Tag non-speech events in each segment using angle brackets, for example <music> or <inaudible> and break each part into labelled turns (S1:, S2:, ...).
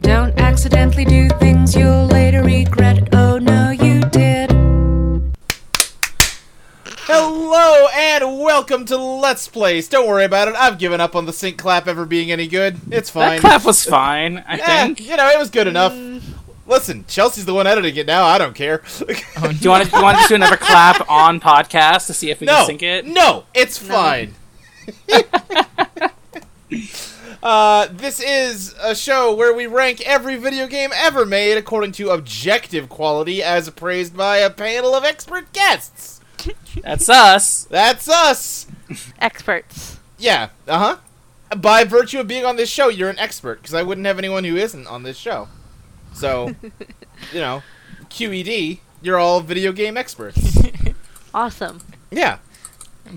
S1: Don't accidentally do things you'll later regret. Oh no, you did.
S2: Hello and welcome to Let's Plays. Don't worry about it. I've given up on the sync clap ever being any good. It's fine.
S3: That clap Mm. was fine, I
S2: Eh, <laughs>
S3: think.
S2: you know, it was good enough. Listen, Chelsea's the one editing it now. I don't care. <laughs>
S3: Do you want to, you want to do another clap on podcast to see if we
S2: no,
S3: can sync it?
S2: no, it's
S3: <laughs>
S2: fine. uh, this is a show where we rank every video game ever made according to objective quality, as appraised by a panel of expert guests.
S3: That's us.
S2: That's us.
S4: experts.
S2: Yeah. Uh huh. By virtue of being on this show, you're an expert because I wouldn't have anyone who isn't on this show. So, you know, QED, you're all video game experts.
S4: Awesome.
S2: yeah.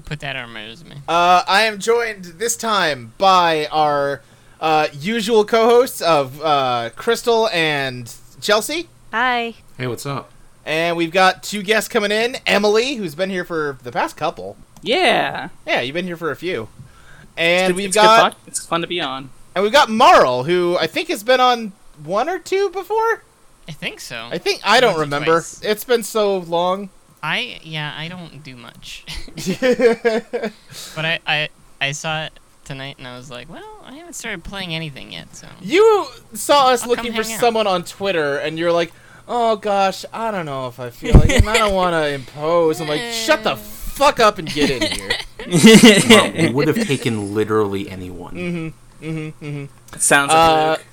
S5: Put that on my resume.
S2: Uh, I am joined this time by our uh, usual co-hosts of uh, Crystal and Chelsea,
S4: Hi.
S6: Hey, what's up?
S2: and we've got two guests coming in: Emily, who's been here for the past couple.
S3: Yeah.
S2: Yeah, you've been here for a few.
S3: It's
S2: And
S3: good-
S2: we've
S3: it's good
S2: got
S3: pod- it's fun to be on.
S2: And we've got Marl, who I think has been on one or two before.
S5: I think so.
S2: I think I don't
S5: Once or
S2: remember.
S5: twice.
S2: It's been so
S5: <laughs>
S2: long.
S5: I yeah, I don't do much, <laughs>
S2: yeah,
S5: but I, I I saw it tonight and I was like, well, I haven't started playing anything yet, so
S2: you saw us
S5: I'll
S2: looking for
S5: come hang out.
S2: someone on Twitter, and you're like, "Oh gosh, I don't know if I feel like it. and I don't want
S5: <laughs>
S2: to impose." I'm like, "Shut the fuck up and get in
S5: <laughs>
S2: here."
S6: <laughs> Well, we would have taken literally anyone.
S2: Mm-hmm,
S3: It sounds like
S2: Uh,
S3: Luke.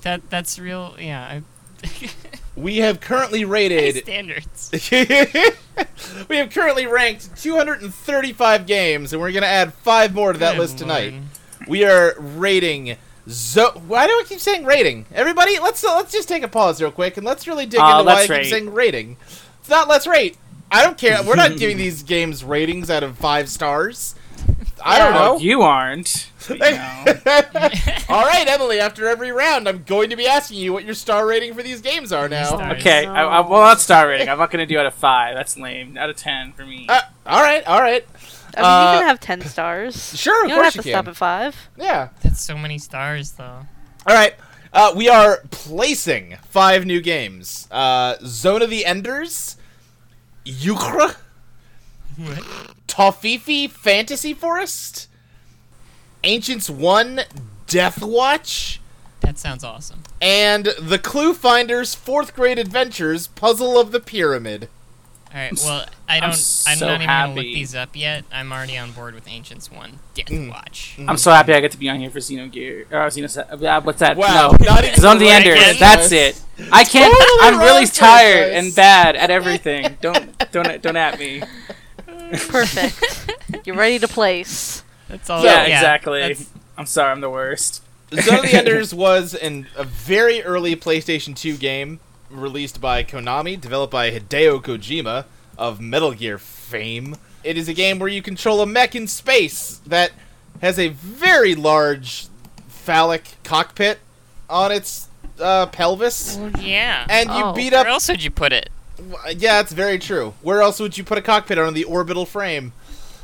S5: that that's real. Yeah, I, <laughs>
S2: we have currently rated.
S5: standards.
S2: <laughs> we have currently ranked 235 games, and we're gonna add five more to that
S5: Good
S2: list tonight.
S5: lord.
S2: We are rating. Zo- why do I keep saying rating? Everybody, let's uh, let's just take a pause real quick and let's really dig
S3: Uh,
S2: into why I
S3: let's
S2: keep
S3: rate.
S2: saying rating. It's not let's rate. I don't care. We're not
S3: <laughs>
S2: giving these games ratings out of five stars. I don't
S3: Oh,
S2: know. <laughs>
S3: You aren't. but, you know.
S2: All right, Emily. After every round, I'm going to be asking you what your star rating for these games are now.
S5: Stars.
S3: okay. I, I, well, not star rating. I'm not gonna do out of five. That's lame. Out of ten for me.
S2: Uh, all right, all right.
S4: I mean,
S2: Uh,
S4: you can have ten stars.
S2: Sure, of
S4: You don't
S2: course
S4: have to
S2: you
S4: stop
S2: can. <laughs>
S4: at five.
S2: Yeah.
S5: That's so many stars though.
S2: All right. Uh, we are placing five new games uh, Zone of the Enders, Yukra,
S5: What?
S2: Tofifi Fantasy Forest, Ancients 1 Death Watch,
S5: That sounds awesome.
S2: and The Clue Finder's Fourth Grade Adventures Puzzle of the Pyramid.
S5: All right. Well, I don't. I'm,
S3: so
S5: not even gonna
S3: happy.
S5: look these up yet. I'm already on board with Ancients One Death Watch.
S3: I'm so happy I get to be on here for Xenogear. Or Xenosa- uh, what's that?
S2: Wow.
S3: No.
S2: Not even
S3: Zone of the
S2: right
S3: Ender.
S2: again.
S3: That's it. I can't.
S2: Totally
S3: I'm really
S2: wrong
S3: tired
S2: franchise.
S3: and bad at everything. Don't don't don't at me.
S4: Perfect. You're ready to place.
S5: That's all.
S3: Oh, yeah, exactly.
S5: that's-
S3: I'm sorry, I'm the worst.
S2: Zone of the Enders was an, a very early PlayStation 2 game released by Konami, developed by Hideo Kojima of Metal Gear fame. It is a game where you control a mech in space that has a very large phallic cockpit on its uh, pelvis.
S5: Well, yeah.
S2: And you
S4: Oh.
S2: beat
S5: Where
S2: up.
S5: else would you put it?
S2: Yeah, that's very true. Where else would you put a cockpit on the orbital frame?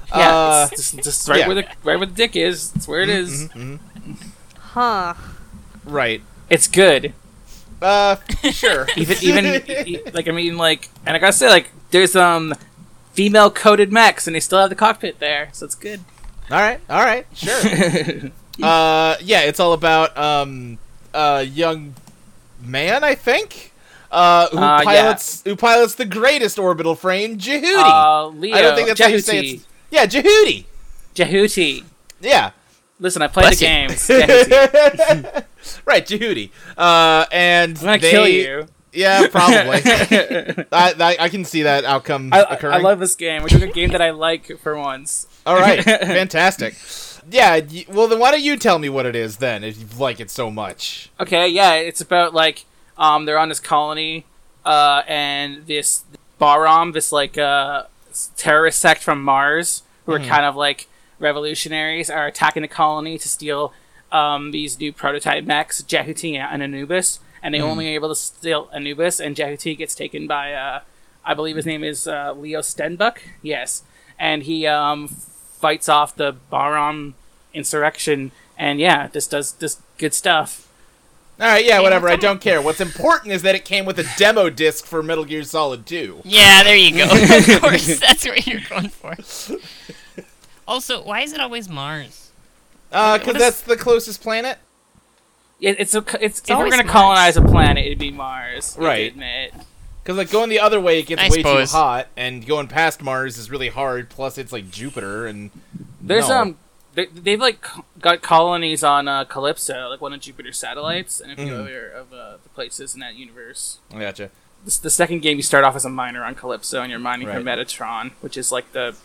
S3: Yeah, Mm-hmm,
S2: Uh,
S3: it's just, just right
S2: yeah.
S3: where the right where the dick is. That's where it is.
S2: Mm-hmm.
S4: Huh.
S2: Right.
S3: It's good.
S2: Uh, sure.
S3: Even
S2: <laughs>
S3: even e- e- like I mean like, and I gotta say like there's um female coded mechs and they still have the cockpit there, so it's good.
S2: All right, all right,
S3: <laughs>
S2: sure. uh, yeah, it's all about um, a young man, I think, uh, who
S3: Uh, yeah.
S2: pilots who pilots the greatest orbital frame, Jehudi.
S3: Uh, Leo,
S2: I don't think that's how you say
S3: Jehuti.
S2: it's. Yeah, Jehudi.
S3: Jehuti.
S2: Yeah.
S3: Listen, I played
S5: Bless
S3: the
S5: you.
S2: <laughs>
S3: game. It's Jehuti.
S2: right, Jehudi. Uh, and
S3: I'm gonna
S2: they,
S3: kill you.
S2: Yeah,
S3: <laughs>
S2: probably.
S3: I,
S2: I, I, I can see that outcome
S3: I,
S2: occurring.
S3: I love this game. Which is a game that I like for once.
S2: All
S3: <laughs>
S2: right, fantastic. Yeah, y- well then, why don't you tell me what it is then, if you like it so much?
S3: Okay, yeah, it's about like um they're on this colony uh and this Barom, this like uh s- terrorist sect from Mars who are kind of like revolutionaries are attacking the colony to steal um these new prototype mechs, Jehuti and Anubis, and they only are able to steal Anubis and Jehuti gets taken by uh I believe his name is uh, Leo Stenbuck. Yes. And he um fights off the Barom insurrection and yeah, this does this good stuff.
S2: All right, yeah,
S5: Hey,
S2: whatever.
S5: what's
S2: I
S5: up?
S2: don't care. What's important is that it came with a demo disc for Metal Gear Solid 2.
S5: Yeah, there you go. of course, that's what you're going for. Also, why is it always Mars?
S2: Uh,
S5: What
S2: because
S5: is-
S2: that's the closest planet.
S3: It, it's a, it's, if we're
S5: always
S3: gonna
S5: Mars.
S3: colonize a planet, it'd be Mars. I
S2: Right.
S3: Admit.
S2: Because like going the other way, it gets
S5: I
S2: way
S5: suppose.
S2: too hot, and going past Mars is really hard. Plus, it's like Jupiter, and
S3: There's
S2: No.
S3: um, they, they've like co- got colonies on uh, Calypso, like one of Jupiter's satellites, and a few
S2: Mhm.
S3: other of uh, the places in that universe.
S2: I gotcha.
S3: The, the second game, you start off as a miner on Calypso, and you're mining for
S2: Right.
S3: Metatron, which is like the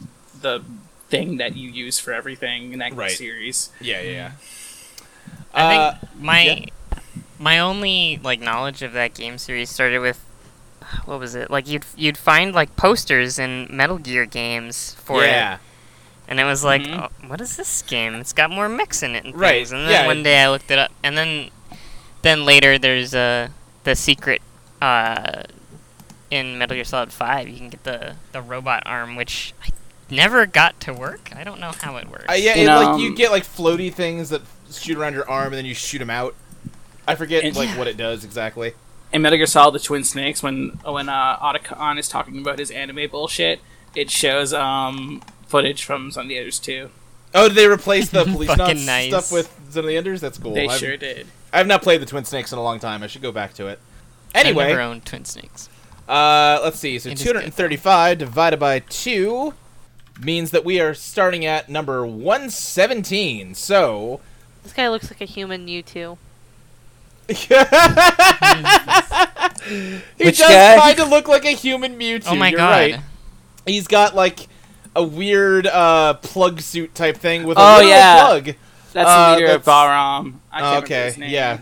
S3: the thing that you use for everything in that
S2: Right.
S3: series.
S2: Yeah, yeah. yeah.
S5: I
S2: Uh,
S5: think my my only like knowledge of that game series started with what was it? Like you'd you'd find like posters in Metal Gear games for it.
S2: yeah,
S5: And it was like,
S3: Mhm.
S5: oh, what is this game? It's got more mechs in it and
S2: Mm-hmm. Right,
S5: things. And then
S2: yeah, it-
S5: one day I looked it up, and then then later there's uh, the secret uh, in Metal Gear Solid Five. You can get the the robot arm, which I never got to work. I don't know how it works.
S2: Uh, yeah.
S3: You
S2: it,
S3: know,
S2: like you
S3: um,
S2: get like floaty things that shoot around your arm, and then you shoot them out. I forget
S3: And-
S2: like what it does exactly.
S3: in Metal Gear Solid: The Twin Snakes, when when uh, Otacon is talking about his anime bullshit, it shows um footage from some of the others too.
S2: Oh, did they replace
S5: <laughs>
S2: the police
S5: Fucking
S2: knots
S5: nice.
S2: stuff with some of the Enders? That's cool.
S3: they
S2: I've,
S3: sure did.
S2: I've not played the Twin Snakes in a long time. I should go back to it.
S5: I never
S2: Anyway,
S5: owned Twin Snakes.
S2: uh, let's see. So
S5: It is good, though.
S2: 235 divided by 2 means that we are starting at number 117. So. <laughs>
S4: This guy looks like a human you two.
S2: he
S3: Which
S2: does
S3: guy?
S2: kind of look like a human Mewtwo.
S5: oh my
S2: you're
S5: god!
S2: Right. He's got like a weird uh, plug suit type thing with a
S3: Oh,
S2: little
S3: yeah.
S2: plug.
S3: That's
S2: Uh,
S3: the leader of
S2: that's-
S3: Baram. I can't remember
S2: okay,
S3: his name.
S2: yeah.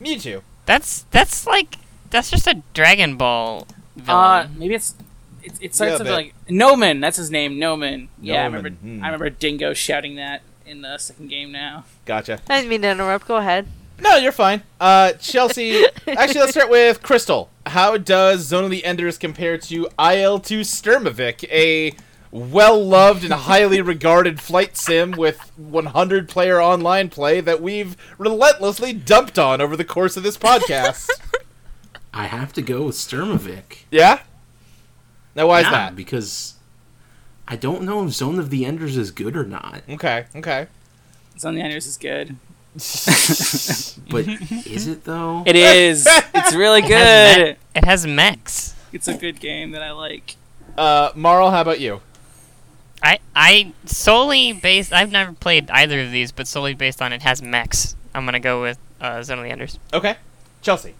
S2: Mewtwo.
S5: That's that's like that's just a Dragon Ball
S3: Uh,
S5: villain.
S3: maybe it's it's it's
S2: Yeah,
S3: like
S2: but-
S3: something like Noman. That's his name, Noman. Yeah, I
S2: Noman,
S3: remember.
S2: hmm.
S3: I remember Dingo shouting that in the second game. Now
S2: Gotcha.
S4: I didn't mean to interrupt. Go ahead.
S2: No, you're fine. Uh, Chelsea. Actually, let's start with Crystal. How does Zone of the Enders compare to IL2 Sturmovik, a well-loved and highly regarded flight sim with 100-player online play that we've relentlessly dumped on over the course of this podcast?
S6: I have to go with Sturmovik.
S2: yeah. Now, why is
S6: Yeah,
S2: that?
S6: Because I don't know if Zone of the Enders is good or not,
S2: Okay. Okay.
S3: Zone of the Enders is good.
S2: <laughs>
S6: but is it though?
S3: It is. it's really
S5: It has me-
S3: good.
S5: It has mechs.
S3: It's a good game that I like.
S2: Uh, Marl, how about you?
S5: I I solely based. I've never played either of these, but solely based on it has mechs. I'm gonna go with uh, Zone of the Enders.
S2: Okay. Chelsea.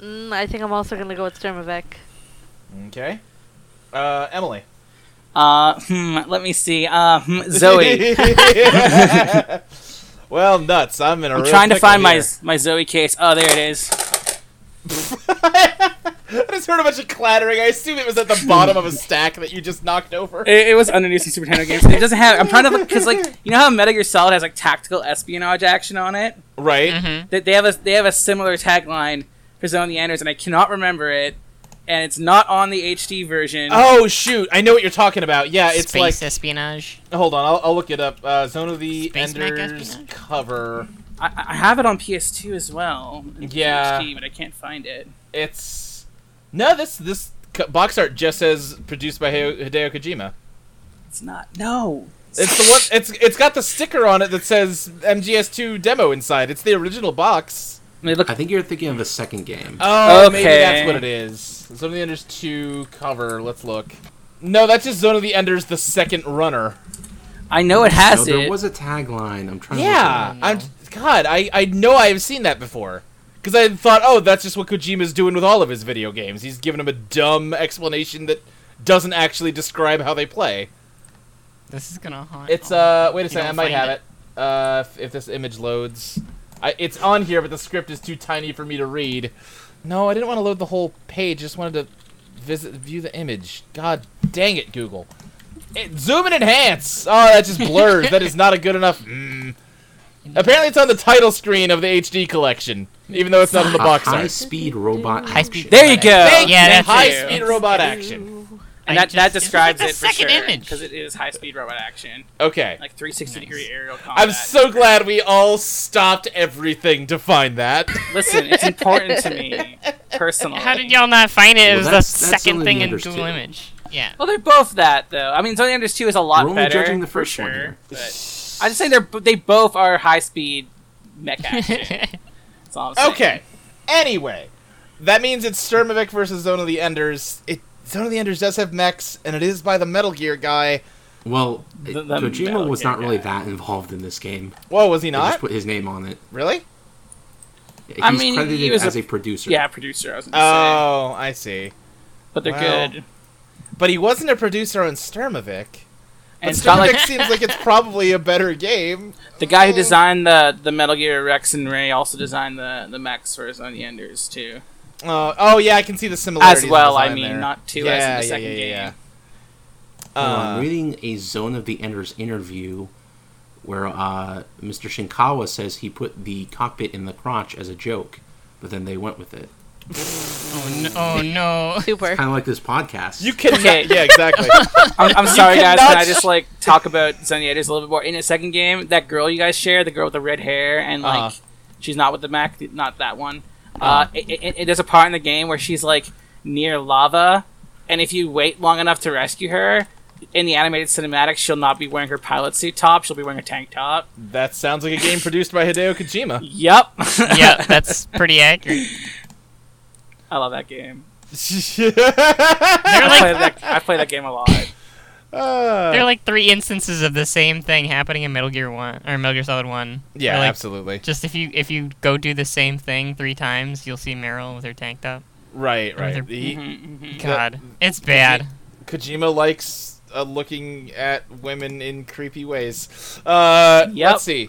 S4: Mm, I think I'm also gonna go with Sturmovik.
S2: Okay. Uh, Emily.
S3: Uh, hmm, let me see. Uh, hmm,
S2: <laughs>
S3: Zoe.
S2: well, nuts. I'm in a
S3: I'm
S2: real
S3: trying to
S2: pickle
S3: find my
S2: here.
S3: my Zoe case. Oh, there it is.
S2: <laughs> I just heard a bunch of clattering. I assume it was at the bottom of a stack that you just knocked over.
S3: It, it was underneath some Super Nintendo games. It doesn't have. I'm trying to look because like you know how Metal Gear Solid has like tactical espionage action on it.
S2: Right.
S5: Mm-hmm.
S3: That they have a they have a similar tagline for Zone of the Enders, and I cannot remember it. And it's not on the HD version.
S2: Oh shoot! I know what you're talking about. Yeah, it's
S5: Space
S2: like
S5: espionage.
S2: hold on, I'll, I'll look it up. Uh, Zone of the
S5: Space Mech
S2: Enders
S5: espionage?
S2: cover.
S3: I, I have it on PS2 as well. and
S2: Yeah.
S3: PhD, but I can't find it.
S2: It's no, this this co- box art just says produced by Hideo Hideo Kojima.
S3: It's not. No.
S2: It's the one. It's it's got the sticker on it that says MGS2 demo inside. It's the original box.
S3: Let me look.
S6: I think you're thinking of the second game.
S2: Oh, maybe
S3: Okay.
S2: that's what it is. Zone of the Enders 2 cover. Let's look. No, that's just Zone of the Enders, the second runner.
S3: I know it
S6: no,
S3: has
S6: there
S3: it.
S6: was a tagline. I'm trying.
S2: Yeah,
S5: no.
S2: I'm. God, I I know I have seen that before. Because I thought, oh, that's just what Kojima's doing with all of his video games. He's giving him a dumb explanation that doesn't actually describe how they play.
S5: This is gonna haunt.
S2: It's
S5: all-
S2: uh, wait a
S5: you
S2: second,
S5: don't
S2: I might
S5: find
S2: have it. Uh, if, if this image loads, I, it's on here, but the script is too tiny for me to read. No, I didn't want to load the whole page. Just wanted to visit, view the image. God dang it, Google! It, zoom and enhance. Oh, that just blurs. that is not a good enough. Mm. Apparently, it's on the title screen of the HD collection, even though it's not on the
S6: A
S2: box
S6: high
S2: art.
S6: speed robot.
S5: High
S6: action.
S5: speed.
S3: There you
S5: robot
S3: go.
S5: action.
S2: Thank
S5: Oh, Yeah,
S2: you.
S5: that's
S2: high
S5: it.
S2: speed robot action.
S3: and
S5: I
S3: that, that
S5: just- <laughs> it's
S3: describes
S5: like
S3: it
S5: the
S3: for
S5: second
S3: sure
S5: image.
S3: because it is high speed robot action,
S2: Okay.
S3: like 360 degree
S5: Nice.
S3: aerial combat.
S2: I'm so glad we all stopped everything to find that.
S3: listen. It's important to
S5: <laughs>
S3: me personally.
S5: How did y'all not find it?
S6: Well,
S5: it was the
S6: that's- that's
S5: second
S6: only
S5: thing
S6: the
S5: in
S6: others,
S5: Google
S6: too.
S5: Image. <laughs> Yeah.
S3: Well, they're both that though. I mean, Zone Enders Two is a lot
S6: We're only
S3: better.
S6: judging the
S3: for
S6: first one
S3: sure,
S6: here.
S3: but I just say they're they both are high speed mech
S2: <laughs>
S3: action. That's all I'm saying.
S2: Okay. Anyway, that means it's Sturmovik versus Zone of the Enders. It Zone of the Enders does have mechs, and it is by the Metal Gear guy.
S6: Well,
S3: The- the
S6: Kojima
S3: Metal
S6: was
S3: Gear
S6: not really
S3: guy.
S6: that involved in this game.
S2: Whoa, was he
S6: They just
S2: not?
S6: put his name on it.
S2: Really?
S6: He's
S3: I mean, he
S6: credited
S3: was a-
S6: as a, producer.
S3: Yeah, producer. I was gonna say,
S2: Oh, I see.
S3: but they're
S2: well,
S3: good.
S2: But he wasn't a producer on Sturmovik. And
S3: And it's got
S2: Sturmovik
S3: like
S2: seems like it's probably a better game. Oh.
S3: the guy who designed the the Metal Gear Rex and Ray also designed the the mechs for Zone of the Enders too.
S2: Uh, oh yeah, I can see the similarities.
S3: As
S2: in
S3: well, I
S2: design
S3: mean,
S2: there.
S3: not two
S2: yeah,
S3: as in
S2: yeah,
S3: the second
S2: yeah, yeah,
S3: game.
S2: yeah.
S6: Well,
S2: Uh,
S6: I'm reading a Zone of the Enders interview where uh, Mr. Shinkawa says he put the cockpit in the crotch as a joke, but then they went with it.
S5: oh, no, oh <laughs> no.
S4: Super.
S6: Kind of like this podcast.
S2: you can
S3: Okay.
S2: <laughs> yeah, exactly.
S3: I'm,
S2: <laughs>
S3: I'm sorry, guys. Can I
S2: cannot-
S3: just like talk about Zone of the Enders a little bit more? In the second game, that girl you guys share, the girl with the red hair, and like
S2: Uh-huh.
S3: she's not with the Mac, not that one. Uh, it, it, it, there's a part in the game where she's like near lava, and if you wait long enough to rescue her. In the animated cinematic, she'll not be wearing her pilot suit top. She'll be wearing a tank top.
S2: that sounds like a game produced by Hideo
S3: <laughs>
S2: Kojima. <laughs>
S3: Yep.
S5: yeah, that's pretty accurate. <laughs>
S3: I love that game.
S5: They're
S3: I
S6: <laughs>
S3: play
S5: like
S3: that, I play that
S2: <laughs>
S3: game a lot. Mm-hmm,
S2: Uh,
S5: they're like three instances of the same thing happening in Metal Gear One or Metal Gear Solid One.
S2: yeah,
S5: They're like,
S2: absolutely.
S5: Just if you if you go do the same thing three times, you'll see Meryl with her tank top.
S2: Right, right.
S5: they're-
S2: He,
S3: mm-hmm. <laughs>
S5: God, it's bad.
S2: Kojima likes uh, looking at women in creepy ways. Uh,
S3: Yep.
S2: Let's see.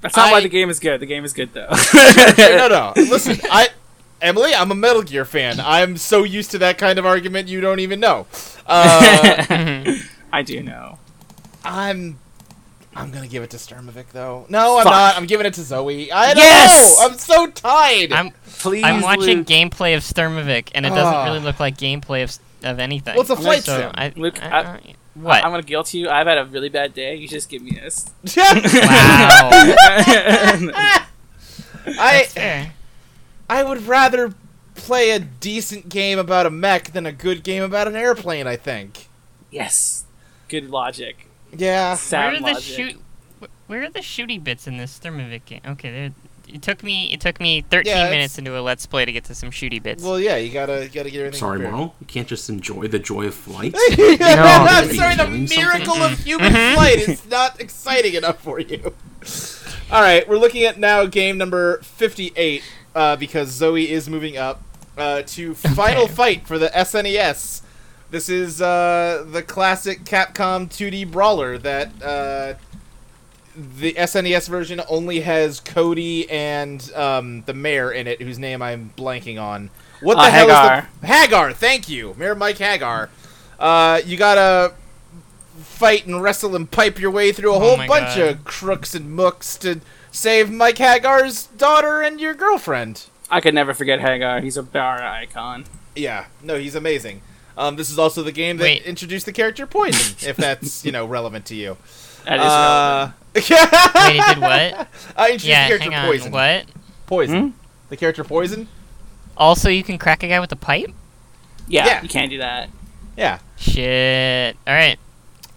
S3: That's not
S2: I-
S3: why the game is good. The game is
S2: <laughs>
S3: good though.
S2: no, no.
S5: <laughs>
S2: Listen, I, Emily, I'm a Metal Gear fan. I'm so used to that kind of argument, you don't even know.
S5: <laughs>
S2: Uh,
S3: <laughs> I do know.
S2: I'm, I'm gonna give it to Sturmovic though. No, I'm
S3: Fuck.
S2: not. I'm giving it to Zoe. I don't
S5: Yes!
S2: know. I'm so tied. <laughs>
S5: I'm
S3: Please,
S5: I'm watching
S3: Luke.
S5: gameplay of Sturmovik, and it doesn't
S2: Ah.
S5: really look like gameplay of, s- of anything.
S2: Well, it's a flight sim.
S5: so I,
S3: Luke,
S5: I-
S3: I-
S5: I- what?
S3: I'm gonna guilt you. I've had a really bad day. You just give
S2: <laughs>
S3: me this.
S5: wow.
S2: I,
S5: Fair.
S2: I would rather play a decent game about a mech than a good game about an airplane. I think.
S3: yes. Good logic.
S2: Yeah.
S5: Where
S3: Sound
S5: are the
S3: logic.
S5: shoot? wh- Where are the shooty bits in this Thermovic game? Okay, there. It took me. It took me 13
S2: Yeah, it's-
S5: minutes into a let's play to get to some shooty bits.
S2: Well, yeah, you gotta you gotta get everything.
S6: Sorry,
S2: <laughs> prepared.
S6: Marl. You can't just enjoy the joy
S2: <laughs>
S6: of flight.
S2: I'm
S6: Are you
S2: sorry, the
S6: doing
S2: miracle
S5: something?
S2: of human flight is not exciting enough for you. All right, we're looking at now game number 58 uh, because Zoe is moving up uh, to Final
S5: Okay.
S2: Fight for the SNES. This is uh, the classic Capcom 2D brawler that uh, the SNES version only has Cody and um, the mayor in it, whose name I'm blanking on. What the
S3: Uh,
S2: hell
S3: Hagar.
S2: is the Hagar? Thank you, Mayor Mike Hagar. Uh, you gotta fight and wrestle and pipe your way through a
S5: Oh
S2: whole
S5: my
S2: bunch
S5: God.
S2: of crooks and mooks to save Mike Hagar's daughter and your girlfriend.
S3: I could never forget Hagar. He's a bar icon.
S2: Yeah, no, he's amazing. Um, this is also the game that
S5: Wait.
S2: introduced the character Poison, if
S5: <laughs>
S2: that's you know relevant to you.
S3: That is
S2: Uh, <laughs>
S5: Wait, it did what?
S2: I introduced
S5: yeah,
S2: the character
S5: hang on.
S2: Poison.
S5: What?
S2: Poison.
S5: Hmm?
S2: The character Poison.
S5: Also, you can crack a guy with a pipe.
S3: relevant. Yeah,
S2: yeah.
S3: you can't do that.
S2: Yeah.
S5: Shit. All right.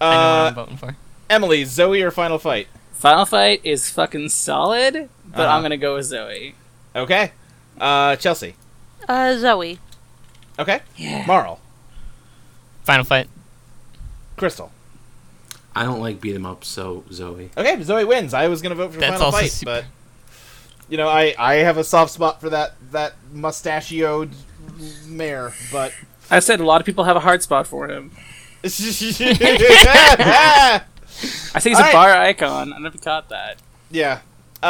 S5: I know what I'm
S2: Uh,
S5: voting for.
S2: Emily, Zoe, or Final Fight?
S3: Final Fight is fucking solid, but
S2: Uh-huh.
S3: I'm gonna go with Zoe.
S2: Okay. Uh, Chelsea.
S4: Uh, Zoe.
S5: <laughs>
S2: Okay.
S3: Yeah.
S2: Marl.
S5: Final fight.
S2: Crystal.
S6: I don't like beat 'em up, so Zoe.
S2: Okay, Zoe wins. I was gonna vote for
S5: That's
S2: Final
S5: also
S2: Fight, but
S5: super-
S2: you know, I I have a soft spot for that that mustachioed mayor,
S5: <laughs>
S2: but <laughs>
S3: I said a lot of people have a hard spot for him.
S2: yeah.
S3: I think he's
S2: Alright.
S3: a bar icon. I never
S2: <laughs>
S3: caught that.
S2: Uh,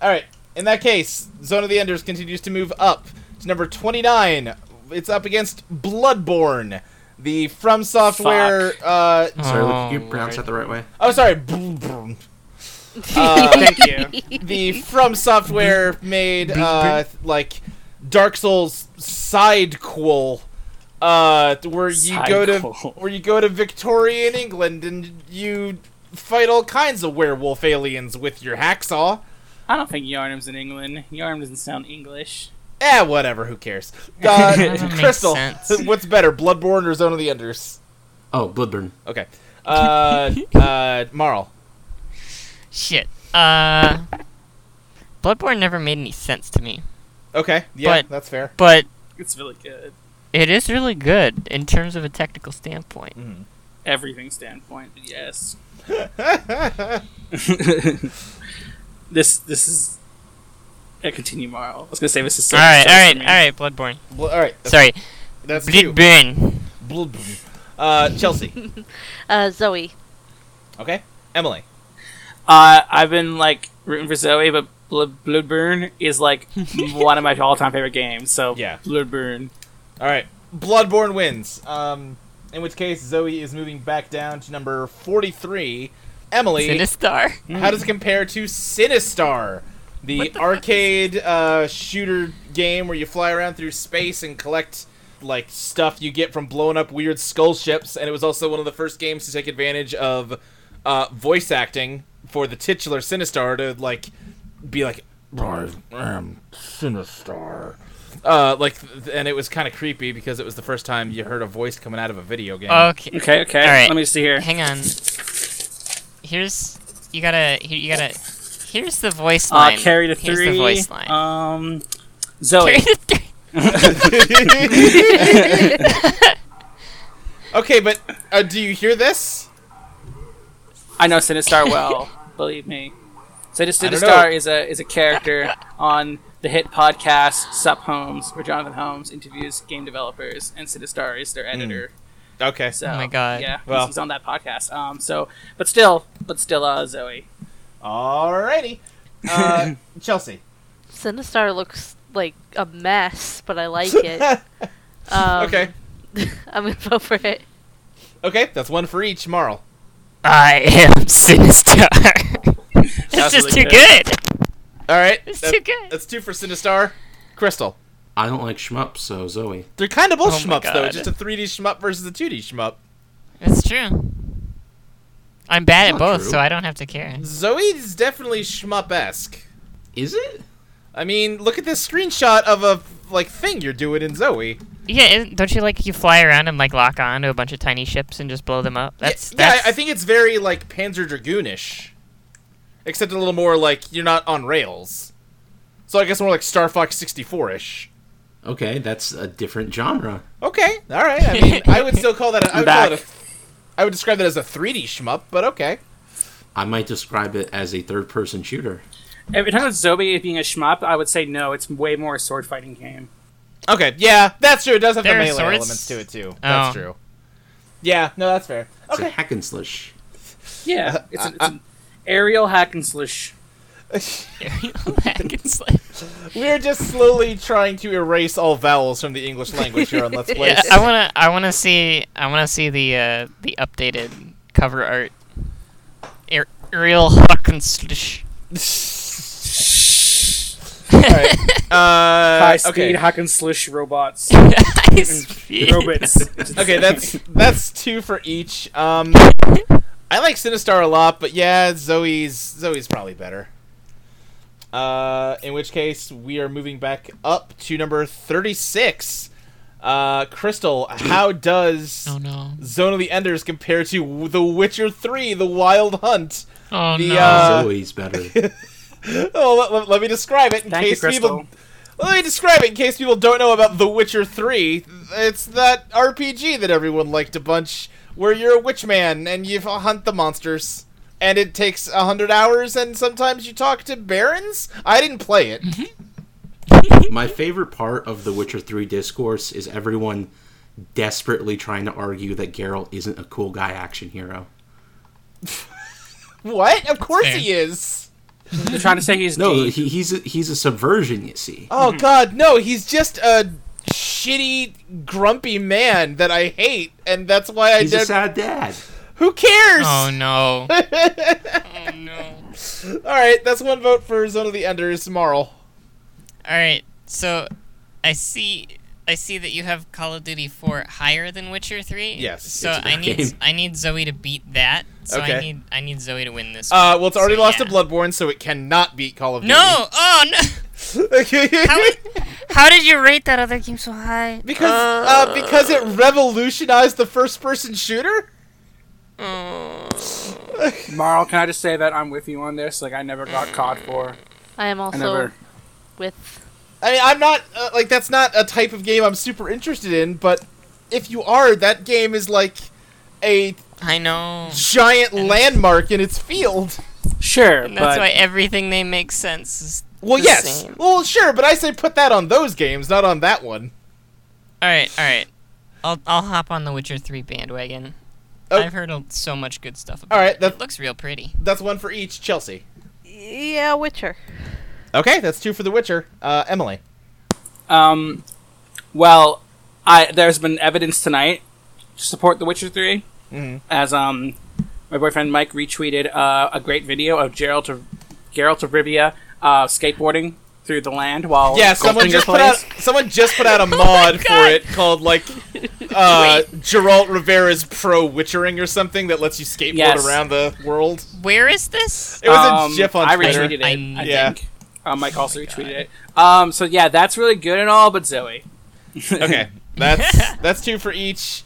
S2: all right. In that case, Zone of the Enders continues to move up to number twenty nine. It's up against Bloodborne, the From Software. Uh,
S6: Sorry,
S5: oh,
S6: Luke, you pronounce that
S5: Lord.
S6: the right way?
S2: oh, sorry. <laughs> Bloodborne. Uh,
S3: Thank you.
S2: the From Software made uh, like Dark Souls sidequel uh, where you go to
S3: Psycho.
S2: where you go to Victorian England and you fight all kinds of werewolf aliens with your hacksaw.
S3: I don't think Yarnum's in England. Yarnum doesn't sound English.
S2: Eh, whatever. Who cares? Uh,
S5: Doesn't
S2: <laughs>
S5: make
S2: Crystal,
S5: sense.
S2: what's better, Bloodborne or Zone of the Enders?
S6: Oh, Bloodburn.
S2: Okay. Uh, uh, Marl.
S5: Shit. Uh, Bloodborne never made any sense to me,
S2: Okay. Yeah,
S5: But-
S2: that's fair. <laughs>
S5: but
S3: It's really good.
S5: it is really good in terms of a technical standpoint.
S3: Everything standpoint, but yes. <laughs> this this is. I continue, Marl. I was gonna say this is. So,
S5: all right,
S3: so
S5: all right,
S3: for me.
S5: all right. Bloodborne.
S2: Bl- all right. That's,
S5: Sorry,
S2: That's you.
S5: Bloodborne.
S2: Bloodborne. Uh,
S5: <laughs>
S2: Chelsea.
S4: Uh, Zoe.
S2: Okay. Emily.
S3: Uh, I've been like rooting for Zoe, but Bl- Bloodburn is
S5: <laughs>
S3: like one of my all-time favorite games. So
S2: Yeah.
S3: Bloodburn.
S2: All right. Bloodborne wins. Um, in which case Zoe is moving back down to number forty-three. Emily,
S5: Sinistar.
S2: Mm. how does it compare to Sinistar, the, arcade uh, shooter game where you fly around through space and collect like stuff you get from blowing up weird skull ships? And it was also one of the first games to take advantage of uh, voice acting for the titular Sinistar to like be like
S7: I am Sinistar.
S2: uh, like, th- and it was kind of creepy because it was the first time you heard a voice coming out of a video game.
S5: Okay,
S3: Okay, okay.
S5: All right.
S3: Let me see here.
S5: hang on. Here's you gotta here, you gotta. Here's the voice
S3: Uh,
S5: line.
S3: carry to
S5: Here's
S3: three.
S5: the voice line.
S3: Um, Zoe.
S5: Carry to three.
S2: <laughs> okay, but uh, do you hear this?
S3: I know Sinistar well. <laughs> believe me. So just
S2: I don't know.
S3: Sinistar is a is a character on the hit podcast Sup Holmes, where Jonathan Holmes interviews game developers, and Sinistar is their editor.
S2: Okay.
S3: So
S5: Oh my God.
S3: Yeah, he's-
S2: Well.
S3: he's on that podcast. Um, so but still, but still, uh, Zoe.
S2: Alrighty. Uh, Chelsea.
S4: Sinistar looks like a mess, but I like
S2: <laughs>
S4: it. Um,
S2: Okay.
S4: <laughs> I'm gonna vote for it.
S2: Okay, that's one for each. Marl.
S5: I am Sinistar. <laughs>
S3: That's
S5: it's just
S3: really
S5: too
S3: good.
S5: good.
S2: All right.
S5: It's
S2: that-
S5: too good.
S2: That's two for Sinistar. Crystal.
S6: I don't like shmups, so Zoe.
S2: They're kind of both
S5: Oh my
S2: shmups though.
S5: God.
S2: Just a 3D shmup versus a 2D shmup.
S5: That's true. I'm bad at
S6: Not
S5: both,
S6: true.
S5: so I don't have to care.
S2: Zoe's definitely shmup esque.
S6: Is it?
S2: I mean, look at this screenshot of a like thing you're doing in Zoe.
S5: Yeah, isn't, don't you like you fly around and like lock on to a bunch of tiny ships and just blow them up? That's
S2: yeah, yeah,
S5: that's
S2: I, I
S5: <laughs>
S2: think it's very like Panzer Dragoonish, except a little more like you're not on rails. So I guess more like Star Fox 64 ish.
S6: Okay, that's a different genre.
S2: Okay, all right. I mean, I would still call that.
S5: <laughs>
S2: A, I would call it
S3: Back.
S2: a, I would describe that as a 3D shmup, but okay.
S6: I might describe it as a third-person shooter.
S3: Every time Zoe is being a shmup, I would say no. It's way more a sword fighting game.
S2: Okay, yeah, that's true. It does have
S5: There
S2: the
S5: are
S2: melee
S5: swords?
S2: elements to it too. That's
S5: Oh.
S2: true. Yeah, no, that's fair.
S6: It's a
S2: Okay.
S6: hack and slush.
S3: Yeah,
S2: Uh,
S3: it's, an, it's an aerial hack and slush.
S5: Hack and slash.
S2: <laughs> We're just slowly trying to erase all vowels from the English language here on Let's Play.
S5: <laughs> Yeah, I wanna I wanna see I wanna see the uh, the updated cover art. Air- <laughs> Ariel Hawkins. <laughs>
S2: Alright, Uh,
S3: High speed
S2: okay.
S3: hack and slush
S5: <laughs>
S3: robots,
S5: Robots.
S3: robots.
S5: <laughs>
S2: Okay, that's that's two for each. Um, I like Sinistar a lot, but yeah, Zoe's Zoe's probably better. Uh, in which case, we are moving back up to number thirty-six. Uh, Crystal,
S5: <clears throat>
S2: how does
S5: Oh no.
S2: Zone of the Enders compare to W- The Witcher Three: The Wild Hunt?
S5: Oh
S2: The,
S5: no.
S2: uh,
S6: Zoe's
S2: <laughs>
S6: better.
S2: Oh, let, let, let me describe it in
S3: <laughs> Thank you,
S2: case people
S3: Crystal.
S2: Let me describe it in case people don't know about The Witcher 3. It's that RPG that everyone liked a bunch where you're a witch man and you hunt the monsters. And it takes a hundred hours, and sometimes you talk to barons. I didn't play it.
S5: Mm-hmm.
S6: My favorite part of the Witcher 3 discourse is everyone desperately trying to argue that Geralt isn't a cool guy action hero.
S2: what? Of course
S5: Fair.
S2: he is.
S3: They're trying to
S2: <laughs>
S3: say he's
S6: No,
S3: deep.
S6: he, he's a, he's a subversion, you see.
S2: Oh God, no! He's just a shitty, grumpy man that I hate, and that's why I
S6: He's a
S2: did.
S6: sad dad.
S2: Who cares?
S5: oh
S2: <laughs>
S5: no. oh no.
S2: All right, that's one vote for Zone of the Enders, Marl.
S5: All right, so I see I see that you have Call of Duty 4 higher than Witcher 3.
S2: Yes,
S5: So
S6: it's a
S5: I
S6: better
S5: need
S6: game.
S5: I need Zoe to beat that. So I
S2: Okay.
S5: need I need Zoe to win this.
S2: Uh, well, it's
S5: so
S2: already lost
S5: yeah.
S2: to Bloodborne, so it cannot beat Call of Duty.
S5: No. Oh no.
S2: <laughs>
S5: How, how did you rate that other game so high?
S2: because uh, because it revolutionized the first-person shooter.
S3: Marl, can I just say that I'm with you on this? Like, I never got caught for.
S4: I am
S3: I
S4: also
S3: never.
S4: with.
S2: I mean, I'm not uh, like that's not a type of game I'm super interested in, but if you are, that game is like a
S5: <laughs> I know.
S2: giant landmark in its field.
S3: Sure,
S5: And that's
S3: but
S5: why everything they make sense. Is...
S2: Well,
S5: The
S2: yes.
S5: same.
S2: Well, sure, but I say put that on those games, not on that one.
S5: All right, all right. I'll I'll hop on the Witcher 3 bandwagon.
S2: Oh.
S5: I've heard a- so much good stuff about
S2: All right,
S5: it.
S2: that-
S5: It looks real pretty.
S2: That's one for each. Chelsea.
S4: Yeah, Witcher.
S2: Okay, that's two for The Witcher. Uh, Emily.
S3: um, well, I there's been evidence tonight to support The Witcher 3
S2: Mhm.
S3: as um my boyfriend Mike retweeted uh, a great video of Geralt of Geralt of Rivia uh, skateboarding through the land while
S2: Yeah, someone
S3: Goldfinger
S2: just put
S3: plays. Oh
S2: out someone just put
S3: <laughs>
S2: out a mod for it called like uh, Geralt Rivera's Pro Witchering or something that lets you skateboard
S3: Yes.
S2: around the world.
S5: Where is this?
S2: It was
S3: Um,
S2: a GIF on
S3: I
S2: Twitter.
S3: retweeted it. I,
S5: I-
S2: Yeah.
S3: think. Uh, Mike also retweeted it. Um, so yeah, that's really good and all, but Zoe.
S2: <laughs>
S3: <laughs>
S2: Okay, that's that's two for each.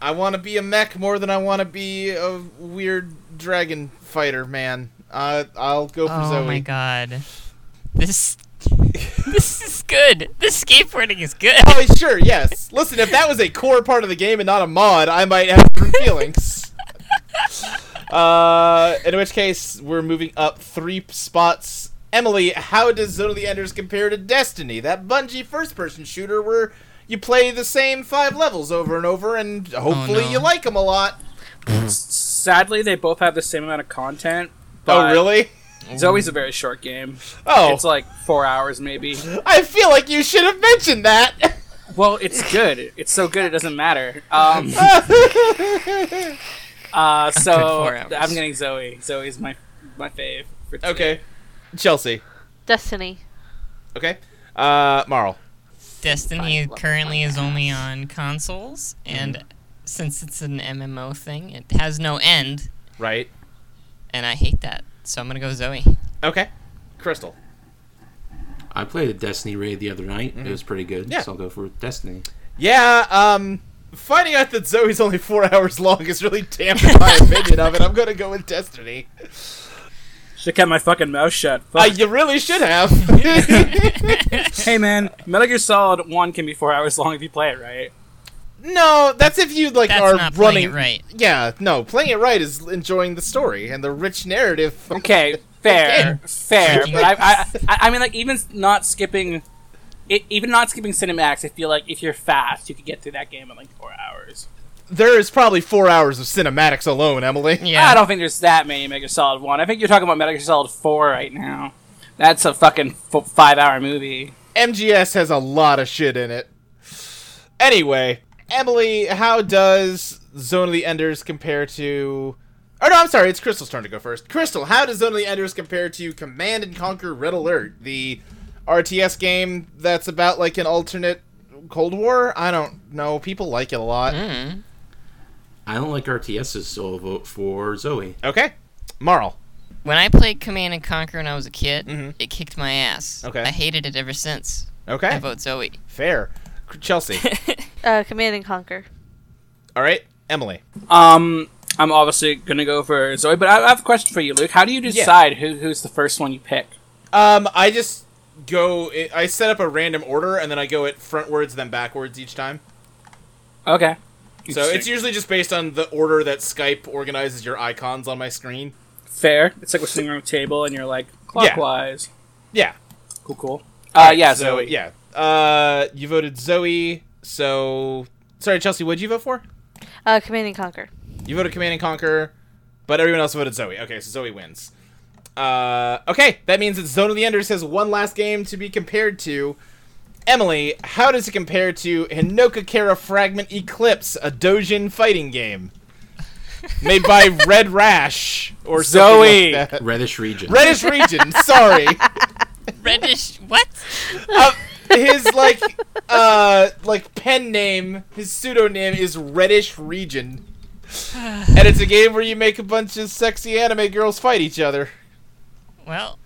S2: I want to be a mech more than I want to be a weird dragon fighter man. Uh, I'll go for
S5: Oh
S2: Zoe.
S5: my god. This This is good. This skateboarding is good.
S2: Oh sure, yes. Listen, if that was a core part of the game and not a mod, I might have different <laughs> feelings. Uh, in which case, we're moving up three spots. Emily, how does Zone of the Enders compare to Destiny, that Bungie first-person shooter where you play the same five levels over and over, and hopefully
S5: no.
S2: you like them a lot?
S3: Sadly, they both have the same amount of content.
S2: Oh,
S3: but
S2: really?
S3: Zoe's a very short game.
S2: Oh,
S3: It's like four hours, maybe.
S2: I feel like you should have mentioned that.
S3: Well, it's good. It's so good it doesn't matter. <laughs> Um, uh, so
S5: four hours.
S3: I'm getting Zoe. Zoe's my my fave. For
S2: <laughs>
S3: today.
S2: okay, Chelsea.
S4: Destiny.
S2: Okay, uh, Marl.
S5: Destiny currently is only on consoles
S2: Mm-hmm.
S5: and since it's an MMO thing, it has no end
S2: Right.
S5: and I hate that. So I'm going to go Zoe.
S2: Okay, Crystal.
S6: I played a Destiny raid the other night. It was pretty good.
S2: Mm-hmm. Yeah.
S6: So I'll go for Destiny.
S2: Yeah, um, finding out that Zoe's only four hours long is really dampened my opinion of it. I'm gonna go with Destiny.
S3: Should kept my fucking mouth shut.
S2: Uh,
S3: Fuck.
S2: you really should have. <laughs>
S3: hey man, Metal Gear Solid One can be four hours <laughs> long if you play it right.
S2: no, that's if you like
S5: That's
S2: are
S5: not
S2: running.
S5: playing it right.
S2: Yeah, no, playing it right is enjoying the story and the rich narrative.
S3: Okay, fair, <laughs> fair.
S5: Thank you.
S3: But I, I, I, I mean, like even not skipping, it, even not skipping cinematics. I feel like if you're fast, you could get through that game in like four hours.
S2: There is probably four hours of cinematics alone, Emily.
S5: Yeah.
S3: I don't think there's that many Metal Gear Solid One. I think you're talking about Metal Gear Solid Four right now. That's a fucking f- five-hour movie.
S2: MGS has a lot of shit in it. Anyway, Emily, how does Zone of the Enders compare to? Oh no, I'm sorry. It's Crystal's turn to go first. Crystal, how does Zone of the Enders compare to Command and Conquer Red Alert, the RTS game that's about like an alternate Cold War? I don't know. People like it a lot.
S5: Mm.
S6: I don't like RTSs, so I'll vote for Zoe.
S2: Okay, Marl.
S5: When I played Command and Conquer when I was a kid, it kicked my ass.
S2: Mm-hmm. Okay. Eh.
S5: I hated it ever since. I
S2: Okay,
S5: vote Zoe.
S2: fair. C-
S5: <laughs>
S2: Chelsea.
S4: Uh, Command and Conquer.
S2: All right, Emily.
S3: Um, I'm obviously gonna go for Zoe, but I, I have a question for you, Luke. How do you decide who who's the first one you pick?
S2: Um, I just go. I set up a random order, and then I go it frontwards, then backwards each time.
S3: Okay.
S2: So it's usually just based on the order that Skype organizes your icons on my screen.
S3: fair. It's like we're sitting around a table and you're like clockwise.
S2: Yeah.
S3: Cool, cool. Uh, yeah,
S2: So
S3: Zoe.
S2: yeah. Uh, you voted Zoe. So sorry, Chelsea. What did you vote for?
S4: Uh, Command and Conquer.
S2: You voted Command and Conquer, but everyone else voted Zoe. Okay, so Zoe wins. Uh, okay, that means that Zone of the Enders has one last game to be compared to. Emily, how does it compare to Hinoka Kara Fragment Eclipse, a Dojin fighting game made by Red Rash or
S3: Zoe.
S2: something like that?
S6: Reddish Region.
S2: Reddish Region. Sorry. <laughs>
S5: Reddish. What?
S2: Uh, his like uh like pen name, his pseudonym is Reddish Region. And it's a game where you make a bunch of sexy anime girls fight each other.
S5: Well,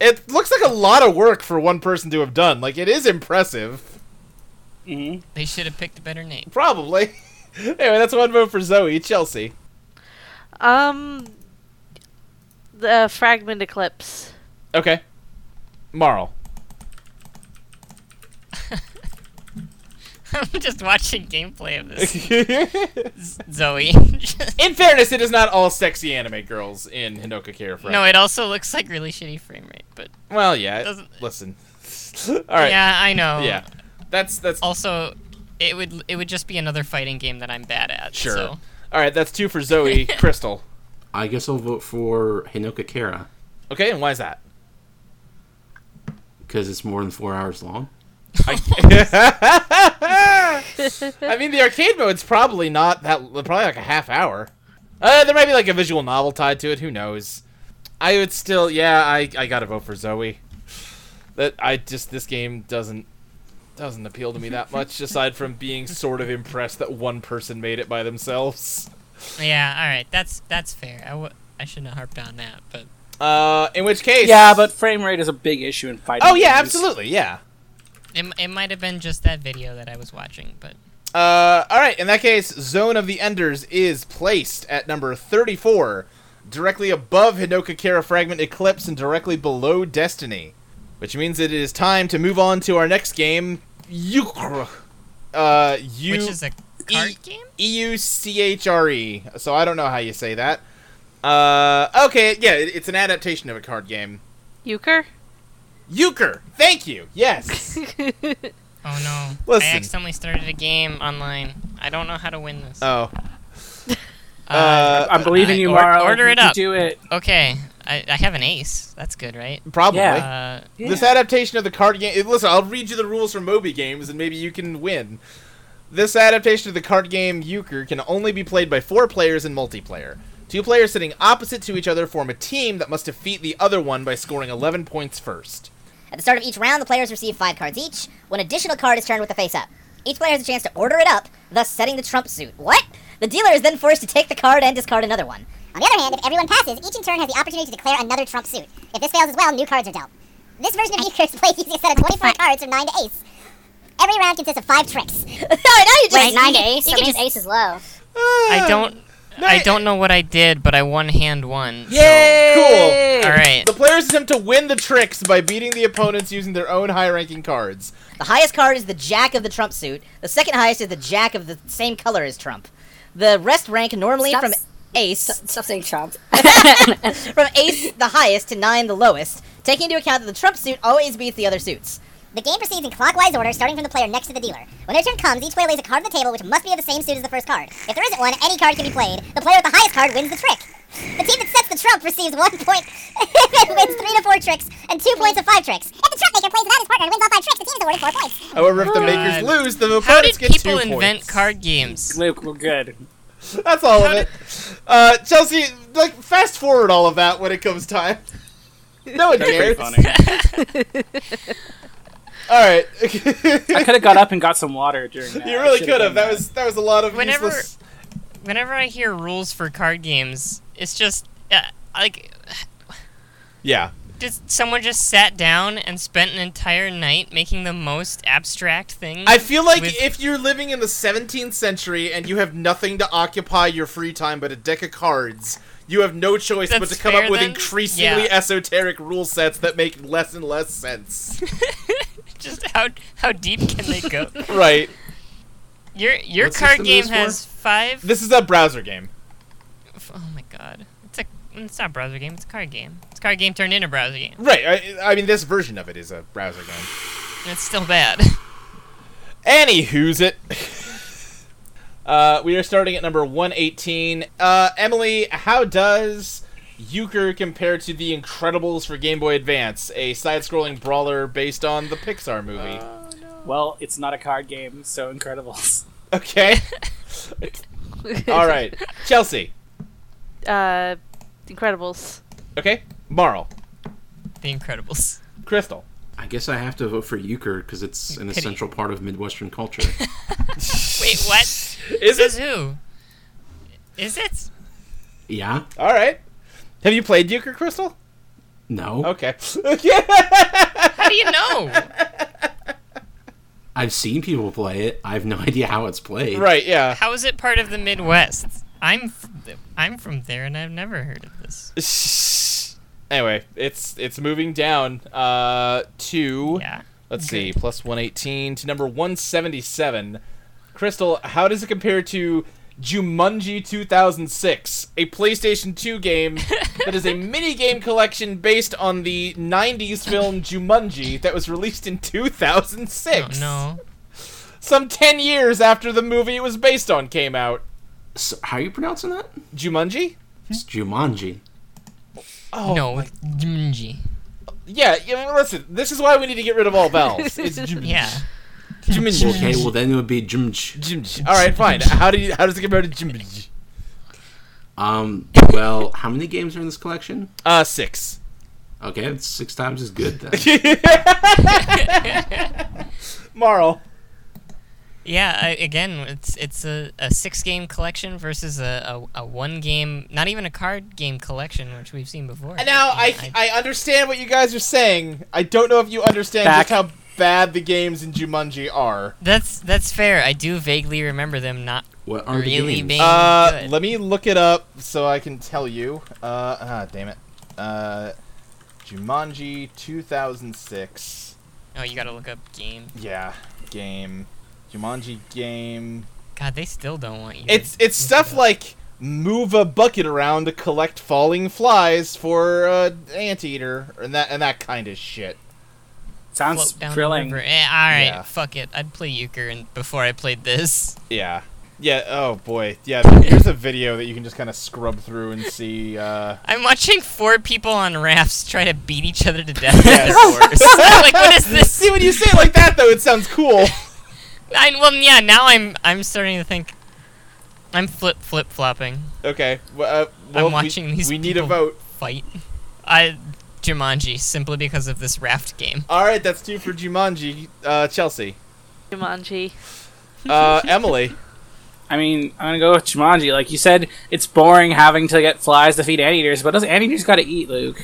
S2: It looks like a lot of work for one person to have done. Like it is impressive,
S3: hmm
S5: they should have picked a better name. <laughs>
S2: probably. <laughs> anyway, that's one vote for Zoe, Chelsea.
S4: Um, the fragment eclipse.
S2: Okay.
S5: <laughs>
S2: Marl.
S5: I'm just watching gameplay
S2: <laughs>
S5: of this.
S2: in
S5: Zoe. <laughs>
S2: fairness, it is not all sexy anime girls in Hinoka Care Friend.
S5: No, it also looks like really shitty frame rate, but
S2: well, yeah.
S5: doesn't-
S2: Listen. <laughs> all right. Yeah.
S5: yeah, I know.
S2: That's that's
S5: Also, it would it would just be another fighting game that I'm bad at.
S2: Sure.
S5: So.
S2: All right, that's two for
S3: <laughs>
S2: Zoe Crystal.
S6: I guess I'll vote for Hinoka Kara
S2: Okay, and why is that?
S6: because it's more than four hours long.
S2: I, I mean, the arcade mode's probably not that. Probably like a half hour. Uh, there might be like a visual novel tied to it. Who knows? I would still, yeah, I, I gotta vote for Zoe. That I just this game doesn't doesn't appeal to me that
S3: <laughs>
S2: much. aside from being sort of impressed that one person made it by themselves.
S5: Yeah. All right. That's that's fair. I w- I shouldn't have harped on that, but
S2: Uh, in which case,
S3: Yeah, but frame rate is a big issue in fighting.
S2: oh yeah,
S3: games.
S2: absolutely, yeah.
S5: it, m- it might have been just that video that I was watching. But
S2: Uh, all right. In that case, Zone of the Enders is placed at number 34, directly above Hinoka Kara Fragment Eclipse and directly below Destiny, which means that it is time to move on to our next game, Euchre. Uh, U- E
S5: which is a card game?
S2: E-U-C-H-R-E. E, So I don't know how you say that. Uh, okay, yeah, it- it's an adaptation of a card game.
S4: Euchre. <laughs>
S2: Euchre. Thank you. Yes.
S4: Uh,
S5: Oh no!
S2: Listen.
S5: I accidentally started a game online. I don't know how to win this.
S2: oh.
S5: Uh,
S2: Uh,
S3: I'm believing you,
S5: I- or-
S3: Mara.
S5: order it
S3: You
S5: up.
S3: Do it.
S5: okay, I, I have an ace. That's good, right?
S2: probably.
S3: yeah.
S5: Uh,
S2: This <laughs> adaptation of the card game. Listen, I'll read you the rules for Moby Games, and maybe you can win. This adaptation of the card game Euchre can only be played by four players in multiplayer. Two players sitting opposite to each other form a team that must defeat the other one by scoring 11 points first.
S8: At the start of each round, the players receive five cards each. One additional card is turned with the face up. Each player has a chance to order it up, thus setting the trump suit. What? The dealer is then forced to take the card and discard another one. On the <laughs> other hand, if everyone passes, each in turn has the opportunity to declare another trump suit. If this fails as well, new cards are dealt. This version of Euchre is played using a set of 24 cards from 9 to ace. Every round consists of five tricks. no, no, you just...
S9: Wait, nine to ace?
S8: You
S9: That
S8: can
S9: means
S8: just...
S9: ace is low.
S2: Ah.
S5: I don't. I don't know what I did, but I one hand won. so-
S2: Cool.
S5: All right.
S2: The players attempt to win the tricks by beating the opponents using their own high-ranking cards.
S8: The highest card is the jack of the trump suit. The second highest is the jack of the same color as trump. The rest rank normally
S9: Stop
S8: from
S9: s-
S8: ace...
S9: Stop saying Trump.
S8: <laughs>
S9: <laughs>
S8: from ace the highest to nine the lowest, taking into account that the trump suit always beats the other suits.
S10: The game proceeds in clockwise order, starting from the player next to the dealer. When their turn comes, each player lays a card on the table which must be of the same suit as the first card. If there isn't one, any card can be played. The player with the highest card wins the trick. The team that sets the trump receives one point <laughs> if it wins three to four tricks and two points of five tricks. If the trump maker plays without his partner and wins all five tricks, the team is awarded four points.
S2: However, if the makers
S5: God.
S2: lose, the
S5: How did
S2: opponents get two
S5: people
S2: points.
S5: invent card games?
S3: Luke, we're
S2: <laughs>
S3: good.
S2: That's all of
S5: How
S2: it. Uh, Chelsea, like fast forward all of that when it comes
S3: <laughs>
S2: time. No one
S3: That's
S2: cares.
S3: pretty funny.
S2: All right, <laughs>
S3: I could have got up and got some water during that.
S2: you
S3: I
S2: really
S3: should've
S2: could have.
S3: done
S2: That was that was a lot of
S5: Whenever-
S2: useless.
S5: <laughs> Whenever I hear rules for card games, it's just uh, like
S2: Yeah,
S5: just someone just sat down and spent an entire night making the most abstract thing.
S2: I feel like
S5: With-
S2: if you're living in the 17th century and you have nothing to occupy your free time but a deck of cards, you have no choice but
S5: That's
S2: to come
S5: fair
S2: up with
S5: then?
S2: increasingly
S5: Yeah.
S2: esoteric rule sets that make less and less sense.
S5: <laughs> just how how deep can they go?
S2: <laughs>
S5: <laughs>
S2: right.
S5: Your your
S6: What
S5: card
S6: system
S5: game
S6: is this
S5: has five.
S2: This is a browser game.
S5: f- oh my god! It's a it's not a browser game. It's a card game. It's a card game turned into a browser game.
S2: Right. I, I mean, this version of it is a browser game.
S5: And it's still bad. <laughs>
S2: Any who's it. <laughs> uh, we are starting at number 118. Uh, Emily, how does Euchre compare to The Incredibles for Game Boy Advance, a side scrolling brawler based on the Pixar movie?
S3: that. Well, it's not a card game, so Incredibles. <laughs>
S2: okay. All right. Chelsea.
S4: Uh, Incredibles.
S2: Okay. Marl.
S5: the Incredibles.
S2: Crystal.
S6: I guess I have to vote for euchre because it's an
S5: Pity.
S6: essential part of Midwestern
S2: <laughs>
S6: culture.
S5: Wait, <laughs> what?
S2: Is
S5: Says
S2: it?
S5: who? Is it?
S6: yeah?
S2: All right. Have you played Euchre Crystal?
S6: No?
S2: <laughs> Okay.
S5: How do you know?
S6: I've seen people play it. I have no <laughs> idea how it's played.
S2: right, yeah.
S5: How is it part of the Midwest? I'm f- I'm from there and I've never heard of this.
S2: Anyway, it's it's moving down uh to
S5: Yeah.
S2: let's see, plus 118 to number 177. Crystal, how does it compare to Jumanji 2006, a PlayStation 2 game that is a mini game collection based on the 90s film Jumanji that was released in 2006?
S5: Oh, No.
S2: Some 10 years after the movie it was based on came out.
S6: So, how are you pronouncing that?
S2: Jumanji?
S6: It's Jumanji.
S2: Oh,
S5: no. it's Jumanji.
S2: Yeah, yeah, listen, this is why we need to get rid of all vowels. It's Jumanji.
S5: Yeah.
S2: Jumanji.
S6: Okay, well then it would be Jumj.
S2: Jumanji. All right, fine. How do you, how does it compare to Jumanji?
S6: Um,
S2: <laughs>
S6: well, how many games are in this collection?
S2: Uh, six.
S6: Okay, it's six times as good
S2: <laughs>
S6: then.
S2: Marl.
S5: Yeah, I, again, it's it's a, a six game collection versus a, a, a one game, not even a card game collection, which we've seen before.
S2: Now I I understand what you guys are saying. I don't know if you understand
S3: Back.
S2: just how bad the games in Jumanji are.
S5: that's that's fair. I do vaguely remember them not
S6: What are
S5: really
S6: the
S5: being
S6: games?
S2: Uh,
S5: good.
S2: let me look it up so I can tell you. Uh, ah, damn it. Uh, Jumanji 2006.
S5: oh, you gotta look up game.
S2: Yeah, game. Jumanji game.
S5: God, they still don't want you. to
S2: It's it's
S5: look
S2: stuff
S5: it up.
S2: like move a bucket around to collect falling flies for uh, anteater and that and that kind of shit.
S3: Sounds
S5: float down the
S3: thrilling.
S5: river. Eh, all right,
S2: Yeah.
S5: fuck it. I'd play euchre and before I played this.
S2: Yeah. Yeah, oh boy. Yeah, there's a video that you can just kind of scrub through and see uh
S5: I'm watching four people on rafts try to beat each other to death with their <laughs>
S2: Yes.
S5: oars. like, what <laughs> is this?
S2: See when you say it like that though, it sounds
S5: <laughs>
S2: cool.
S5: I, well, yeah, now I'm I'm starting to think. I'm flip flip flopping.
S2: Okay. Well, uh, well,
S5: I'm watching
S2: we,
S5: these
S2: We need a
S5: people.
S2: vote.
S5: Fight. I Jumanji simply because of this
S4: <laughs>
S5: raft game.
S2: All right, that's two for Jumanji. Uh Chelsea.
S4: Jumanji.
S5: <laughs>
S2: Uh Emily.
S3: I mean, I'm gonna go with Jumanji. Like you said, it's boring having to get flies to feed anteaters, but those anteaters gotta eat, Luke.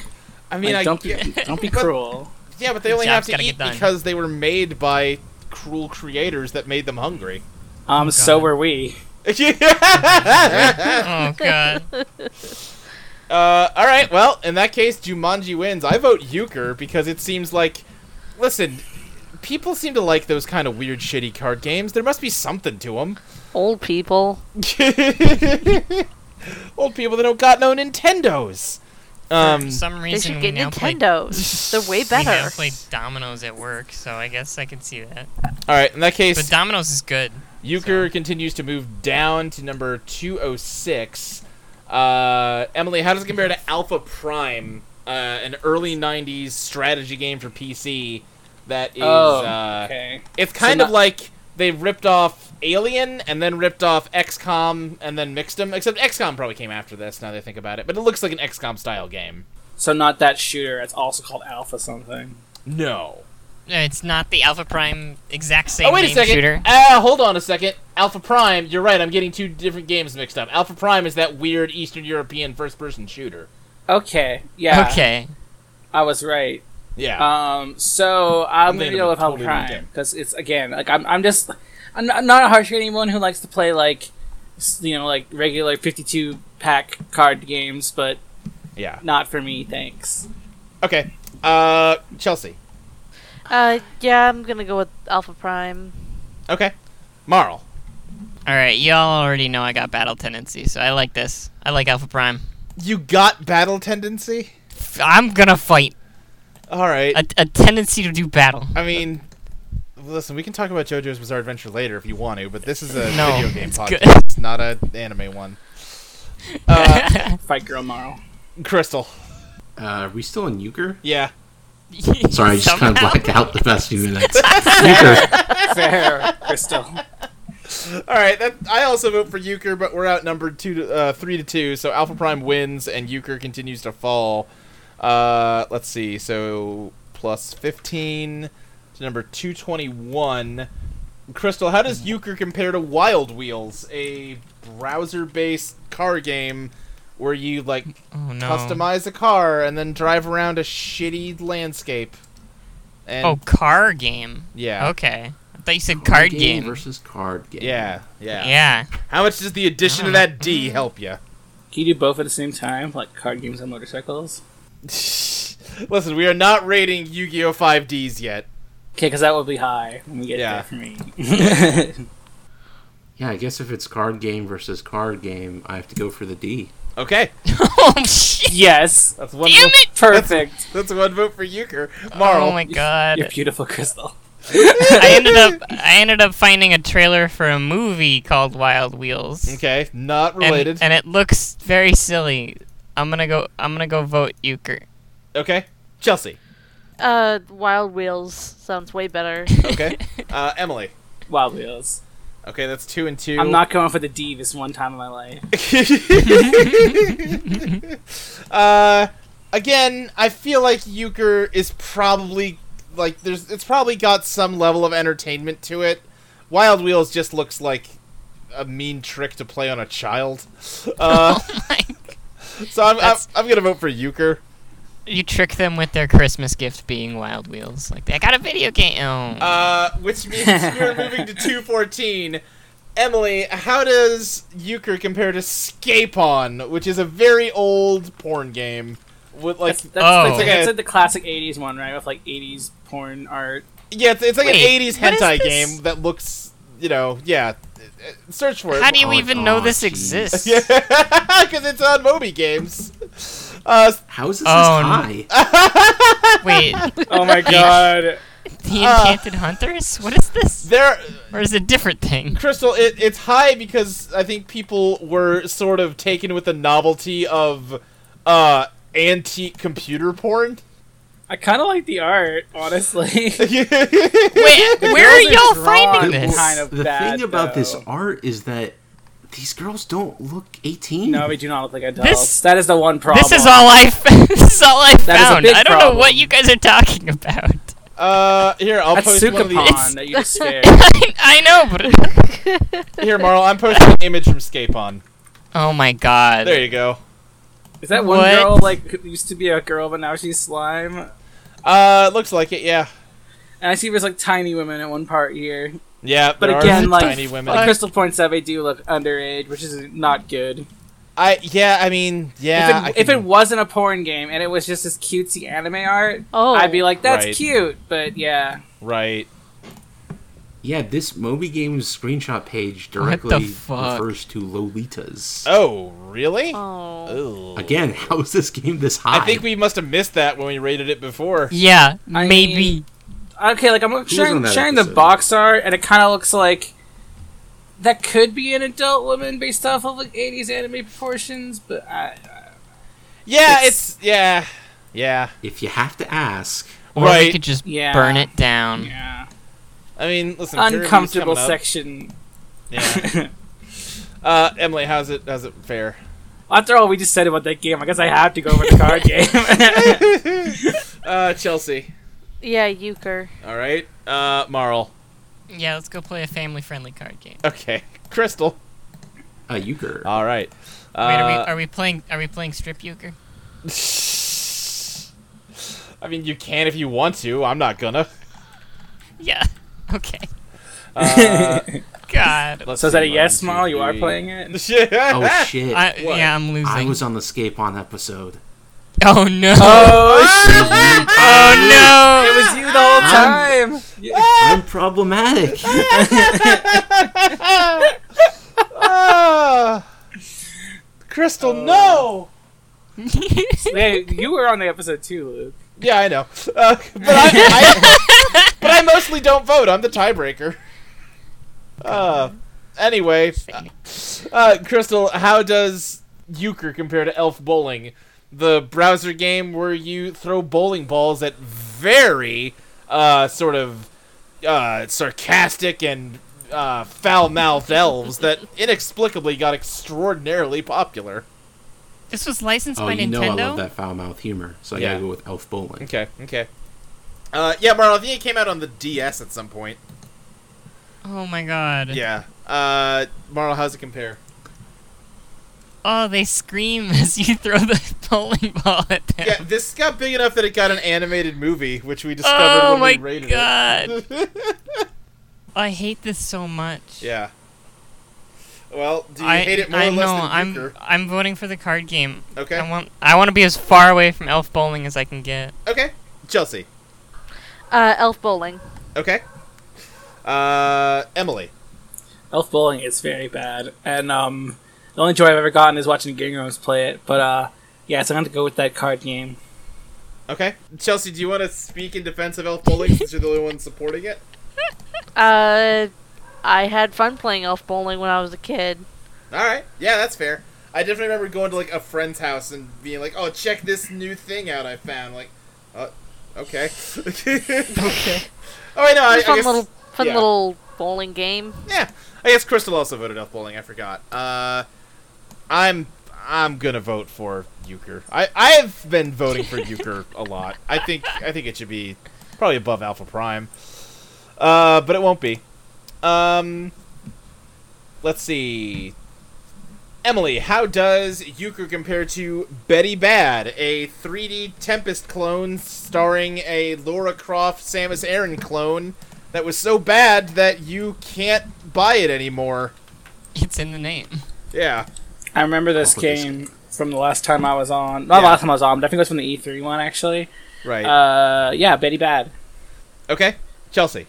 S2: I mean,
S3: Like,
S2: I
S3: don't
S2: yeah,
S3: be
S2: <laughs>
S3: don't be
S2: but-
S3: cruel.
S2: yeah, but they only have
S5: Job's
S2: to
S5: gotta get
S2: eat
S5: done.
S2: because they were made by cruel creators that made them hungry.
S3: Um, so
S5: God.
S3: were we.
S2: <laughs> uh,
S5: Oh
S2: <laughs>
S5: god.
S2: all right. Well, in that case, Jumanji wins. I vote Euchre because it seems like, listen, people seem to like those kind of weird, shitty card games. There must be something to them.
S4: Old people.
S2: Old people that don't got no Nintendos. Um,
S5: For some
S4: They
S5: reason
S4: should
S5: we
S4: get
S5: now play <laughs>
S4: Nintendos. They're way
S5: we now
S4: better.
S5: play dominoes at work, so I guess I can see that.
S2: all right. In that
S5: But
S2: case,
S5: dominoes is good.
S2: Euchre continues to move down to number two oh six. Uh, Emily, how does it compare to Alpha Prime, uh, an early '90s strategy game for PC? That is
S3: Oh,
S2: uh,
S3: okay.
S2: It's kind of
S3: not-
S2: like they ripped off Alien and then ripped off XCOM and then mixed them. Except XCOM probably came after this. Now that I think about it, but it looks like an XCOM style game.
S3: So not that shooter. It's also called Alpha something.
S2: No.
S5: It's not the Alpha Prime exact same
S2: oh wait a
S5: name
S2: second.
S5: shooter.
S2: Ah, hold on a second. Alpha Prime. You're right. I'm getting two different games mixed up. Alpha Prime is that weird Eastern European first-person shooter.
S3: Okay. Yeah.
S5: Okay.
S3: I was right.
S5: Uh,
S2: Yeah.
S3: Um, so I'm gonna
S2: thinking
S3: go
S2: of a
S3: with Hell
S2: totally different
S3: Prime
S2: game.
S3: because it's again like I'm, I'm just I'm, I'm not harsh on anyone who likes to play like s- you know like regular 52 pack card games, but
S2: yeah.
S3: not for me, thanks.
S2: Okay. Uh, Chelsea.
S4: Uh, yeah, I'm gonna go with Alpha Prime.
S2: Okay. Marl.
S5: All right, y'all already know I got battle tendency, so I like this. I like Alpha Prime.
S2: You got battle tendency.
S5: F- I'm gonna fight.
S2: All right.
S5: A, a tendency to do
S6: <laughs>
S5: battle.
S2: I mean, listen, we can talk about JoJo's Bizarre Adventure later if you want to, but this is a
S5: No,
S2: video game
S5: it's
S2: podcast,
S5: good.
S2: It's not an anime one. Uh,
S3: Fight Girl Marl.
S2: Crystal.
S6: Uh, are we still in euchre?
S2: Yeah.
S6: Sorry, I just kind of
S5: Somehow.
S6: blacked out the past few
S5: <laughs>
S6: minutes.
S3: <laughs>
S6: euchre.
S3: Fair, Crystal.
S2: All right. That, I also vote for Euchre, but we're outnumbered two to, uh, three to two. So Alpha Prime wins, and Euchre continues to fall. Uh, let's see. So plus 15 to number 221. Crystal, how does Euchre compare to Wild Wheels, a browser-based car game where you like
S5: Oh no.
S2: customize a car and then drive around a shitty landscape? And
S5: Oh, car game.
S2: yeah,
S5: Okay. I thought you said card game.
S6: versus card game.
S2: yeah, yeah,
S5: Yeah.
S2: How much does the addition of that D help you?
S3: Can you do both at the same time, like card games and motorcycles?
S2: <laughs> Listen, we are not rating Yu-Gi-Oh 5Ds yet.
S3: Okay, because that would be high when we get
S2: Yeah.
S3: there
S2: <laughs>
S3: for me.
S6: Yeah, I guess if it's card game versus card game, I have to go for the D.
S2: Okay,
S5: <laughs> oh shit.
S3: yes,
S2: that's one.
S5: Damn
S2: vote.
S5: it!
S3: perfect.
S2: That's one vote for Euchre. Marl,
S5: Oh my god.
S3: You're beautiful, Crystal.
S5: I ended up I ended up finding a trailer for a movie called Wild Wheels.
S2: Okay, not
S5: And,
S2: related.
S5: and it looks very silly. I'm gonna go I'm gonna go vote Euchre.
S2: okay, Chelsea.
S4: Uh, Wild Wheels sounds way better.
S5: <laughs>
S2: Okay, uh, Emily.
S3: Wild Wheels.
S2: Okay, that's two and 2
S3: I'm not going for the D this one time in my life.
S2: <laughs> uh, again, I feel like Euchre is probably like there's it's probably got some level of entertainment to it. Wild Wheels just looks like a mean trick to play on a child. <laughs>
S5: <laughs>
S2: Uh,
S5: Oh,
S2: so I'm, I'm
S5: That's-
S2: I'm gonna vote for Euchre.
S5: You trick them with their Christmas gift being Wild Wheels. Like I got a video game. Oh.
S2: Uh, which
S5: <laughs>
S2: means we're moving to 214. Emily, how does Euchre compare to Scapon, which is a very old porn game? With like,
S3: That's, that's,
S5: Oh.
S3: that's, like,
S2: Okay.
S3: that's like the classic 80s one, right? With like 80s porn art.
S2: yeah, it's, it's like
S5: Wait,
S2: an 80s
S5: what is
S2: hentai
S5: this?
S2: game that looks, you know, yeah. uh, Search for it. <laughs>
S5: How do you
S6: Oh,
S5: even know
S6: oh,
S5: this
S6: geez.
S5: exists?
S2: Yeah, because it's on Moby Games. Uh,
S6: How is this
S5: Oh, no.
S6: this high?
S3: <laughs>
S5: Wait, <laughs>
S2: <laughs>
S3: Oh my god.
S5: the
S3: Uh.
S5: Enchanted Hunters? What is this?
S2: there,
S5: Or is it a
S3: <laughs>
S5: different thing?
S2: Crystal, it, it's high because I think people were sort of taken with the novelty of uh, antique computer porn.
S3: I kind of like the art, honestly. <laughs>
S2: <laughs>
S5: Wait, where are
S3: girls are
S5: y'all
S3: drawn
S5: finding this?
S3: kind of
S6: the
S3: bad,
S6: thing about this
S3: though.
S6: art is that these girls don't look 18.
S3: no, we do not look like adults.
S5: This-
S3: that is the one problem.
S5: This is all I. f- <laughs> this is all I
S3: That is a
S5: found.
S3: big
S5: I don't know what
S3: problem.
S5: you guys are talking about. <laughs>
S2: uh, here, I'll
S3: That's
S2: post one of the,
S3: Sukapon that you just scared.
S5: I know,
S2: <laughs>
S5: but
S2: here, Marl. I'm posting an image from Scapon.
S5: <laughs> oh my god.
S2: There you go.
S3: Is that one
S5: What?
S3: girl like who used to be a girl but now she's slime? And
S2: Uh, looks like it. Yeah,
S3: I see there's like tiny women at one part here.
S2: yeah.
S3: But
S2: there
S3: again,
S2: are
S3: like,
S2: tiny women.
S3: like Crystal points out, they do look underage, which is not good.
S2: I yeah. I mean, yeah. I
S3: if, it, if it
S2: can-
S3: wasn't a porn game and it was just this cutesy anime art,
S4: Oh,
S3: I'd be like, that's
S2: Right.
S3: cute. But yeah,
S2: right.
S6: Yeah, this Moby Games screenshot page
S5: What the
S6: directly
S5: fuck?
S6: refers to Lolitas.
S2: Oh, really?
S4: Oh,
S2: Ooh.
S6: Again, <laughs> how is this game this high?
S2: I think we must have missed that when we rated it before.
S5: Yeah,
S3: I
S5: maybe.
S3: mean- okay, like I'm
S6: on
S3: sharing,
S6: that
S3: sharing the
S6: episode?
S3: box art, and it kind of looks like that could be an adult woman based off of like 80s anime proportions. But I,
S2: Yeah,
S3: It's-
S2: it's yeah, yeah.
S6: If you have to ask,
S5: or
S2: right.
S5: we could just
S3: Yeah.
S5: burn it
S2: Um,
S5: down.
S3: yeah,
S2: I mean, listen. Kirby's
S3: uncomfortable
S2: coming up.
S3: section. <laughs>
S2: Yeah. Uh, Emily, how's it? How's it fare?
S3: After all we just said about that game, I guess I have to go over the <laughs> card game.
S2: uh, Chelsea.
S4: yeah, Euchre.
S2: All right. Uh, Marl.
S5: Yeah, let's go play a family-friendly card game.
S2: Okay. <laughs> Crystal.
S6: uh, Euchre.
S2: All right.
S5: Wait, are
S2: Uh,
S5: we, are we playing? Are we playing strip euchre?
S2: <laughs> I mean, you can if you want to. I'm not gonna.
S5: Yeah. <laughs> Okay.
S2: Uh,
S5: God.
S2: let's
S3: <laughs> so is that a
S2: see,
S3: yes,
S2: one, two,
S3: Small? You are
S2: three. <laughs>
S3: playing it?
S6: oh shit!
S5: I,
S2: What?
S5: yeah, I'm losing.
S6: I was on the Scape on episode.
S5: Oh no.
S3: Oh,
S5: Oh,
S2: <laughs>
S5: no.
S3: it was you the whole time.
S6: I'm problematic.
S3: Oh,
S2: Ah! Crystal, no.
S3: Hey, you were on the episode too, Luke.
S2: Yeah, I know. Uh, but I, I but I mostly don't vote. I'm the tiebreaker. Uh, anyway, uh, Crystal, how does Euchre compare to Elf Bowling, the browser game where you throw bowling balls at very uh, sort of uh, sarcastic and uh, foul-mouthed elves that inexplicably got extraordinarily popular?
S5: This was licensed
S6: oh,
S5: by
S6: you
S5: Nintendo.
S6: know I love that foul mouth humor, so I
S2: Yeah.
S6: gotta go with Elf Bowling.
S2: Okay, okay. Uh, yeah, Marlon, I think it came out on the DS at some point.
S5: Oh my god.
S2: Yeah. Uh, Marlon, how's it compare?
S5: Oh, they scream <laughs> as you throw the <laughs> bowling ball at them.
S2: Yeah, this got big enough that it got an animated movie, which we discovered
S5: oh
S2: when
S5: my
S2: we rated
S5: god.
S2: it.
S5: I hate this so
S2: <laughs>
S5: much.
S2: yeah. Well, do you
S5: I,
S2: hate it more
S5: I
S2: or less
S5: know.
S2: than
S5: I'm
S2: Euchre?
S5: I'm voting for the card game.
S2: Okay.
S5: I want I want to be as far away from Elf Bowling as I can get. <laughs>
S2: Okay. Chelsea.
S4: Uh, elf bowling.
S2: Okay. Uh, Emily.
S3: Elf Bowling is very bad, and um, the only joy I've ever gotten is watching Gingrams play it. But uh, yeah, so I'm gonna go with that card game.
S2: Okay. Chelsea, do you want to speak in defense of Elf Bowling since you're the only one supporting it?
S4: Uh, I had fun playing elf bowling when I was a kid.
S2: All right. Yeah, that's fair. I definitely remember going to like a friend's house and being like, "Oh, check this new thing out I found." Like, uh, okay. <laughs> okay. Oh wait, no. I, I
S4: It was a fun
S2: guess,
S4: little, fun
S2: yeah.
S4: little bowling game.
S2: Yeah, I guess Crystal also voted Elf Bowling. I forgot. Uh, I'm I'm gonna vote for Euchre. I I've been voting for Euchre a lot. I think I think it should be probably above Alpha Prime. Uh, but it won't be. Um, let's see. Emily, how does Euchre compare to Betty Bad, a 3D Tempest clone starring a Laura Croft Samus Aran clone that was so bad that you can't buy it anymore?
S5: It's in the name.
S2: Yeah.
S3: I remember this
S6: Awful disc.
S3: game from the last time I was on. Not the
S2: Yeah.
S3: last time I was on, but I think it was from the E3 one actually.
S2: Right.
S3: Uh, yeah, Betty Bad.
S2: okay. Chelsea.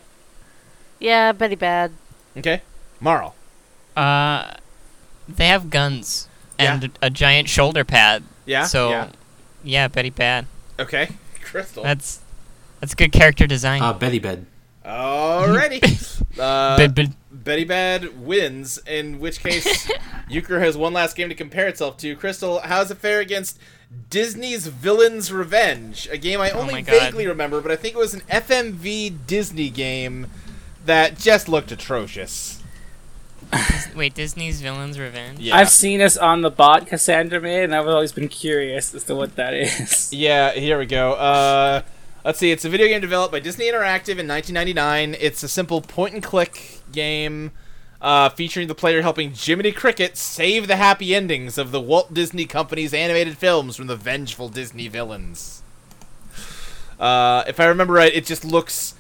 S4: Yeah, Betty Bad.
S2: Okay. Marl.
S5: Uh, they have guns
S2: Yeah.
S5: and a giant shoulder pad.
S2: Yeah.
S5: So,
S2: Yeah.
S5: yeah, Betty Bad.
S2: Okay. <laughs> Crystal.
S5: That's that's good character design.
S6: Uh, Betty Bed.
S5: <laughs>
S2: Alrighty. uh,
S5: Bed- bed-
S2: Betty Bad wins, in which
S5: <laughs>
S2: case Euchre has one last game to compare itself to. Crystal, how's it fare against Disney's Villains Revenge? A game I
S5: Oh
S2: only
S5: my God.
S2: vaguely remember, but I think it was an FMV Disney game that just looked atrocious.
S5: Wait, Disney's Villains Revenge.
S2: Yeah.
S3: I've seen this on the bot Cassandra made, and I've always been curious as to what that is.
S2: Yeah, here we go. Uh, let's see. It's a video game developed by Disney Interactive in 1999. It's a simple point and click game uh, featuring the player helping Jiminy Cricket save the happy endings of the Walt Disney Company's animated films from the vengeful Disney villains. Uh, if I remember right, it just looks.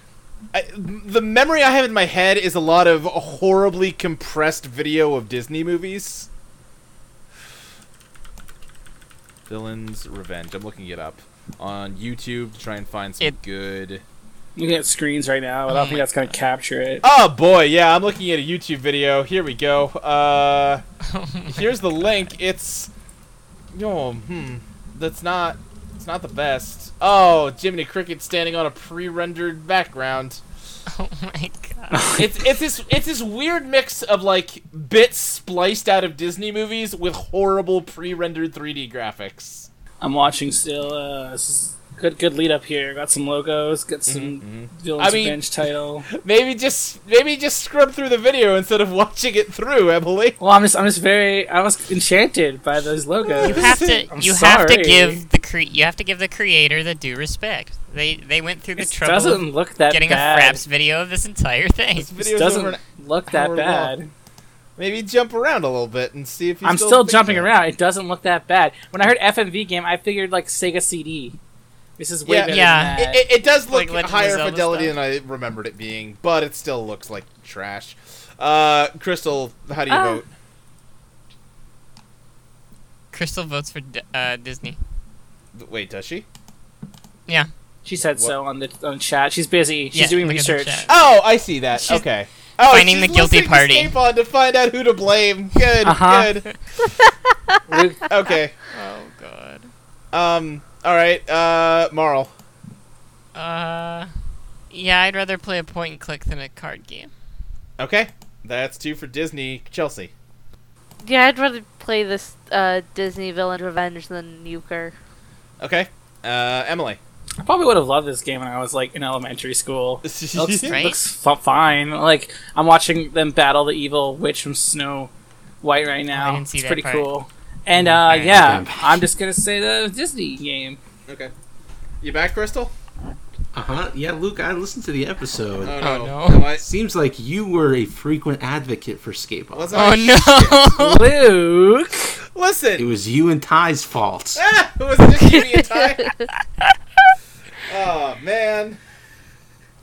S2: I, the memory I have in my head is a lot of horribly compressed video of Disney movies. Villains Revenge. I'm looking it up on YouTube to try and find some
S5: It-
S2: good.
S3: Looking at screens right now, I
S5: Oh
S3: don't think
S5: my
S3: that's gonna capture it.
S2: Oh boy, yeah, I'm looking at a YouTube video. Here we go. Uh,
S5: Oh my-
S2: here's the link. It's oh, hmm, that's not. It's not the best. Oh, Jiminy Cricket standing on a pre-rendered background.
S5: <laughs> oh my god.
S2: It's it's this it's this weird mix of like bits spliced out of Disney movies with horrible pre-rendered 3D graphics.
S3: I'm watching still. Uh, this is good, good lead up here. Got some logos. Got some
S5: Mm-hmm,
S3: Villains
S2: I mean-
S3: Revenge title.
S2: Maybe just maybe just scrub through the video instead of <laughs> watching it through, Emily.
S3: Well, I'm just, I'm just very, I was enchanted by those logos.
S5: You have to
S3: I'm
S5: you have to
S3: sorry.
S5: give the cre- you have to give the creator the due respect. They they went through the
S3: This
S5: trouble of
S3: doesn't look that
S5: getting
S3: bad.
S5: a Fraps video of
S3: <laughs>
S5: this entire thing.
S2: This
S3: This
S2: video's over
S3: doesn't
S2: an-
S3: look that
S2: hour
S3: bad.
S2: long. Maybe jump around a little bit and see if you
S3: I'm still
S2: think
S3: jumping
S2: so.
S3: around. It doesn't look that bad. When I heard FMV game, I figured like Sega CD. This is way
S2: Yeah.
S3: better
S5: Yeah.
S3: than
S2: It,
S3: that.
S2: it, it does
S5: Like
S2: look
S5: Legend of
S2: higher
S5: Zelda
S2: fidelity
S5: stuff.
S2: than I remembered it being, but it still looks like trash. Uh, Crystal, how do you
S3: Ah.
S2: vote?
S5: Crystal votes for D- uh, Disney.
S2: Wait, does she?
S5: Yeah.
S3: she said so on the on chat. She's busy. She's
S5: Yeah,
S3: doing
S5: look at the
S3: research.
S5: chat.
S2: Oh, I see that.
S5: She's
S2: okay. Oh,
S5: finding
S2: she's
S5: the guilty
S2: listening to
S5: party.
S2: Escape on to find out who to blame. Good, <laughs>
S3: Uh-huh.
S2: good.
S3: Luke,
S2: Okay.
S5: Oh god.
S2: Um. All right. Uh, Marl.
S5: Uh, yeah, I'd rather play a point and click than a card game.
S2: Okay. That's two for Disney. Chelsea.
S4: Yeah, I'd rather play this uh, Disney villain revenge than euchre.
S2: Okay. Uh, <laughs> Emily.
S3: I probably would have loved this game when I was like in
S2: <laughs>
S3: elementary school. It looks, it
S5: Right?
S3: looks f- fine. Like I'm watching them battle the evil witch from Snow White right now.
S5: Oh, didn't see
S3: it's
S5: that
S3: pretty
S5: part.
S3: cool. And uh,
S5: Alright.
S3: yeah,
S6: Okay.
S5: <laughs>
S3: I'm just gonna say the Disney game.
S2: Okay. You back, Crystal?
S6: Uh huh. Yeah, Luke, I listened to the episode.
S2: Oh no!
S5: Oh, no.
S2: I,
S6: Seems like you were a frequent advocate for skate
S2: was
S5: Oh
S2: I-
S5: no!
S3: Oh, Luke.
S6: It
S2: Listen,
S6: was you and Ty's fault.
S2: ah, it was just me and <laughs> Ty. oh
S3: <laughs>
S2: man! <laughs>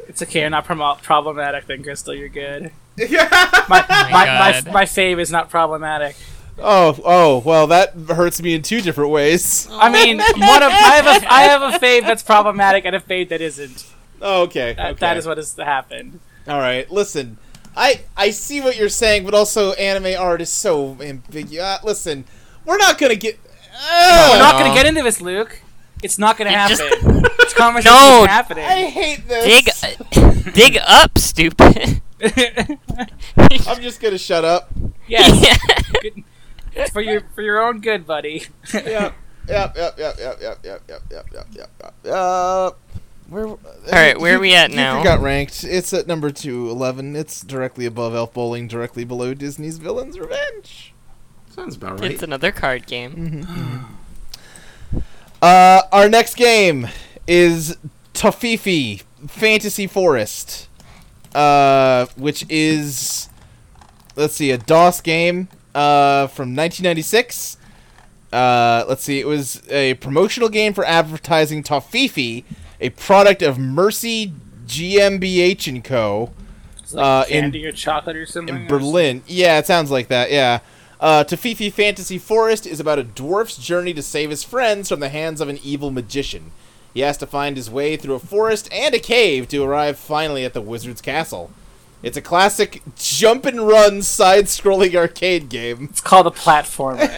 S3: It's okay. You're not promo problematic, then Crystal. You're good.
S2: Yeah.
S5: <laughs>
S3: My my, my,
S5: Oh God.
S3: my fave is not problematic.
S2: Oh oh well, that hurts me in two different ways.
S3: I mean, one of I have a I have a fave that's problematic and a fave that isn't.
S2: Oh, Okay,
S3: That,
S2: okay.
S3: that is what has happened.
S2: All right, listen. I I see what you're saying, but also anime art is so ambiguous. Uh, listen, we're not gonna get. Ah,
S3: We're
S2: Ugh,
S3: not gonna get into this, Luke. It's not gonna
S5: You just-
S3: happen. It's conversation
S5: No.
S3: happening.
S2: I hate this.
S5: <laughs> dig, <laughs> dig up, stupid.
S2: I'm just gonna shut up.
S3: <laughs>
S2: <laughs>
S3: yes, it's for your for your own good, buddy.
S2: Uh, Yep. Yep. Yep. Yep. Yep. Yep. Yep. Yep. Yep. Yep. Yep. Yep. Yep. Where? All
S5: right, where are we at now?
S2: got ranked. It's at number two eleven. It's directly above Elf Bowling, directly below Disney's Villains Revenge.
S6: Sounds about right.
S5: <laughs> it's another card game.
S2: Uh, our next game is Tofifi Fantasy Forest, uh, which is let's see a DOS game uh, from 1996. Uh, let's see, it was a promotional game for advertising Tofifi, a product of Mercy GmbH and Co.
S3: It's like
S2: Uh, in-
S3: candy or chocolate or something.
S2: In Berlin. Yeah, it sounds like that, yeah. Uh, Tofifi Fantasy Forest is about a dwarf's journey to save his friends from the hands of an evil magician. He has to find his way through a forest and a cave to arrive finally at the wizard's castle. It's a classic jump and run side scrolling arcade game.
S3: It's called
S2: <laughs>
S3: a platformer.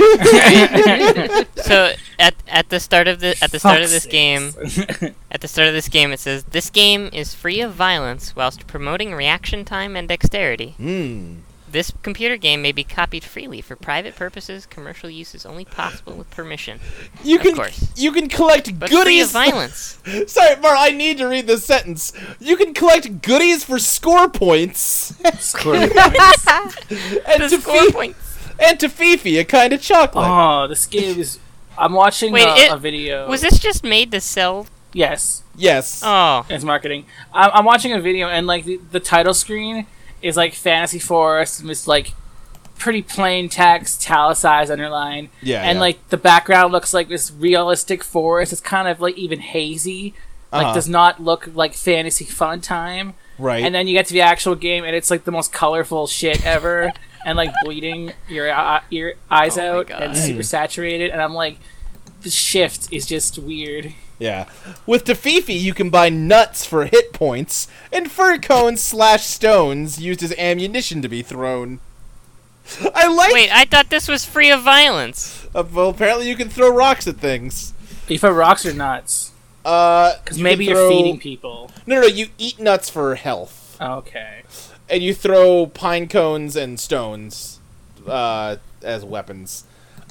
S5: So at at the start of the at the start of this game,
S3: game.
S5: At the start of this game, it says this game is free of violence whilst promoting reaction time and dexterity.
S2: Hmm.
S5: This computer game may be copied freely for private purposes. Commercial use is only possible with permission.
S2: You
S5: Of
S2: can
S5: course.
S2: you can collect
S5: But free of
S2: goodies.
S3: <laughs>
S5: violence.
S2: Sorry, Mar, I need to read this sentence. You can collect goodies for score points. <laughs> and
S5: The
S2: to
S5: score
S2: fee-
S5: points.
S2: and to Fifi, a kind of chocolate.
S3: oh, this game is. I'm watching
S5: Wait,
S3: uh,
S5: it-
S3: a video.
S5: Was this just made to sell?
S3: Yes.
S2: Yes.
S5: Oh,
S3: It's marketing. I'm, I'm watching a video and like the, the title screen is like Fantasy Forest and it's like pretty plain text, italicized, underline,
S2: yeah.
S3: and
S2: yeah.
S3: like the background looks like this realistic forest. It's kind of like even hazy. Like
S2: Uh-huh.
S3: does not look like fantasy fun time.
S2: right.
S3: And then you get to the actual game and it's like the most colorful shit ever. <laughs> and like bleeding your uh, your eyes
S5: Oh my
S3: out and
S5: God.
S3: super saturated. And I'm like, the shift is just weird.
S2: yeah. With Tafifi, you can buy nuts for hit points and fur cones slash stones used as ammunition to be thrown. I like.
S5: wait, I thought this was free of violence.
S2: Uh, well, apparently you can throw rocks at things.
S3: FIFA rocks are nuts.
S2: Uh,
S3: Because
S2: you
S3: maybe
S2: can
S3: you're
S2: throw-
S3: feeding people.
S2: No, no, you eat nuts for health,
S3: Okay.
S2: and you throw pine cones and stones uh, as weapons.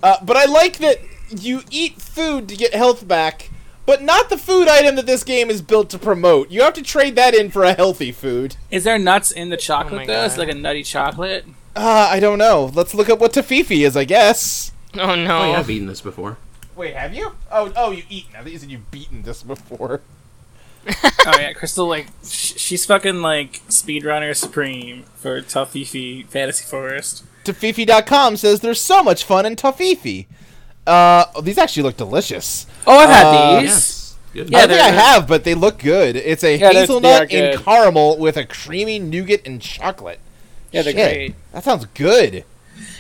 S2: Uh, but I like that you eat food to get health back, but not the food item that this game is built to promote. You have to trade that in for a healthy food.
S3: Is there nuts in the chocolate
S5: Oh my
S3: though? It's
S5: God.
S3: like a nutty chocolate.
S2: Uh, I don't know. Let's look up what Tafifi is, I guess.
S5: Oh no.
S6: Oh, yeah, I've eaten this before.
S2: Wait, have you? Oh, oh, you eaten. I think you said you've beaten this before.
S3: oh yeah, Crystal like sh- she's fucking like speedrunner supreme for Toughy Fantasy Forest.
S2: Tafifi.com says there's so much fun in Tafifi. Uh, oh, these actually look delicious.
S3: Oh, I've had
S2: Uh,
S3: these.
S6: Yes. Good.
S3: Yeah,
S2: I think I
S3: they're-
S2: have, but they look good. It's a
S3: Yeah, they're- they
S2: hazelnut
S3: are
S2: and
S3: good.
S2: caramel with a creamy nougat and chocolate.
S3: Yeah, they're
S2: Shit,
S3: great.
S2: That sounds good.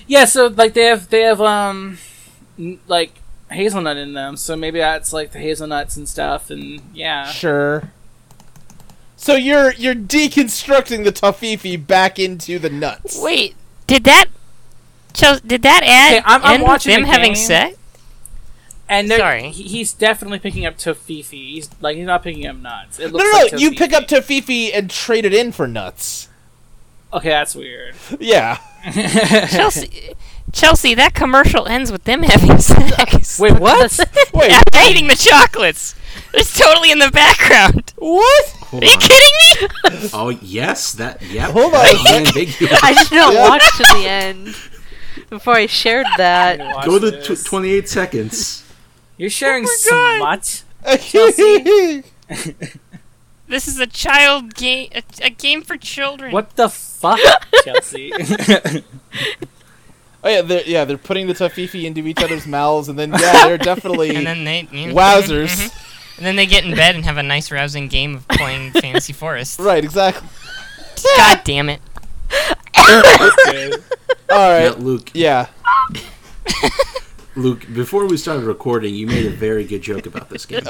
S3: Yeah, so like they have they have um n- like hazelnut in them, so maybe that's like the hazelnuts and stuff, and yeah.
S2: Sure. So you're you're deconstructing the Tafifi back into the nuts.
S5: Wait, did that? Chel- did that ad
S3: Okay, I'm- I'm
S5: end with
S3: watching
S5: them
S3: the
S5: having
S3: game.
S5: sex?
S3: And they're-
S5: Sorry.
S3: he- he's definitely picking up Tofifi. He's like he's not picking up nuts. It
S2: No,
S3: looks
S2: no,
S3: like
S2: no. You
S3: Tofifi.
S2: pick up Tafifi and trade it in for nuts.
S3: Okay, that's weird.
S2: <laughs>
S3: <laughs>
S2: Yeah.
S5: Chelsea, Chelsea, that commercial ends with them having <laughs> sex.
S3: Wait, what?
S2: <laughs> Wait,
S5: After eating the chocolates. It's totally in the background.
S2: what?
S6: Hold
S5: Are you
S6: on.
S5: kidding me?
S6: Oh yes, that yeah.
S2: Hold
S6: that
S2: on.
S6: was ambiguous.
S4: <laughs> I did not
S2: Yeah.
S4: watch to the <laughs> end before I shared that.
S3: Watch
S6: Go to
S3: this.
S6: tw- Oh 28 seconds.
S2: <laughs>
S3: You're sharing
S5: God.
S3: smut.
S5: This is a child game, a, a game for children.
S3: What the fuck, <laughs> Chelsea?
S2: Oh yeah, they're, yeah, they're putting the Tafifi into each other's mouths, and then
S3: <laughs>
S2: yeah, they're definitely
S5: And then they you know,
S2: wowzers.
S3: Mm-hmm.
S5: And then they get in bed and have a nice rousing game
S2: <laughs>
S5: of playing Fantasy Forest.
S2: right, exactly.
S5: God damn it!
S2: All
S6: Now,
S2: right,
S6: Luke,
S2: yeah.
S6: Luke, before we started recording, you made a very good joke about this game.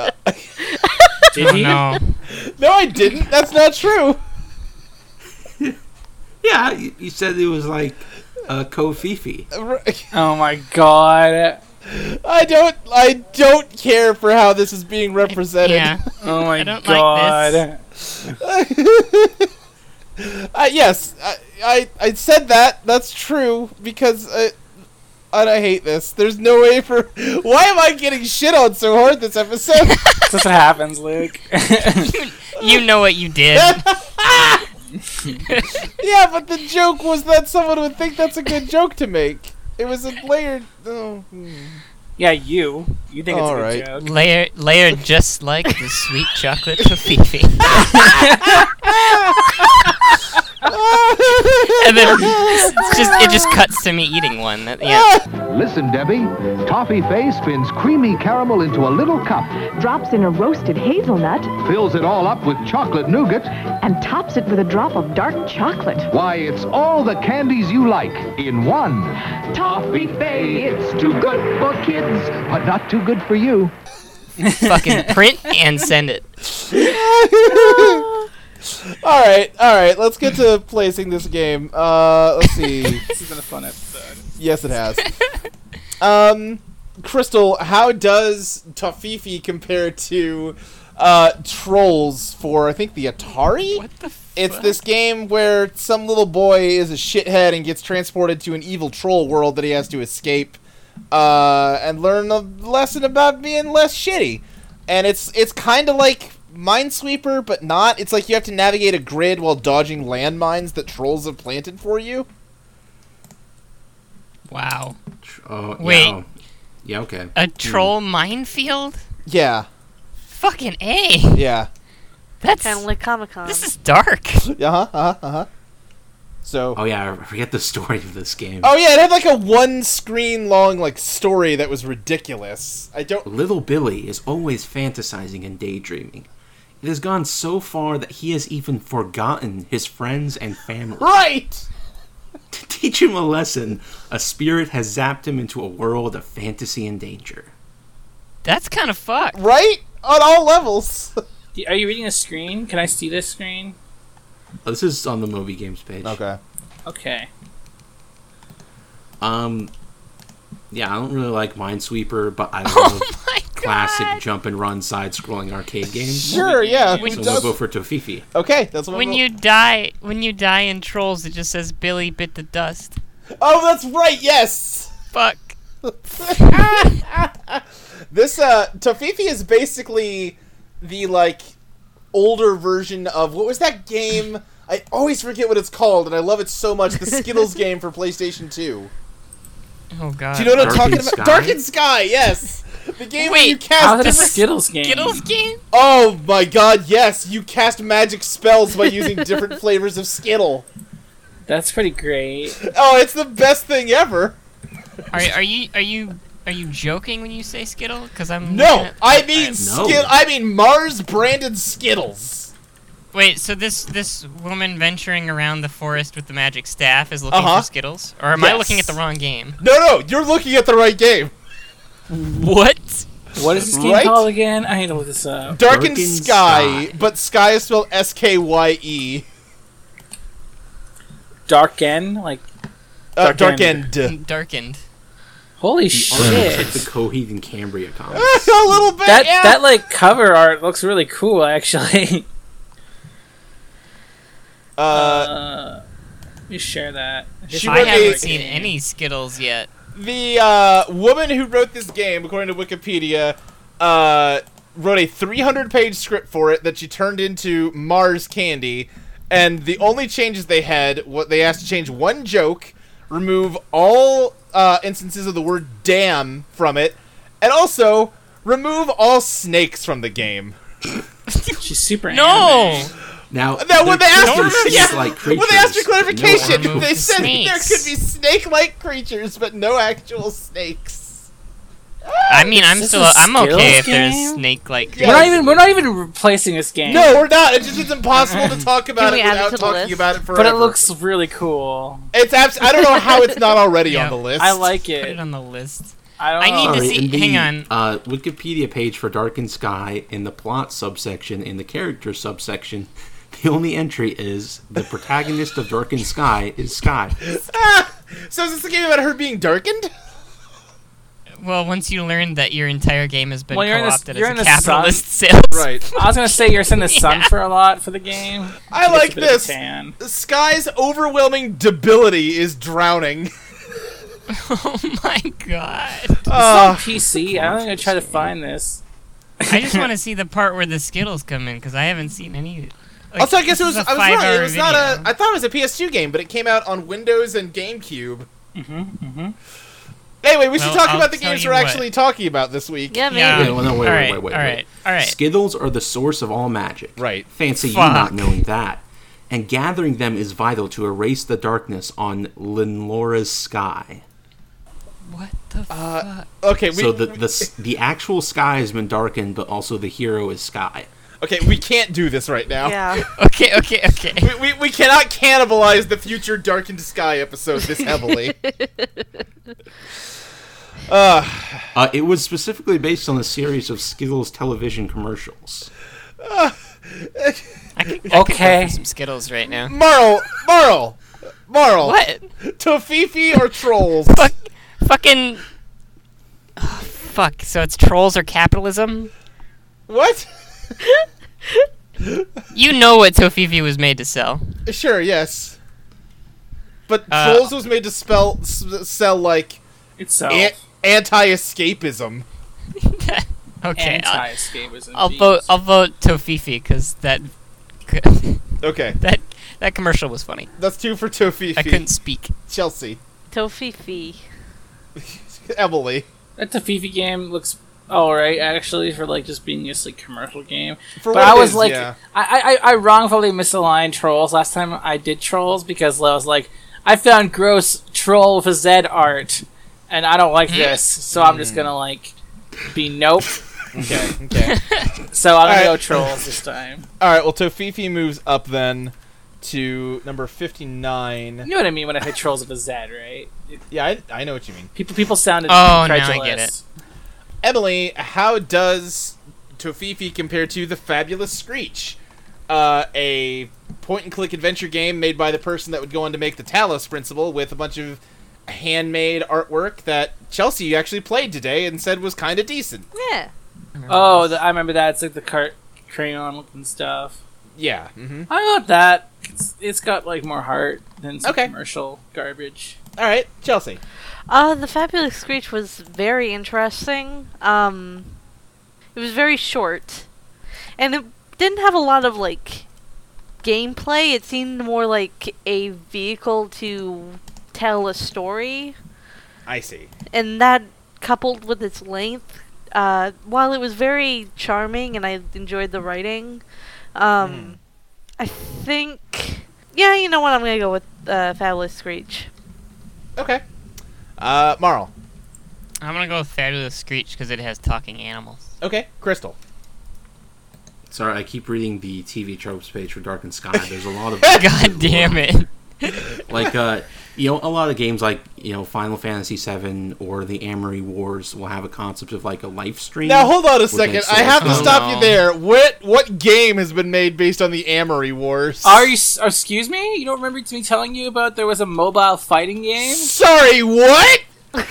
S3: Did he?
S5: Oh, No,
S2: No, I didn't. That's not true.
S6: yeah, you, you said it was like uh, Ko Fifi.
S3: Oh my god.
S2: I don't. I don't care for how this is being represented.
S5: <laughs> yeah.
S3: Oh my
S5: don't like this.
S3: god.
S2: Uh, yes, I, I I said that. That's true because I, and I hate this. There's no way for. Why am I getting shit on so hard this episode?
S3: That's what happens, Luke. <laughs>
S5: You know what you
S2: <laughs>
S5: did.
S2: yeah, but the joke was that someone would think that's a good joke to make. It was a layered. Oh.
S3: yeah, you. You think it's a
S2: All
S3: good
S2: right.
S3: joke.
S5: layer, layer just like the sweet chocolate to Fifi. <laughs> and
S2: <laughs>
S5: then it's just it just cuts to me eating one. At the end.
S9: Listen, Debbie. Toffee Face spins creamy caramel into a little cup,
S11: drops in a roasted hazelnut,
S9: fills it all up with chocolate nougat.
S11: and tops it with a drop of dark chocolate.
S9: Why, it's all the candies you like in one. Toffee Face, it's too good for kids, but not too good for you.
S5: Fucking print and send it.
S2: all right, all right. Let's get
S3: <laughs>
S2: to placing this game. Uh, let's see.
S3: This has been a fun episode.
S2: Yes, it
S3: <laughs>
S2: has. um, Crystal, how does Tofifi compare to uh, Trolls for I think the Atari? What the? It's this game where some little boy is a shithead and gets transported to an evil troll world that he has to escape uh, and learn a lesson about being less shitty. And it's it's kind of like Minesweeper, but not. It's like you have to navigate a grid while dodging landmines that trolls have planted for you.
S5: Wow.
S6: Oh,
S5: Wait.
S6: Yeah, yeah okay.
S5: A troll minefield?
S2: Yeah,
S5: Fucking a.
S2: yeah.
S5: That's
S4: Kind of like Comic Con.
S5: this is dark.
S2: Uh huh. Uh huh. Uh-huh. So.
S6: Oh, yeah, I forget the story of this game.
S2: Oh yeah, it had like a one screen long like story that was ridiculous. I don't.
S6: Little Billy is always fantasizing and daydreaming. It has gone so far that he has even forgotten his friends and family.
S2: Right.
S6: to <laughs> teach him a lesson, a spirit has zapped him into a world of fantasy and danger.
S5: That's kind of fucked.
S2: Right. On all levels.
S3: Y- Are you reading a screen? Can I see this screen?
S6: Oh, this is on the movie games page.
S3: Okay.
S6: Um, yeah, I don't really like
S2: <laughs>
S6: Minesweeper, but I
S5: Oh
S6: love
S5: my
S6: classic
S5: god.
S6: jump and run side-scrolling arcade
S2: <laughs>
S6: games.
S2: Sure. Yeah.
S5: When
S2: who
S6: So
S2: does-
S6: we'll go for Tofifi.
S2: okay. That's what.
S5: When
S2: I'm-
S5: you die, when you die in trolls, it just says Billy bit the dust.
S2: Oh, that's right. Yes.
S5: Fuck.
S2: This uh, Tofifi is basically the like older version of what was that game? I always forget what it's called, and I love it so much. The Skittles game for PlayStation Two.
S5: Oh god.
S2: Do you know what I'm
S6: Darkened
S2: talking about?
S6: Uh, Sky?
S2: Darkened Sky, yes. The game where you
S5: Wait,
S2: cast
S3: How's that a
S2: different-
S3: Skittles game?
S5: Skittles game?
S2: Oh my god, yes, you cast magic spells by using different flavors of Skittle.
S3: That's pretty great.
S2: Oh, it's the best thing ever.
S5: Are, are you are you are you joking when you say Skittle? Because I'm looking
S2: No,
S5: at-
S2: I mean
S6: Uh, No.
S2: Skittle. I mean Mars branded Skittles.
S5: Wait, so this this woman venturing around the forest with the magic staff is looking
S2: Uh-huh.
S5: for Skittles, or am I looking
S2: Yes.
S5: at the wrong game?
S2: No, no, you're looking at the right game.
S5: What?
S3: What is this game
S2: Right?
S3: called again? I need to look this up.
S2: Darkened
S6: Darkened
S2: Sky,
S6: Sky.
S2: but Sky is spelled S K Y E.
S3: Darken? Like,
S2: Uh,
S3: Darkened.
S2: Darkened. <laughs> A
S5: Darkened.
S3: holy
S6: It's like
S3: shit.
S6: the Coheed and Cambria comics.
S2: Ah! little bit.
S3: That,
S2: yeah.
S3: that, like, cover art looks really cool, actually. <laughs>
S2: uh,
S3: Uh, let me share that.
S2: She
S5: I
S2: wrote
S5: haven't
S2: the-
S5: seen any Skittles yet.
S2: the uh, woman who wrote this game, according to Wikipedia, uh, wrote a 300 page script for it that she turned into Mars Candy. And the only changes they had, what they asked to change one joke, remove all uh, instances of the word damn from it, and also remove all snakes from the game.
S3: She's super
S5: No!
S6: Now
S2: Now, when they
S6: they're
S2: asked for
S6: creatures,
S2: yeah,
S6: like
S2: when they asked for
S6: creatures. No
S2: clarification,
S6: animals.
S2: they said there
S5: Snakes.
S2: could be snake-like creatures, but no actual snakes.
S5: I mean, I'm
S3: Is this
S5: still
S3: a
S5: I'm okay
S3: skills
S5: if there's
S3: game?
S5: snake like.
S3: We're not even we're not even replacing this game.
S2: No, we're not. It's just it's impossible to talk about
S4: we
S2: it
S4: add it
S2: without
S4: to the
S2: talking
S4: list?
S2: about it forever.
S3: but it looks really cool.
S2: It's abs- I don't know how it's not already on the list.
S3: I like
S5: Put it
S3: it.
S5: on the list.
S3: I don't.
S5: I need
S3: know.
S5: to
S6: Sorry,
S5: see-
S6: in the,
S5: hang on.
S6: Uh, Wikipedia page for Darkened Sky in the plot subsection in the character subsection. The only entry is the protagonist of Darkened Sky is Sky.
S5: Uh,
S2: Ah! <laughs> So is this a game about her being darkened?
S5: Well, once you learn that your entire game has been
S3: Well, you're in the s-
S5: co-opted
S3: you're in
S5: as
S3: the
S5: a
S3: sun.
S5: capitalist sales. <laughs>
S2: Right.
S3: I was gonna say you're in the sun for a lot for the game.
S2: <laughs> I
S3: It gets
S2: like
S3: a bit of a
S2: this.
S3: Tan.
S2: Sky's overwhelming debility is drowning.
S5: oh my god!
S2: Uh,
S3: PC. I'm gonna try to find this.
S5: I just want to see the part where the Skittles come in because I haven't seen any. Like,
S2: also, I guess it
S5: this
S2: was.
S5: is a
S2: I was wrong. It
S5: five-hour
S2: was not a.
S5: video.
S2: I thought it was a PS2 game, but it came out on Windows and GameCube. Anyway, we should
S5: Mm-hmm, Well,
S2: talk
S5: I'll
S2: about the
S5: tell
S2: games
S5: you
S2: we're
S5: what.
S2: actually talking about this week.
S4: Yeah, maybe.
S5: Yeah.
S6: Wait, well, no, wait,
S5: All
S6: wait,
S5: right,
S6: wait, wait,
S5: all
S6: wait.
S5: right, all right.
S6: Skittles are the source of all magic.
S2: Right.
S6: Fancy you
S5: Fuck.
S6: not knowing that. And gathering them is vital to erase the darkness on Linlora's sky.
S5: What the fuck?
S2: Okay, we
S6: so the, the s- the actual sky has been darkened, but also the hero is Sky.
S2: okay we can't do this right now.
S4: Yeah.
S5: Okay, okay, okay.
S2: <laughs>
S5: <laughs>
S2: We, we, we cannot cannibalize the future Darkened Sky episode this
S4: <laughs>
S2: heavily. uh,
S6: Uh, it was specifically based on a series of Skittles television commercials.
S5: I could, I could go
S3: Okay.
S5: for some Skittles right now.
S2: Marl, Marl, Marl.
S5: What?
S2: Tofifi
S4: <laughs>
S2: or trolls?
S5: Fuck. Fucking. Oh, fuck. So it's trolls or capitalism?
S2: What?
S5: You know what Tofifi was made
S3: <laughs>
S5: to sell.
S2: Sure, yes. But
S5: Uh,
S2: trolls was made to spell s- sell like
S3: It's so
S2: an- anti-escapism.
S5: okay. I'll,
S3: anti-escapism.
S5: I'll
S3: Jeez.
S5: vote. I'll vote Tofifi because that <laughs>
S2: Okay,
S5: that that commercial was funny.
S2: that's two for Tofifi.
S5: I couldn't speak.
S2: Chelsea, <laughs>
S4: Tofifi.
S2: Emily.
S3: That Tafifi game looks alright actually for like just being just like commercial game.
S2: For
S3: but
S2: what
S3: I
S2: it
S3: was
S2: is,
S3: like,
S2: yeah.
S3: <laughs> I, I I I wrongfully misaligned trolls last time I did trolls because I was like, I found gross troll with a Z art, and I don't like
S5: Hmm?
S3: this, so I'm just gonna like be nope.
S2: Okay, okay.
S3: So I'm gonna go
S2: Alright.
S3: trolls
S5: <laughs>
S3: this time.
S2: All right. Well, Tofifi moves up then to number fifty-nine.
S3: You know what I mean when I say trolls with a Z, right?
S2: Yeah, I, I know what you mean.
S3: People people sounded
S5: Oh, now I
S3: incredulous.
S5: get it.
S2: Emily, how does Tofifi compare to The Fabulous Screech? Uh, a point and click adventure game made by the person that would go on to make the Talos Principle with a bunch of handmade artwork that Chelsea actually played today and said was kind of decent.
S4: Yeah.
S3: Oh, the, I remember that. It's like the cart crayon looking stuff.
S2: Yeah. Mm-hmm.
S3: I got that. It's, it's got like more heart than some
S2: Okay.
S3: commercial garbage.
S2: All right, Chelsea.
S4: Uh, the Fabulous Screech was very interesting. Um, it was very short, and it didn't have a lot of like gameplay. It seemed more like a vehicle to tell a story,
S2: I see.
S4: and that coupled with its length, uh, while it was very charming and I enjoyed the writing, um, I think yeah, you know what? I'm gonna go with uh, Fabulous Screech.
S2: Okay. Uh, Marl.
S5: I'm gonna go with Fabulous Screech because it has talking animals. <laughs>
S2: Okay. Crystal.
S6: Sorry, I keep reading the TV tropes page for Darkened <laughs> Sky. There's a lot of
S5: God damn it!
S6: like uh, you know a lot of games like you know Final Fantasy VII or the Amory Wars will have a concept of like a live stream.
S2: Now hold on a
S6: with, like,
S2: second.
S6: sort
S2: I
S6: of
S2: have to
S5: Oh,
S6: content.
S2: stop you
S5: no.
S2: there. What what game has been made based on the Amory Wars?
S3: Are you? s- Excuse me. You don't remember me telling you about there was a mobile fighting game?
S2: Sorry, what?
S3: You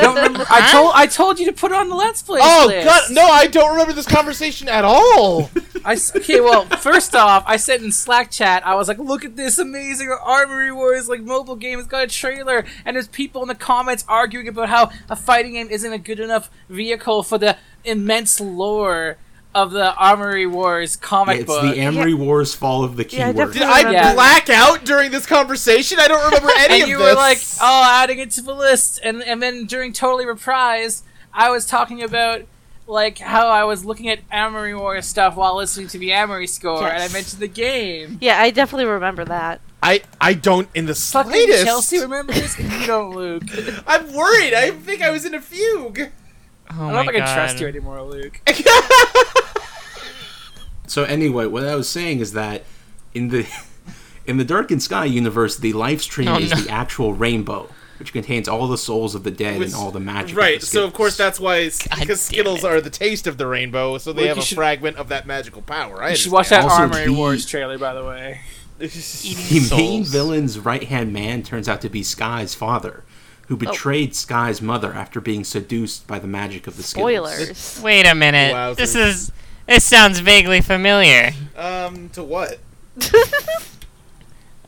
S3: don't remember? I told I told you to put it on the Let's Play.
S2: Oh god, no, I don't remember this conversation at all.
S3: I s okay, well, first off, I said in Slack chat, I was like, "Look at this amazing Armory Wars like mobile game. It's got a trailer, and there's people in the comments arguing about how a fighting game isn't a good enough vehicle for the immense lore of the Armory Wars
S6: Yeah,
S3: comic
S6: it's
S3: book."
S6: the Amory Wars fall of the
S4: Yeah, I
S6: keyword.
S2: Did
S4: definitely-
S2: I
S3: Yeah.
S2: black out during this conversation? I don't remember any
S3: and
S2: of
S3: you
S2: this.
S3: were like, "Oh, adding it to the list," and and then during Totally Reprise, I was talking about like how I was looking at Amory War stuff while listening to the Amory score, and I
S4: Yes.
S3: mentioned the game.
S4: <laughs> Yeah, I definitely remember that.
S12: I I don't in the
S3: Fucking
S12: slightest.
S3: <laughs> Chelsea remembers, and you don't, Luke.
S2: I'm worried. I think I was in a fugue.
S5: Oh
S3: I don't know if I can trust you anymore, Luke.
S6: So anyway, what I was saying is that in the <laughs> in the Dark and Sky universe, the live stream
S2: Oh,
S6: is
S2: no.
S6: the actual rainbow, which contains all the souls of the dead
S2: Which-
S6: and all the magic.
S2: Right,
S6: of the
S2: so
S6: Skittles.
S2: of course that's why s- because Skittles are the taste of the rainbow, so they
S3: Luke,
S2: have
S3: you
S2: a
S3: should-
S2: fragment of that magical power. I
S3: You should watch that
S6: Also,
S3: Armory
S6: the-
S3: Wars trailer, by the
S2: <laughs>
S3: way. <laughs>
S6: the main villain's right hand man turns out to be Sky's father, who betrayed Sky's mother after being seduced by the magic of the Skittles.
S5: Wait a minute.
S6: Wowzers.
S5: This is. This sounds vaguely familiar.
S2: Um, to what?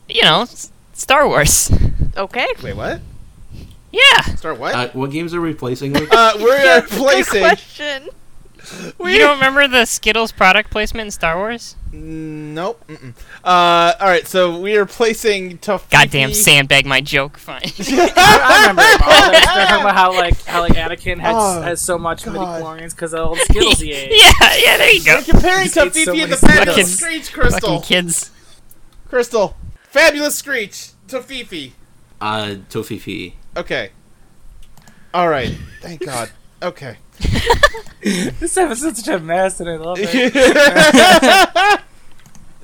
S5: You know, S- Star Wars.
S4: <laughs> Okay.
S2: Wait, what?
S5: Yeah.
S2: Star what?
S6: Uh, what games are we replacing? Luke?
S2: Uh, we <laughs>
S5: Yeah,
S2: are
S5: good
S2: placing.
S4: question.
S5: You don't remember the Skittles product placement in Star Wars?
S2: Nope. Mm-mm. Uh, all right, so we are placing tough. <laughs>
S5: Goddamn sandbag my joke. Fine.
S3: I remember it, Paul. They're talking about how like how like Anakin has,
S5: Oh,
S3: has so much midi chlorians because of all the
S2: <laughs>
S3: Skittles
S5: <laughs>
S3: he ate.
S5: Yeah, yeah, there you go.
S2: We're <laughs> comparing
S3: He's
S2: Tough
S3: ate so
S2: Fifi and the
S3: many
S2: fabulous
S3: Skittles.
S2: Screech Crystal.
S5: Fucking kids.
S2: Crystal, fabulous Screech, Tough Fifi.
S6: Uh, Tofifi.
S2: Okay. All right. <laughs> Thank God. Okay.
S3: This episode's such a mess, and I love it.
S2: <laughs>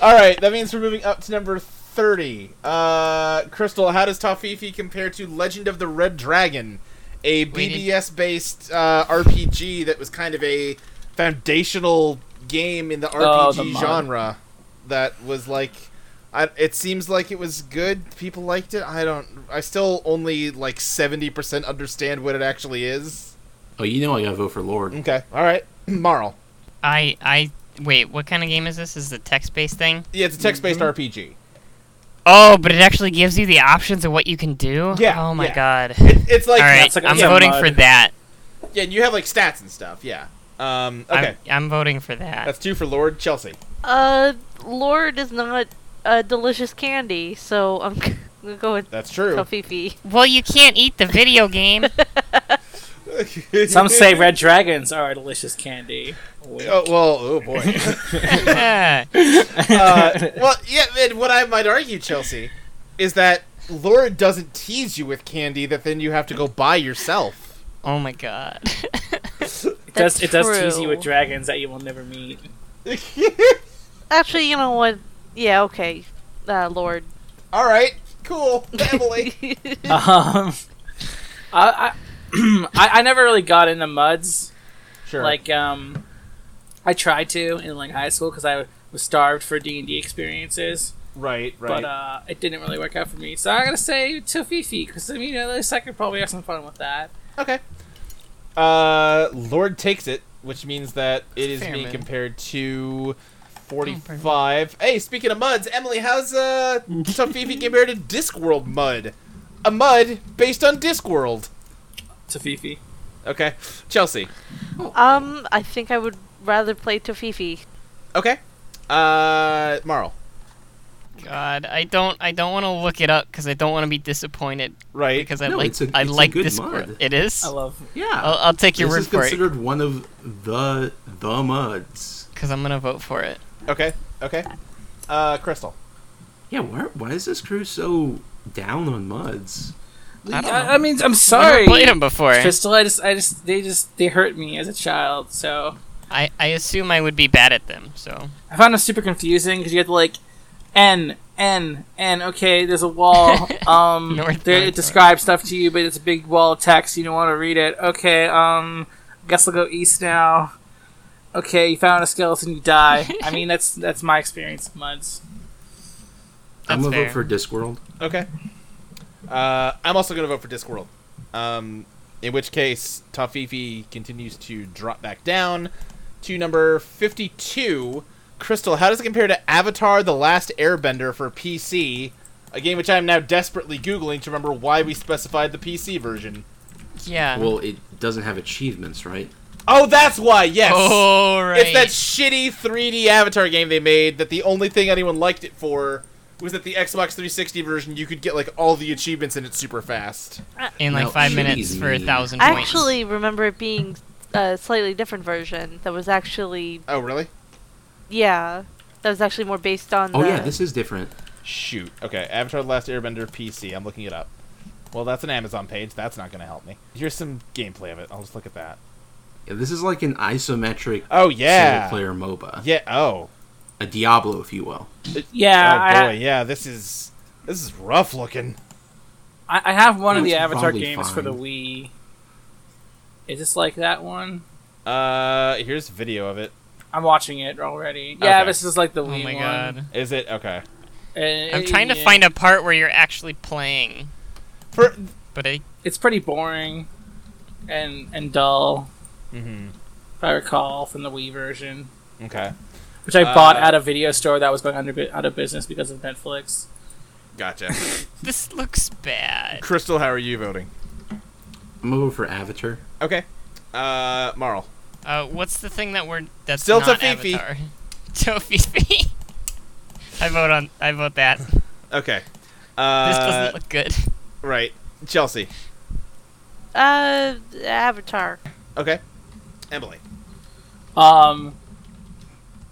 S2: All right, that means we're moving up to number 30. Uh, Crystal, how does Tofifi compare to Legend of the Red Dragon, a BBS based uh, RPG that was kind of a foundational game in the
S3: Oh,
S2: RPG
S3: the mod.
S2: genre that was like. I, it seems like it was good. People liked it. I don't. I still only like seventy percent understand what it actually is.
S6: Oh, you know I gotta vote for Lord.
S2: Okay. All right. <clears throat> Marl.
S5: I I wait. What kind of game is this? Is the text based thing?
S2: Yeah, it's a text-based
S3: Mm-hmm.
S2: RPG.
S5: Oh, but it actually gives you the options of what you can do.
S2: Yeah,
S5: Oh my
S2: yeah.
S5: god.
S2: It- it's like-
S5: All right,
S2: It's like-
S5: I'm
S2: it's a
S5: voting
S2: mud.
S5: for that.
S2: Yeah, and you have like stats and stuff. Yeah. Um.
S5: I'm-
S2: Okay.
S5: I'm, voting for that.
S2: That's two for Lord Chelsea.
S4: Uh, Lord is not a delicious candy, so I'm <laughs> gonna go with
S2: That's true.
S4: Tofifi.
S5: Well, you can't eat the
S2: <laughs>
S5: video game. <laughs>
S3: Some say red dragons are a delicious candy.
S2: Oh, well, oh boy.
S5: <laughs> uh,
S2: well, yeah. And what I might argue, Chelsea, is that Lord doesn't tease you with candy that then you have to go buy yourself.
S5: Oh my god.
S3: It does, it does tease you with dragons that you will never meet.
S4: Actually, you know what? Yeah, okay. Uh, Lord.
S2: All right. Cool.
S3: <laughs>
S4: <laughs>
S2: Emily.
S3: um, I, <clears throat> I, I I never really got into muds.
S2: Sure.
S3: Like um, I tried to in like high school because I was starved for D and D experiences.
S2: Right.
S3: But uh, it didn't really work out for me, so I'm gonna say Tofifi because I mean, you know, at least I could probably have some fun with that.
S2: Okay. Uh, Lord takes it, which means that it is
S3: Fair
S2: being
S3: man.
S2: compared to forty-five. hey, speaking of muds, Emily, how's uh Tofifi compared to Discworld mud? A mud based on Discworld.
S3: Tofifi.
S2: Okay, Chelsea.
S4: Um, I think I would rather play Tofifi.
S2: Okay. Uh, Marl.
S5: God, I don't I don't want to look it up because I don't want to be disappointed.
S2: Right.
S5: Because I
S6: No,
S5: like
S6: it's a-
S5: I
S6: it's a
S5: like
S6: good
S5: this.
S6: mod.
S5: word. It is.
S3: I love.
S6: Yeah.
S5: I'll, I'll take your
S6: Oh,
S5: word
S6: this is
S5: for it
S6: considered one of the the muds.
S5: because I'm gonna vote for it.
S2: Okay. Okay. Uh, Crystal.
S6: Yeah, why, why is this crew so down on muds?
S3: I, I mean, I'm sorry.
S5: played 'em before.
S3: Crystal. I just, I just, they just, they hurt me as a child. So
S5: I I assume I would be bad at them. So
S3: I found them super confusing because you had to like N N N. Okay, there's a
S5: <laughs>
S3: wall. Um,
S5: North,
S3: there,
S5: north,
S3: it describes stuff to you, but it's a big wall of text. You don't want to read it. Okay, um, I guess I'll go east now. Okay, you found a skeleton, you die. I mean, that's that's my experience, with Muds.
S6: I'm
S2: That's
S6: gonna
S2: fair.
S6: vote for Discworld.
S2: Okay. Uh, I'm also gonna vote for Discworld. Um, in which case, Tofifi continues to drop back down to number 52. Crystal, how does it compare to Avatar: The Last Airbender for PC? A game which I am now desperately googling to remember why we specified the PC version.
S5: yeah.
S6: Well, it doesn't have achievements, right?
S2: Oh, that's why. Yes.
S5: Oh,
S2: It's that
S5: right.
S2: shitty 3D Avatar game they made that the only thing anyone liked it for was that the Xbox 360 version you could get like all the achievements in it super fast.
S5: in like
S6: No,
S5: five
S6: jeez
S5: minutes for a
S6: me.
S5: thousand
S4: I
S5: points.
S4: actually remember it being a slightly different version that was actually
S2: Oh, really?
S4: yeah that was actually more based on.
S6: Oh
S4: the,
S6: yeah, this is different.
S2: Shoot. Okay, Avatar: The Last Airbender PC. I'm looking it up. Well, that's an Amazon page. That's not going to help me. Here's some gameplay of it. I'll just look at that.
S6: Yeah, this is like an isometric.
S2: Oh, yeah.
S6: player MOBA.
S2: Yeah. Oh.
S6: A Diablo, if you will.
S3: Yeah, I
S2: Oh
S3: ha-
S2: boy. Yeah. This is this is rough looking.
S3: I, I have one of the
S6: It's
S3: Avatar
S6: probably
S3: games for the
S6: fine.
S3: Wii. Is this like that one?
S2: Uh, here's video of it.
S3: I'm watching it already. Yeah,
S2: Okay.
S3: this is like the
S5: Oh
S3: Wii
S5: my
S3: one.
S5: god.
S2: Is it okay?
S3: And
S5: I'm
S3: it-
S5: trying to
S3: yeah,
S5: find a part where you're actually playing,
S2: For
S5: but I
S3: It's pretty boring, and and dull.
S2: Mhm.
S3: If I recall from the Wii version,
S2: okay.
S3: which I bought
S2: Uh,
S3: at a video store that was going under bu- out of business because of Netflix.
S2: Gotcha. <laughs>
S5: this looks bad.
S2: Crystal, how are you voting?
S6: I'm over for Avatar.
S2: Okay. Uh, Marl.
S5: Uh, what's the thing that we're that's
S2: Still
S5: not
S2: Tofifi.
S5: Avatar? <laughs> Tofifi. <laughs> I vote on. I vote that. This
S2: Okay. Uh,
S5: doesn't look good.
S2: right. Chelsea.
S4: Uh, Avatar.
S2: Okay. Emily.
S3: Um,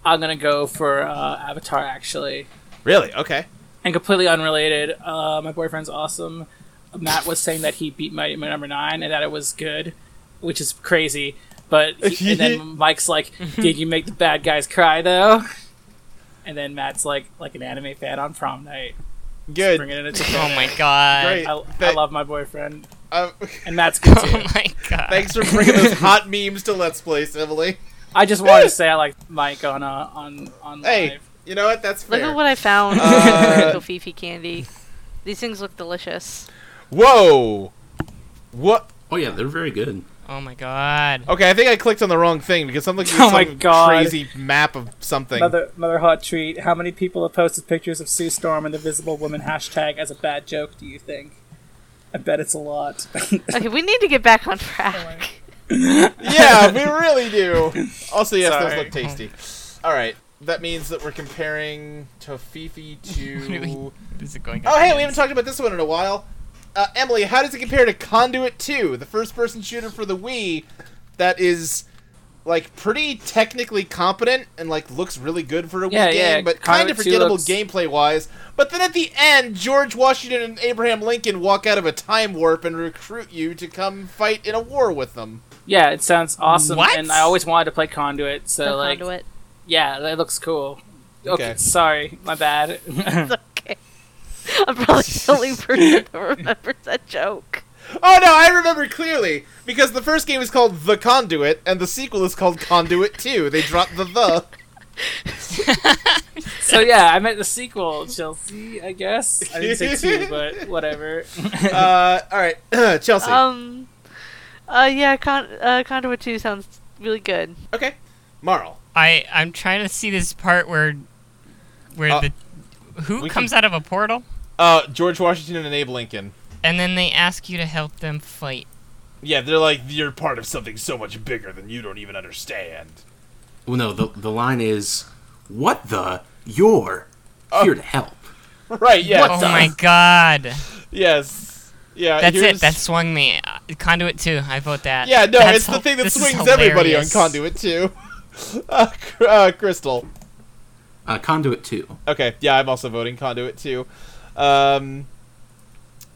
S3: I'm gonna go for uh, Avatar actually.
S2: Really? Okay.
S3: And completely unrelated, uh, my boyfriend's awesome. Matt was saying that he beat my, my number nine and that it was good, which is crazy. But
S2: <laughs>
S3: he, and then Mike's like, "Did you make the bad guys cry though?" And then Matt's like, "Like an anime fan on prom night,
S2: Good.
S3: bringing it into
S5: Oh my god.
S2: Great.
S3: I, I
S2: That-
S3: love my boyfriend,
S2: Uh, <laughs>
S3: and Matt's good too.
S5: <laughs> Oh my god.
S2: thanks for bringing those hot memes to Let's Plays, Emily.
S3: I just wanted to say I like Mike on uh, on on
S2: Hey,
S3: live.
S2: you know what? That's fair.
S4: Look at what I found.
S2: Uh,
S4: Fifi candy. These things look delicious.
S2: Whoa. What?
S6: Oh yeah, they're very good.
S5: Oh my god.
S2: Okay, I think I clicked on the wrong thing because I'm looking at
S3: <laughs> Oh
S2: some
S3: my God.
S2: crazy map of something.
S3: Another another hot tweet. How many people have posted pictures of Sue Storm and the Visible Woman hashtag as a bad joke? Do you think? I bet it's a lot. <laughs>
S4: Okay, we need to get back on track.
S2: yeah,
S3: <laughs>
S2: we really do. Also, yes, those
S3: Sorry.
S2: look tasty. All right, that means that we're comparing Tofifi to.
S5: Really? Is it going?
S2: Oh, hey,
S5: up? <laughs>
S2: we haven't talked about this one in a while. Uh, Emily, how does it compare to Conduit 2, the first person shooter for the Wii that is like pretty technically competent and like looks really good for a Wii
S3: Yeah,
S2: game,
S3: yeah,
S2: but kind
S3: Conduit
S2: of
S3: 2
S2: forgettable
S3: looks-
S2: gameplay wise. But then at the end, George Washington and Abraham Lincoln walk out of a time warp and recruit you to come fight in a war with them.
S3: yeah, it sounds awesome,
S5: What?
S3: and I always wanted to play Conduit. So
S4: Look
S3: like,
S4: onto it.
S3: yeah, that looks cool. Okay,
S2: Okay.
S3: sorry, my bad. <laughs>
S4: It's okay. I'm probably the only person that remembers that joke.
S2: Oh no, I remember clearly because the first game is called The Conduit and the sequel is called Conduit 2. They dropped the
S3: <laughs>
S2: the.
S3: so yeah, I meant the sequel, Chelsea. I guess I didn't say two, but whatever. <laughs>
S2: Uh, all right, <clears throat> Chelsea.
S4: Um, uh, yeah, Con- uh, Conduit 2 sounds really good.
S2: Okay. Marl.
S5: I I'm trying to see this part where where
S2: Uh,
S5: the who
S2: we
S5: comes out of a portal
S2: Uh, George Washington and Abe Lincoln.
S5: and then they ask you to help them fight.
S2: Yeah, they're like, you're part of something so much bigger than you don't even understand.
S6: Well, no, the the line is, "What the? You're here to help."
S2: <laughs> Right, yes. <laughs>
S5: oh my god.
S2: Yes. Yeah,
S5: That's
S2: Uh, here's-
S5: it. That swung me. Uh, Conduit too. I vote that.
S2: Yeah, no,
S5: That's
S2: it's the
S5: hel-
S2: thing that
S5: this is
S2: swings everybody on
S5: hilarious.
S2: Conduit, too. <laughs> uh, Cr- uh, Crystal.
S6: Uh, Conduit two.
S2: Okay, yeah, I'm also voting Conduit, too. Um,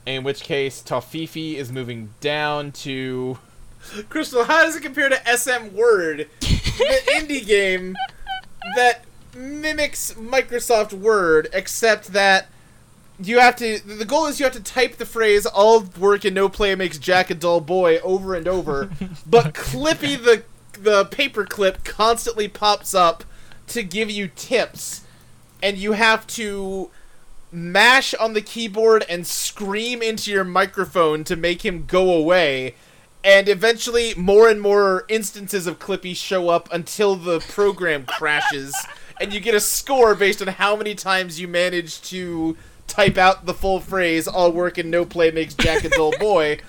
S2: in which case, Tofifi is moving down to. <laughs> Crystal, how does it compare to SM Word, the indie game that mimics Microsoft Word, except that you have to. The goal is you have to type the phrase "all work and no play makes Jack a dull boy" over and over, but Clippy the the paperclip constantly pops up to give you tips, and you have to mash on the keyboard and scream into your microphone to make him go away. And eventually, more and more instances of Clippy show up until the program crashes, and you get a score based on how many times you manage to type out the full phrase "All work and no play makes Jack a dull boy."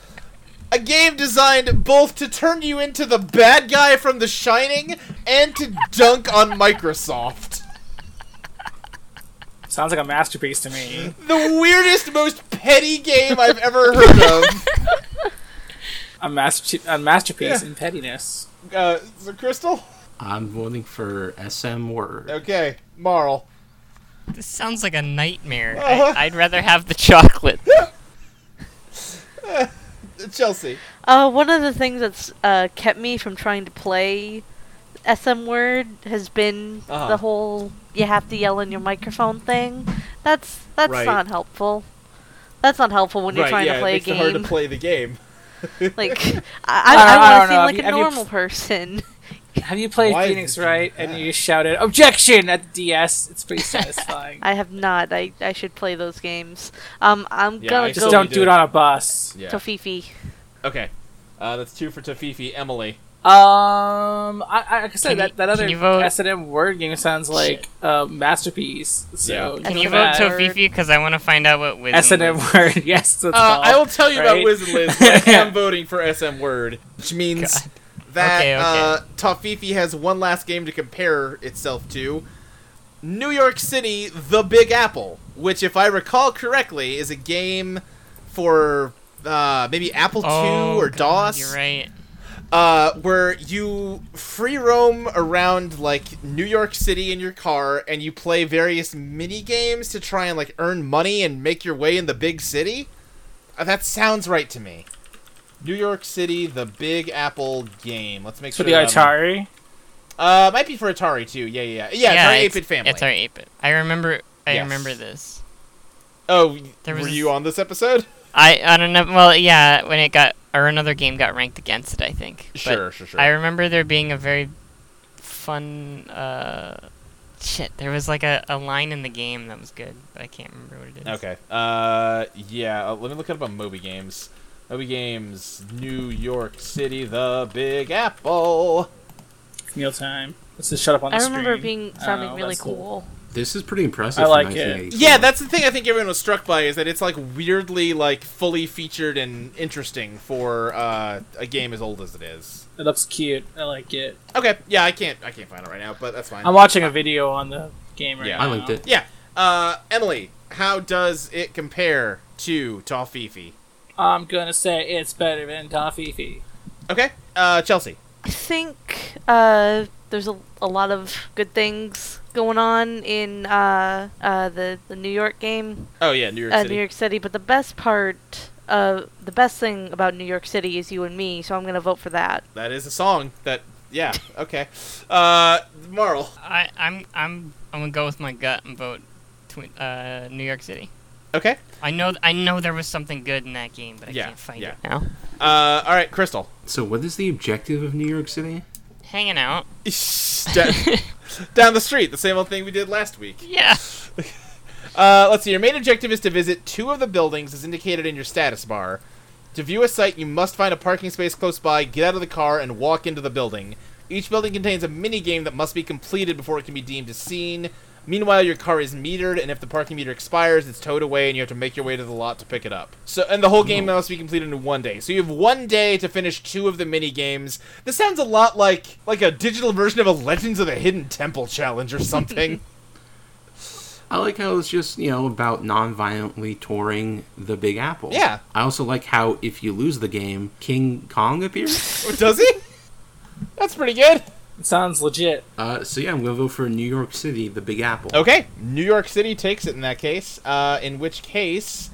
S2: A game designed both to turn you into the bad guy from The Shining and to dunk on Microsoft.
S3: sounds like a masterpiece to me.
S2: The weirdest, most petty game <laughs> I've ever heard of.
S3: A master a masterpiece in pettiness.
S2: Uh, so Crystal.
S6: I'm voting for SM word.
S2: Okay, Marl.
S5: This sounds like a nightmare.
S2: Uh-huh.
S5: I, I'd rather have
S2: <laughs>
S5: the chocolate.
S2: Chelsea.
S4: Uh, one of the things that's uh, kept me from trying to play SM Word has been
S2: Uh-huh.
S4: the whole you have to yell in your microphone thing. That's that's
S2: Right.
S4: not helpful. That's not helpful when you're
S2: Right,
S4: trying
S2: yeah,
S4: to
S2: it
S4: play a
S2: makes it hard to
S4: game.
S2: <laughs> play the game. <laughs>
S4: like
S3: I don't-
S4: I,
S3: I
S4: I,
S3: don't
S4: want
S3: know,
S4: to seem
S3: have
S4: like
S3: you-
S4: a
S3: have you- <laughs>
S4: normal person.
S3: Have you played
S2: Why
S3: Phoenix
S2: did you
S3: Wright and you shouted objection at the DS? It's
S2: <laughs>
S3: pretty satisfying.
S4: I have not. I, I should play those games. Um, I'm
S2: Yeah,
S4: gonna
S2: I
S4: go
S3: Just don't do it on a bus.
S2: Yeah.
S4: to Fifi.
S2: Okay. Uh, that's two for Tafifi. Emily.
S3: Um, I, I, like I said
S5: Can
S3: that,
S5: you-
S3: that other
S5: can you vote-
S3: S&M word game sounds like a masterpiece. So
S2: Yeah.
S5: Can
S4: That's
S5: you
S4: a bad
S5: vote
S4: word.
S5: Tofifi? Because I want to find out what wisdom. <laughs>
S3: S&M
S5: was.
S3: word, <laughs> yes, that's
S2: Uh,
S3: all.
S2: I will tell you about
S3: right?
S2: Wiz and
S5: <laughs>
S2: Liz. But I am voting for SM Word, which means
S5: God.
S2: that
S5: Okay, okay.
S2: Uh, Tofifi has one last game to compare itself to. New York City, The Big Apple, which, if I recall correctly, is a game for uh, maybe Apple
S5: Oh,
S2: II or
S5: God,
S2: DOS.
S5: You're right.
S2: uh, where you free roam around like New York City in your car, and you play various mini games to try and like earn money and make your way in the big city. Uh, that sounds right to me. New York City, the Big Apple game. Let's make
S3: For the
S2: sure. that I'm-
S3: Atari.
S2: Uh, might be for Atari too. Yeah, yeah, yeah. Yeah, Atari
S5: it's-
S2: 8-bit family.
S5: It's our 8-bit. I remember. I
S2: Yes.
S5: remember this.
S2: Oh,
S5: There
S2: were
S5: was-
S2: you on this episode?
S5: I I don't know. Well, yeah, when it got or another game got ranked against it, I think. But
S2: Sure, sure, sure.
S5: I remember there being a very fun. Uh, shit, there was like a, a line in the game that was good, but I can't remember what it is.
S2: Okay. Uh, yeah. uh, Let me look up on Moby Games. Moby Games, New York City, the Big Apple.
S3: Meal time. Let's just shut up on the
S4: I remember it
S3: screen.
S4: being
S3: I don't
S4: sounding
S3: know,
S4: really
S3: that's the-
S4: cool.
S6: This is pretty impressive.
S3: I
S6: for
S3: like it.
S6: 1984.
S2: Yeah, that's the thing I think everyone was struck by is that it's like weirdly like fully featured and interesting for uh, a game as old as it is.
S3: It looks cute. I like it.
S2: Okay. Yeah, I can't I can't find it right now, but that's fine.
S3: I'm watching a video on the game right
S2: Yeah.
S3: now.
S6: I linked it.
S2: yeah. Uh, Emily, how does it compare to Tofifi?
S3: I'm gonna say it's better than Toffee.
S2: Okay. Uh, Chelsea.
S4: I think uh, there's a, a lot of good things going on in uh, uh, the the New York game,
S2: Oh yeah, New York
S4: uh,
S2: City.
S4: New York City. But the best part, uh, the best thing about New York City is you and me. So I'm gonna vote for that.
S2: That is a song that. Yeah. Okay. Uh, Marl.
S5: I I'm I'm I'm gonna go with my gut and vote twi- uh, New York City.
S2: Okay.
S5: I know I know there was something good in that game, but I
S2: Yeah,
S5: can't find
S2: yeah.
S5: it now.
S2: Uh, all right, Crystal.
S6: So, what is the objective of New York City?
S5: Hanging out.
S2: Da- down the street, the same old thing we did last week.
S5: Yeah.
S2: Uh, let's see. Your main objective is to visit two of the buildings as indicated in your status bar. To view a site, you must find a parking space close by, get out of the car, and walk into the building. Each building contains a mini game that must be completed before it can be deemed a scene. Meanwhile, your car is metered, and if the parking meter expires, it's towed away, and you have to make your way to the lot to pick it up. So, and the whole game must be completed in one day. So you have one day to finish two of the mini games. This sounds a lot like like a digital version of a Legends of the Hidden Temple challenge or something.
S6: I like how it's just, you know, about non-violently touring the Big Apple.
S2: Yeah.
S6: I also like how if you lose the game, King Kong appears.
S2: <laughs> Does he? That's pretty good.
S3: It sounds legit. <clears throat>
S6: uh, so yeah, I'm gonna vote for New York City, the Big Apple.
S2: Okay, New York City takes it in that case. Uh, in which case,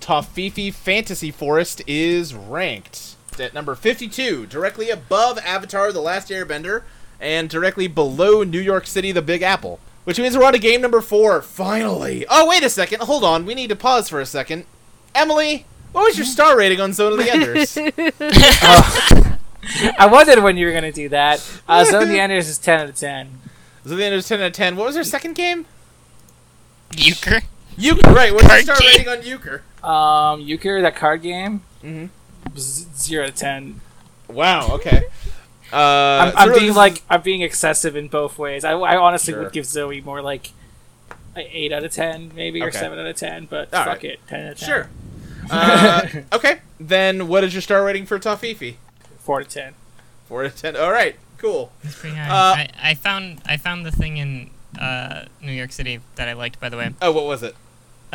S2: Tofifi Fantasy Forest is ranked at number 52, directly above Avatar: The Last Airbender, and directly below New York City: The Big Apple. Which means we're on to game number four. Finally. Oh wait a second. Hold on. We need to pause for a second. Emily, what was your star rating on Zone of the Enders?
S3: I wondered when you were gonna do that. Uh, Zone of the Enders is 10 out of 10.
S2: Zone of the Enders 10 out of 10. What was her second game?
S5: Euchre.
S2: Euchre. Right. What's your star
S5: Card game.
S2: rating on Euchre?
S3: Um, Euchre, that card game,
S2: Mhm.
S3: was 0 out of 10.
S2: Wow. Okay. Uh,
S3: I'm,
S2: so
S3: I'm
S2: really
S3: being
S2: this is-
S3: like I'm being excessive in both ways. I, I honestly
S2: Sure.
S3: would give Zoe more like a eight out of ten, maybe or
S2: Okay.
S3: seven out of ten. But
S2: All
S3: fuck
S2: right.
S3: it, ten out of ten. <laughs>
S2: Sure. Uh, okay, then what is your star rating for Tofifi?
S3: four to ten.
S2: Four to ten. All right, cool.
S5: That's pretty high.
S2: Uh,
S5: I, I found I found the thing in uh, New York City that I liked. By the way,
S2: Oh, what was it?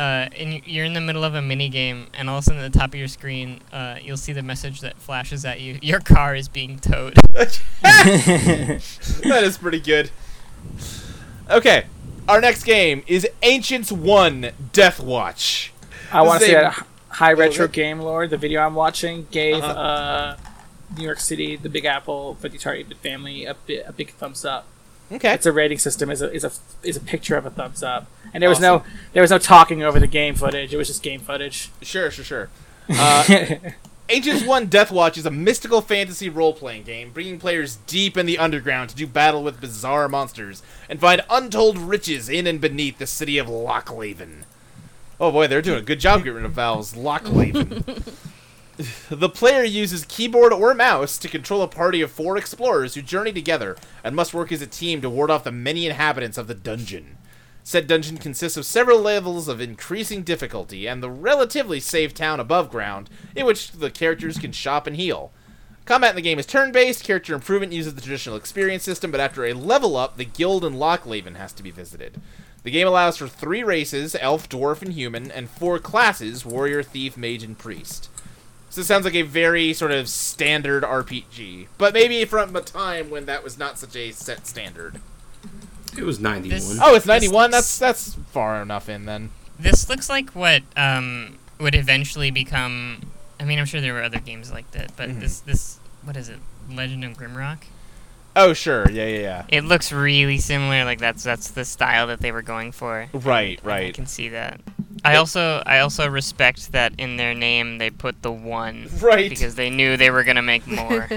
S2: <laughs>
S5: uh, and you- you're in the middle of a mini game, and all of a sudden at the top of your screen, uh, you'll see the message that flashes at you: your car is being towed.
S2: that is pretty good. Okay, our next game is Ancients One Death Watch.
S3: I want to
S2: This is
S3: say
S2: a-
S3: that High Retro
S2: Oh, that-
S3: Game Lord, the video I'm watching, gave uh
S2: Uh-huh.
S3: New York City, the Big Apple, for the Atari family a, bi- a big thumbs up.
S2: Okay.
S3: It's a rating system. is a is a is a picture of a thumbs up, and there was no
S2: Awesome.
S3: there was no talking over the game footage. It was just game <laughs> footage.
S2: Sure, sure, sure. Uh, Ancients 1 Death Watch is a mystical fantasy role playing game, bringing players deep in the underground to do battle with bizarre monsters and find untold riches in and beneath the city of Lochleven. Oh boy, they're doing a good job getting rid of vowels. Lochleven. the player uses keyboard or mouse to control a party of four explorers who journey together and must work as a team to ward off the many inhabitants of the dungeon. Said dungeon consists of several levels of increasing difficulty and the relatively safe town above ground, in which the characters can shop and heal. Combat in the game is turn based, character improvement uses the traditional experience system, but after a level up, the guild in Lochleven has to be visited. The game allows for three races elf, dwarf, and human, and four classes warrior, thief, mage, and priest. So it sounds like a very sort of standard RPG, but maybe from a time when that was not such a set standard.
S6: It was 91.
S2: Oh, it's 91? That's, that's far enough in then.
S5: This looks like what um, would eventually become. I mean, I'm sure there were other games like that, but
S2: Mhm.
S5: this this what is it? Legend of Grimrock.
S2: Oh, sure. Yeah, yeah, yeah.
S5: It looks really similar. Like that's that's the style that they were going for.
S2: Right,
S5: right. I can see that. I also I also respect that in their name they put the one.
S2: Right.
S5: Because they knew they were gonna make more.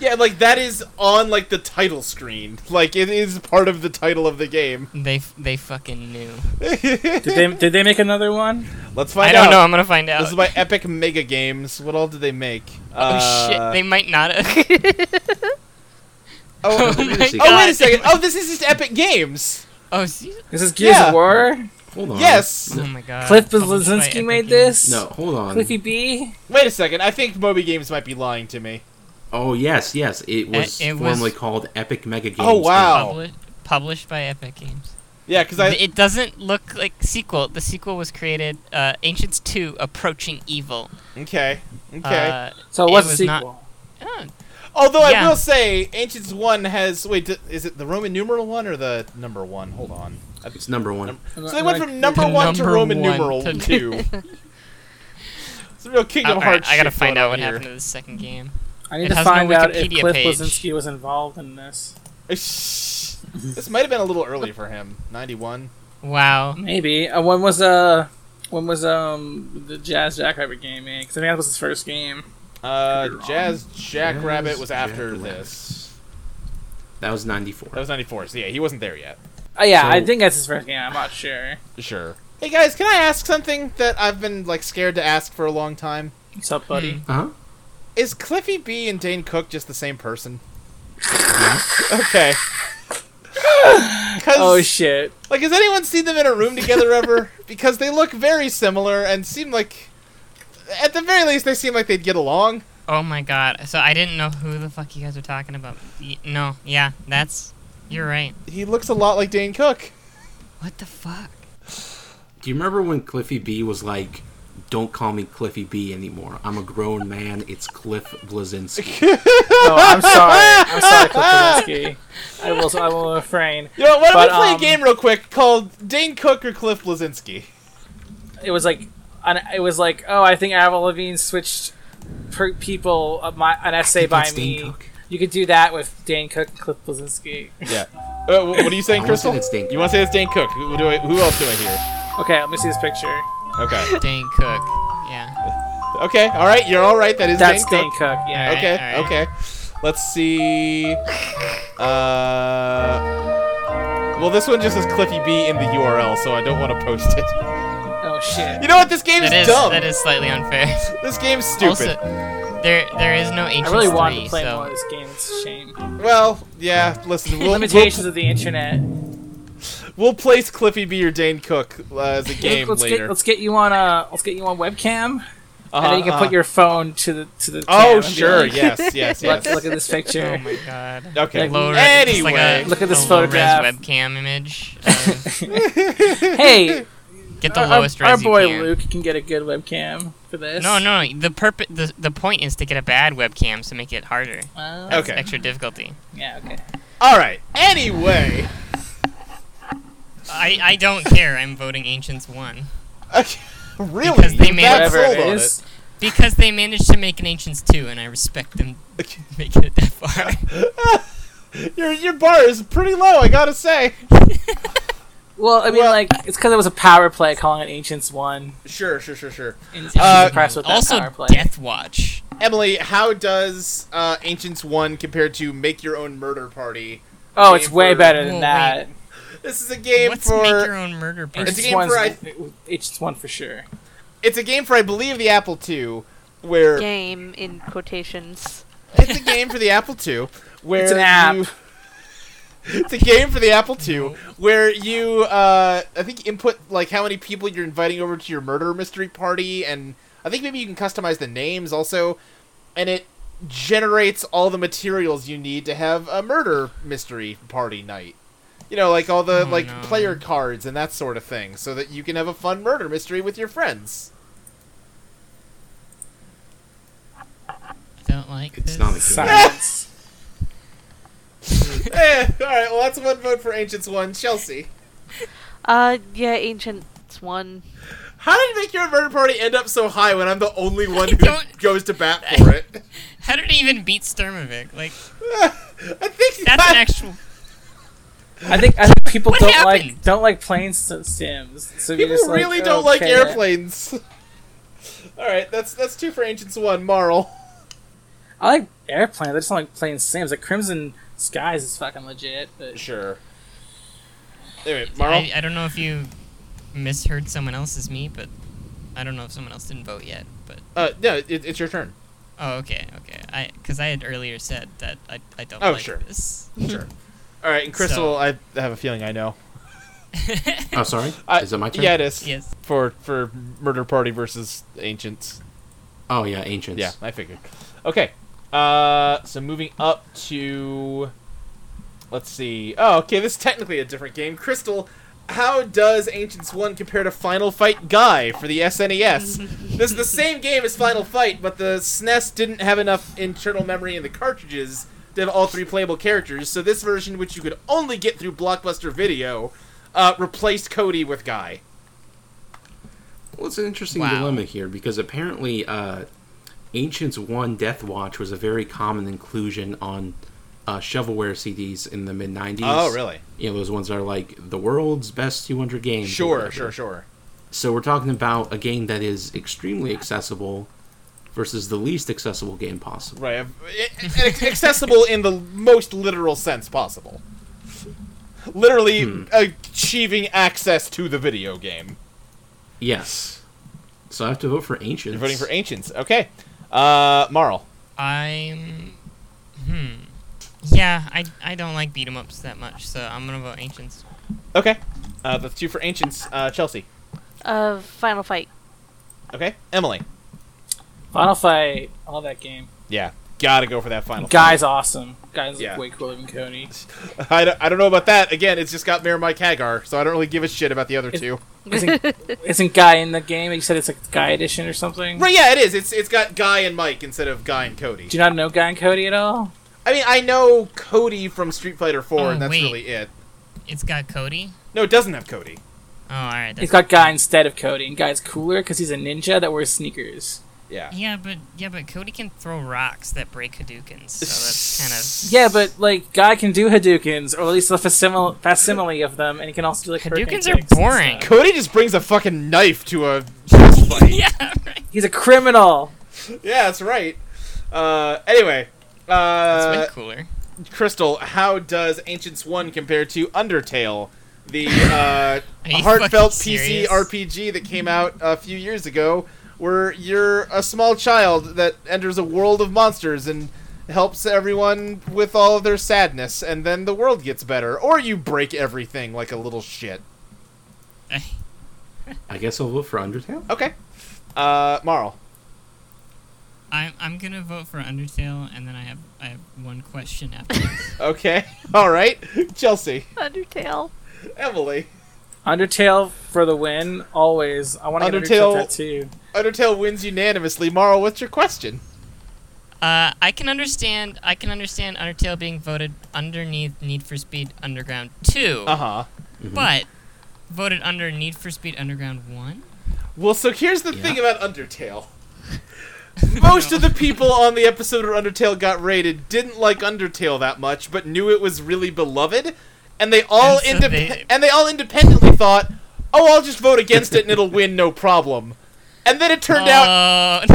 S2: Yeah, like that is on like the title screen. Like it is part of the title of the game.
S5: <laughs> They they fucking knew.
S3: did they did they make another one?
S2: <laughs> Let's find
S5: I
S2: out.
S5: don't know, I'm gonna find out.
S2: This is by Epic Mega Games. What all did they make? Uh,
S5: oh shit, they might not. Have.
S3: <laughs>
S2: Oh,
S5: <laughs> Oh my
S2: <laughs> oh, wait a
S5: God.
S2: second. Oh, this is just Epic Games.
S5: oh, see?
S3: This is Gears
S2: Yeah.
S3: of War.
S6: Hold on.
S2: Yes.
S5: oh my god.
S3: Cliff
S5: Published by
S3: Blazinski
S5: Epic
S3: made
S5: Games.
S3: this.
S6: No, hold on.
S3: Cliffy B.
S2: Wait a second. I think Moby Games might be lying to me.
S6: Oh yes, yes. It was
S5: it was-
S6: formerly called Epic Mega Games.
S2: Oh, wow.
S5: Publi- published by Epic Games.
S2: Yeah, because I
S5: It doesn't look like sequel. The sequel was created uh, Ancients 2 Approaching Evil.
S2: okay okay.
S5: Uh,
S3: So it was, a
S5: not-
S3: sequel.
S5: Oh,
S2: Although I
S5: yeah.
S2: will say, Ancients One has wait. d- Is it the Roman numeral one or the number one? Hold on.
S6: It's number one.
S2: So they went from number
S5: To
S2: one to
S5: number
S2: Roman
S5: one
S2: numeral
S5: to-
S2: two. <laughs> It's a real Kingdom
S5: all right,
S2: Hearts.
S5: I gotta
S2: shit
S5: find
S2: going
S5: out
S2: on
S5: what
S2: here.
S5: happened to the second game.
S3: I need
S5: It
S3: to
S5: has no
S3: find out if
S5: Wikipedia
S3: Cliff
S5: page.
S3: Blazinski was involved in this.
S2: <laughs> this might have been a little early for him. 91.
S5: Wow.
S3: Maybe. Uh, when was uh when was um the Jazz Jackrabbit game? Because I think that was his first game.
S2: Uh,
S6: Could be wrong.
S2: Jazz Jackrabbit
S6: Jazz
S2: was after
S6: Jackrabbit.
S2: this.
S6: That was ninety four.
S2: That was 94, so yeah, he wasn't there yet.
S3: Oh yeah, I
S6: So-
S3: think that's his first game. I'm not sure.
S2: Sure. Hey guys, can I ask something that I've been like scared to ask for a long time?
S3: What's up, buddy?
S5: Hmm.
S6: Uh huh.
S2: Is Cliffy B and Dane Cook just the same person? Okay.
S3: Oh
S2: Cause,
S3: shit!
S2: like, has anyone seen them in a room together ever? <laughs> because they look very similar and seem like, at the very least, they seem like they'd get along.
S5: Oh my god. So I didn't know who the fuck you guys were talking about. Y- no, yeah, that's. You're right.
S2: He looks a lot like Dane Cook.
S5: What the fuck?
S6: Do you remember when Cliffy B was like, "Don't call me Cliffy B anymore. I'm a grown man. It's Cliff
S2: <laughs>
S6: Blazinski."
S3: No, I'm sorry. I'm sorry, Cliff Blazinski. I will. I will refrain.
S2: You know, what, why
S3: But,
S2: don't we play
S3: um,
S2: a game real quick called Dane Cook or Cliff Blazinski?
S3: It was like, and it was like, oh, I think Avril Lavigne switched per- people. Of my an essay by
S6: That's Dane
S3: me.
S6: Cook.
S3: You could do that with Dan Cook and Cliff Blazinski.
S2: Yeah. Uh, wh- what are you saying,
S6: I wanna say
S2: Crystal?
S6: that's Dane
S2: You want to say it's Dane Cook? Who, do I, who else do I hear?
S3: Okay, let me see this picture.
S2: Okay.
S5: Dane Cook. Yeah.
S2: Okay. All right. You're all right. That is
S3: That's
S2: Dane
S3: Dan
S2: Cook.
S3: Cook. Yeah.
S5: Alright,
S2: Okay.
S5: alright.
S2: Okay. Let's see. Uh. Well, this one just says Cliffy B in the URL, so I don't want to post it.
S3: Oh shit.
S2: You know what? This game
S5: That is,
S2: dumb.
S5: that is slightly unfair.
S2: This game's stupid.
S5: Also, there, there is no
S3: I
S5: Ancients
S3: really
S5: 3,
S3: wanted to play
S5: so.
S3: more of this game. It's a shame.
S2: well, yeah.
S5: <laughs>
S2: Listen, we'll, we'll,
S3: Limitations of the internet.
S2: we'll place Cliffy B or Dane Cook uh, as a game
S3: let's
S2: later.
S3: Get, let's get you on a. Let's get you on webcam,
S2: Uh-huh,
S3: and then you can
S2: uh-huh.
S3: put your phone to the to the. cam
S2: Oh,
S3: and be
S2: sure.
S3: like, <laughs>
S2: Yes, yes, yes.
S3: Look, look
S2: <laughs>
S3: at this
S5: Oh
S3: picture. <laughs>
S5: my god.
S2: Okay.
S5: Low re- just like
S2: anyway,
S5: a-
S3: Look at this <laughs>
S5: a low-res
S3: photograph.
S2: <laughs>
S5: webcam image. of-
S3: hey,
S5: Uh, Get the
S3: Our-
S5: lowest
S3: our, our
S5: res you
S3: boy
S5: can.
S3: Luke can get a good webcam for this.
S5: No, no. The purpose, the, the point is to get a bad webcam to make it harder.
S3: Oh.
S5: That's
S2: Okay.
S5: Extra difficulty.
S3: Yeah. Okay.
S2: All right. Anyway, <laughs>
S5: I, I don't care. I'm voting Ancients one.
S2: really,
S5: Because they
S2: You're
S5: made
S2: that sold on it.
S5: Because they managed to make an Ancients two, and I respect them <laughs> making it
S2: <laughs>
S5: that far.
S2: Your your bar is pretty low, I gotta say.
S3: Well, I mean, like it's because it was a power play calling it Ancients One.
S2: Sure, sure, sure, sure.
S3: And she was
S2: Uh,
S3: impressed with that
S5: also
S3: power play.
S5: Death Watch.
S2: Emily, how does uh, Ancients One compare to Make Your Own Murder Party?
S3: Oh,
S2: Game
S3: it's way
S2: for-
S3: better than
S5: Well,
S3: that.
S2: This is a game
S5: What's
S2: for
S5: Make Your Own Murder Party?
S2: It's a
S3: Ancients
S2: game
S3: One's
S2: for I,
S3: Ancients One for
S5: <laughs>
S3: sure.
S2: it's a game for I believe the Apple II, where
S4: Game in quotations.
S2: it's a game for the Apple II where
S3: <laughs> It's an app.
S2: you- <laughs> it's a game for the Apple II where you uh, I think input like how many people you're inviting over to your murder mystery party, and I think maybe you can customize the names also, and it generates all the materials you need to have a murder mystery party night. You know, like all the
S5: Oh,
S2: like
S5: no.
S2: player cards and that sort of thing, so that you can have a fun murder mystery with your
S3: <laughs>
S2: friends.
S5: I don't like
S6: It's
S5: this.
S6: not a game.
S3: Silence.
S2: eh, all right, well that's one vote for Ancients One, Chelsea.
S4: Uh, yeah, Ancients 1.
S2: How did Make Your Own Murder Party end up so high when I'm the only one who
S5: don't-
S2: goes to bat for it?
S5: How did it even beat Sturmovik? Like
S2: <laughs> I think <laughs>
S3: <laughs>
S5: that's
S2: that-
S5: an actual.
S3: I think I think people
S5: What
S3: don't
S5: happened?
S3: like don't like plane s- sims. So you're
S2: people
S3: just
S2: really
S3: like,
S2: don't
S3: okay.
S2: like airplanes. <laughs> All right, that's that's two for Ancients One, Marl.
S3: I like airplanes. I just don't like plane sims. Like Crimson Skies is fucking legit. But
S2: Sure. Anyway, Marl.
S5: I, I don't know if you misheard someone else's me, but I don't know if someone else didn't vote yet. But
S2: Uh, no, it, it's your
S5: <laughs>
S2: turn.
S5: oh, okay, okay. I because I had earlier said that I, I don't
S2: Oh,
S5: like
S2: sure.
S5: this. <laughs>
S2: Sure. All right, and Crystal, I have a feeling I know.
S6: Oh, sorry.
S2: Uh,
S6: Is it my turn?
S2: Yeah, it is.
S5: Yes.
S2: For for Murder Party versus Ancients.
S6: Oh yeah, ancients.
S2: Yeah, I figured. Okay. Uh, so moving up to, let's see. Oh, okay. This is technically a different game. Crystal, how does Ancients One compare to Final Fight Guy for the SNES? this is the same game as Final Fight, but the SNES didn't have enough internal memory in the cartridges to have all three playable characters. So this version, which you could only get through Blockbuster Video, uh, replaced Cody with Guy.
S6: Well, it's an interesting
S5: Wow.
S6: dilemma here because apparently, uh, Ancients One Death Watch was a very common inclusion on uh, shovelware CDs in the mid '90s.
S2: Oh,
S6: You know those ones that are like the world's best 200 games. or
S2: Sure,
S6: whatever.
S2: sure, sure.
S6: So we're talking about a game that is extremely accessible versus the least accessible game possible.
S2: Right. a- a- a- accessible in the most literal sense possible. Literally achieving access to the video game.
S6: Yes. So I have to vote for Ancients.
S2: You're voting for Ancients. Okay. Uh, Marl.
S5: I'm. Hmm. Yeah, I, I don't like beat 'em ups that much, so I'm gonna vote Ancients.
S2: Okay. Uh, that's two for Ancients. Uh, Chelsea.
S4: Uh, Final Fight.
S2: Okay. Emily.
S3: Final Fight, I love that game.
S2: Yeah. Gotta go for that final.
S3: Guy's awesome. Guy's
S2: Yeah.
S3: like way cooler than
S5: <laughs>
S3: Cody.
S2: fight. I don't, I don't know about that. Again, it's just got Mayor Mike Hagar, so I don't really give a shit about the other
S3: It's-
S2: two.
S3: Isn't, isn't Guy in the game? You said it's like Guy edition or something.
S2: Right? Yeah, it is. It's it's got Guy and Mike instead of Guy and Cody.
S3: Do you not know Guy and Cody at all?
S2: I mean, I know Cody from Street Fighter Four,
S5: Oh,
S2: and that's
S5: wait.
S2: really it.
S5: It's got Cody.
S2: No, it doesn't have Cody.
S5: Oh, all right.
S3: He's
S5: That's,
S3: got Guy instead of Cody, and Guy's cooler because he's a ninja that wears sneakers.
S2: Yeah.
S5: yeah, but yeah, but Cody can throw rocks that break Hadoukens, so that's kind of
S3: Yeah, but like Guy can do Hadoukens, or at least a facsimile, facsimile of them, and he can also do like hurricane
S5: Hadoukens are
S3: kicks and
S5: boring.
S3: stuff.
S2: Cody just brings a fucking knife to a <laughs> fist
S3: <laughs>
S5: <laughs>
S2: fight. yeah.
S3: He's a criminal.
S2: that's right. Uh, anyway,
S5: That's way
S2: uh,
S5: cooler.
S2: Crystal, how does Ancients 1 compare to Undertale,
S5: <laughs>
S2: the uh,
S5: Are you
S2: heartfelt
S5: fucking
S2: PC
S5: serious?
S2: RPG that came out a few years ago, where you're a small child that enters a world of monsters and helps everyone with all of their sadness, and then the world gets better, or you break everything like a little shit.
S6: I guess I'll vote for Undertale.
S2: Okay. Uh, Marl.
S5: I'm I'm gonna vote for Undertale, and then I have I have one question after.
S2: <laughs> Okay. All right. Chelsea.
S4: Undertale.
S2: Emily.
S3: Undertale for the win, always. I want to get Undertale
S2: Undertale-
S3: tattoo.
S2: Undertale wins unanimously. Marl, what's your question?
S5: <laughs> Uh, I can understand. I can understand Undertale being voted underneath Need for Speed Underground Two.
S2: Uh-huh. Mhm.
S5: But voted under Need for Speed Underground One.
S2: Well, so here's the thing about
S5: <laughs>
S2: Undertale. <laughs> Most of the people on the episode where Undertale got raided didn't like Undertale that much, but knew it was really beloved, and they all
S5: And so
S2: indep-
S5: they-
S2: and they all independently thought, "Oh, I'll just vote against it and it'll win, no problem." And then it turned out
S5: Oh,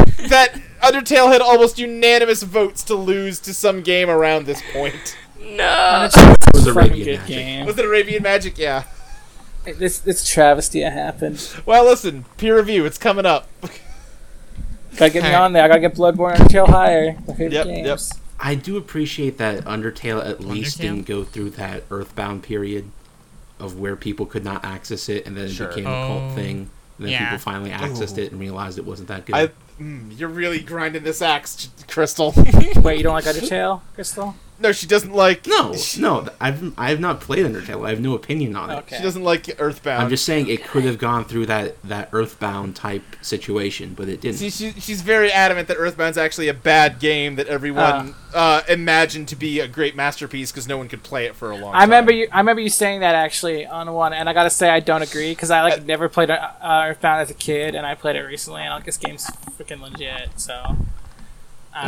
S2: <laughs>
S5: Uh.
S2: that Undertale had almost unanimous votes to lose to some game around this point.
S5: No.
S3: It
S6: was
S3: Arabian good Magic. game.
S2: Was it Arabian Magic? Yeah.
S3: This this travesty that happened.
S2: Well, listen, peer review. It's coming up. <laughs>
S3: Gotta get me on there. I gotta get Bloodborne Undertale higher. My favorite
S2: Yep,
S3: games.
S2: yep.
S6: I do appreciate that Undertale at least didn't go through that Earthbound period of where people could not access it, and then it
S2: Sure.
S6: became a cult
S2: Oh,
S6: thing. And then
S2: yeah.
S6: people finally accessed
S2: Ooh.
S6: it and realized it wasn't that good.
S2: I, mm, you're really grinding this axe, <laughs> Crystal.
S3: Wait, you don't like Undertale, Crystal?
S2: No, she doesn't like.
S6: No, no, th- I've I've not played Undertale. I have no opinion on it.
S2: She doesn't like Earthbound.
S6: I'm just saying it could have gone through that that Earthbound type situation, but it didn't.
S2: See, she, she's very adamant that Earthbound's actually a bad game that everyone uh, imagined to be a great masterpiece because no one could play it for a long
S3: I
S2: time.
S3: remember you. I remember you saying that actually on one, and I gotta say I don't agree because I like never played uh, Earthbound as a kid, and I played it recently, and like this game's freaking legit. So I don't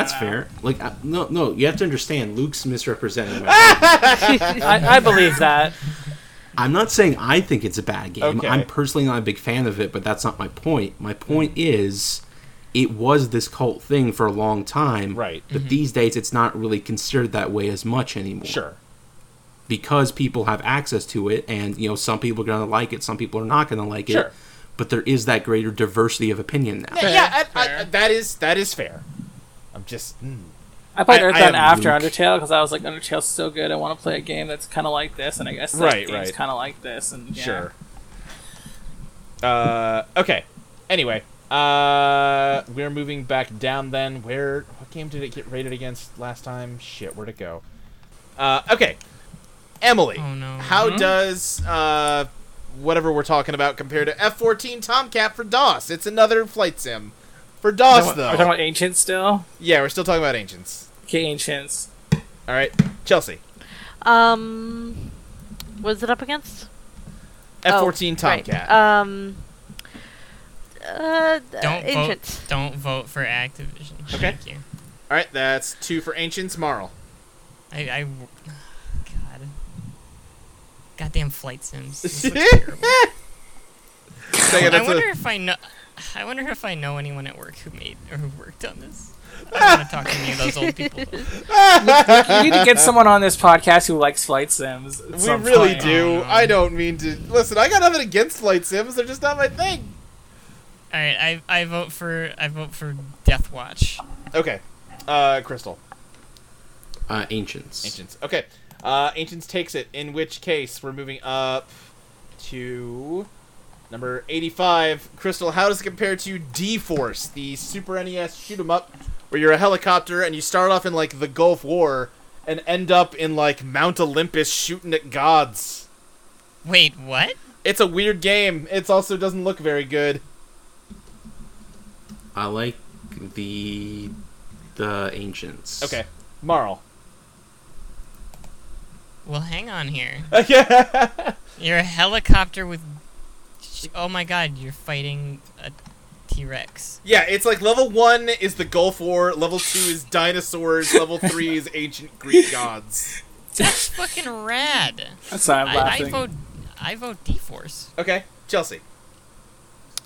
S6: That's
S2: uh,
S3: know.
S6: fair. Like, I, no, no, you have to understand. Luke's misrepresenting.
S2: Ah!
S6: my
S3: <laughs> I, I believe that.
S6: I'm not saying I think it's a bad game.
S3: Okay.
S6: I'm personally not a big fan of it, but that's not my point. My point is, it was this cult thing for a long time. Right. But these days, it's not really considered that way as much anymore.
S2: Mm-hmm. Sure.
S6: Because people have access to it, and you know, some people are going to like it, some people are not going to like it.
S2: Sure.
S6: But there is that greater diversity of opinion now.
S2: Yeah, yeah I, I, that is that is fair. I'm just. Mm.
S3: I played
S2: I- I
S3: Earthbound
S2: am
S3: after
S2: Luke.
S3: Undertale because I was like, Undertale's so good. I want to play a game that's kind of like this, and I guess that
S2: Right,
S3: game's
S2: right.
S3: kind of like this. And yeah.
S2: Sure. Uh, okay. Anyway, uh, we're moving back down. Then where? What game did it get rated against last time? Shit, where'd it go? Uh, okay. Emily,
S4: Oh,
S2: how
S5: Hmm?
S2: does uh, whatever we're talking about compare to F-14 Tomcat for DOS? It's another flight sim. For DOS,
S3: We're talking-
S2: though.
S3: We're talking about ancient still.
S2: yeah, we're still talking about Ancients.
S3: Okay, ancients.
S2: All right, Chelsea.
S4: Um, was it up against?
S2: F-14
S4: Oh, right.
S2: Tomcat.
S4: Um, uh,
S5: <laughs> Don't
S4: ancient.
S5: vote. Don't vote for Activision.
S2: Okay.
S5: Thank you.
S2: All right, that's two for Ancients. Marl.
S5: I, I w- God. Goddamn flight
S2: <laughs>
S5: sims. This is terrible.
S2: Say it,
S5: I
S2: that's a-
S5: wonder if I know. I wonder if I know anyone at work who made or who worked on this. I don't want to talk to any of those
S2: <laughs>
S5: old people.
S3: you need to get someone on this podcast who likes flight sims. at
S2: We
S3: some
S2: really
S3: point.
S2: do. I don't mean to. Listen, I got nothing against light sims. They're just not my thing.
S5: All right, I, I vote for I vote for Death Watch.
S2: Okay. Uh, Crystal.
S6: Uh, ancients.
S2: Ancients. Okay. Uh, Ancients takes it, in which case we're moving up to number 85. Crystal, how does it compare to D Force, the Super NES shoot 'em up, where you're a helicopter and you start off in, like, the Gulf War and end up in, like, Mount Olympus shooting at gods?
S5: Wait, what?
S2: It's a weird game. It also doesn't look very good.
S6: I like the the ancients.
S2: Okay. <laughs> Marl.
S5: Well, hang on here.
S2: Okay.
S5: You're a helicopter with. Oh my God! You're fighting a T Rex.
S2: Yeah, it's like level one is the Gulf War, level two is dinosaurs, level three is ancient <laughs> Greek gods. <laughs>
S5: That's fucking rad.
S3: <laughs> That's why I'm
S5: I- I,
S3: laughing.
S5: vote. I vote D Force.
S2: Okay, Chelsea.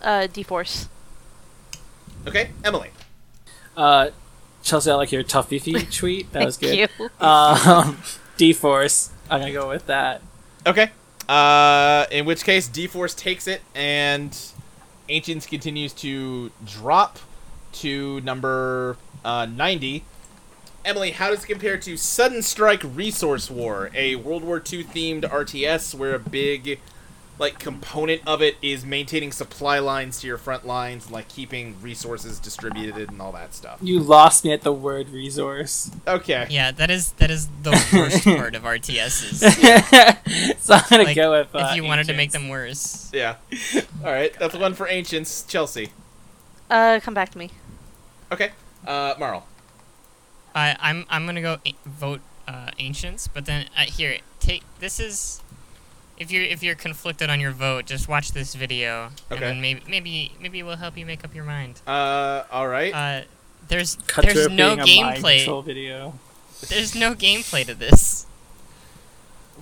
S4: Uh, D-Force.
S2: Okay, Emily.
S3: Uh, Chelsea, I like your tough beefy
S4: <laughs>
S3: tweet. That was good.
S4: Thank you.
S3: Um, <laughs> D Force. I'm gonna go with that.
S2: Okay. Uh, in which case, D Force takes it, and Ancients continues to drop to number uh, 90. Emily, how does it compare to Sudden Strike Resource War, a World War II themed RTS where a big like component of it is maintaining supply lines to your front lines, like keeping resources distributed and all that stuff.
S3: You lost me at the word resource. <laughs>
S2: Okay.
S5: Yeah, that is that is the worst part
S3: <laughs>
S5: of RTSs.
S3: so I'm gonna
S5: Like,
S3: go with. Uh,
S5: if you wanted to make them worse.
S2: Yeah. <laughs> All right, that's one for ancients. Chelsea.
S4: Uh, come back to me.
S2: Okay. Uh, Marl.
S5: Uh, I'm I'm gonna go a- vote uh, ancients, but then uh, here take this is if you're if you're conflicted on your vote, just watch this video,
S2: Okay.
S5: and then maybe maybe maybe it will help you make up your mind.
S2: Uh, all right.
S5: Uh, there's
S3: Cut to
S5: there's
S3: it
S5: no
S3: being a mind control
S5: gameplay.
S3: video. <laughs>
S5: There's no gameplay to this.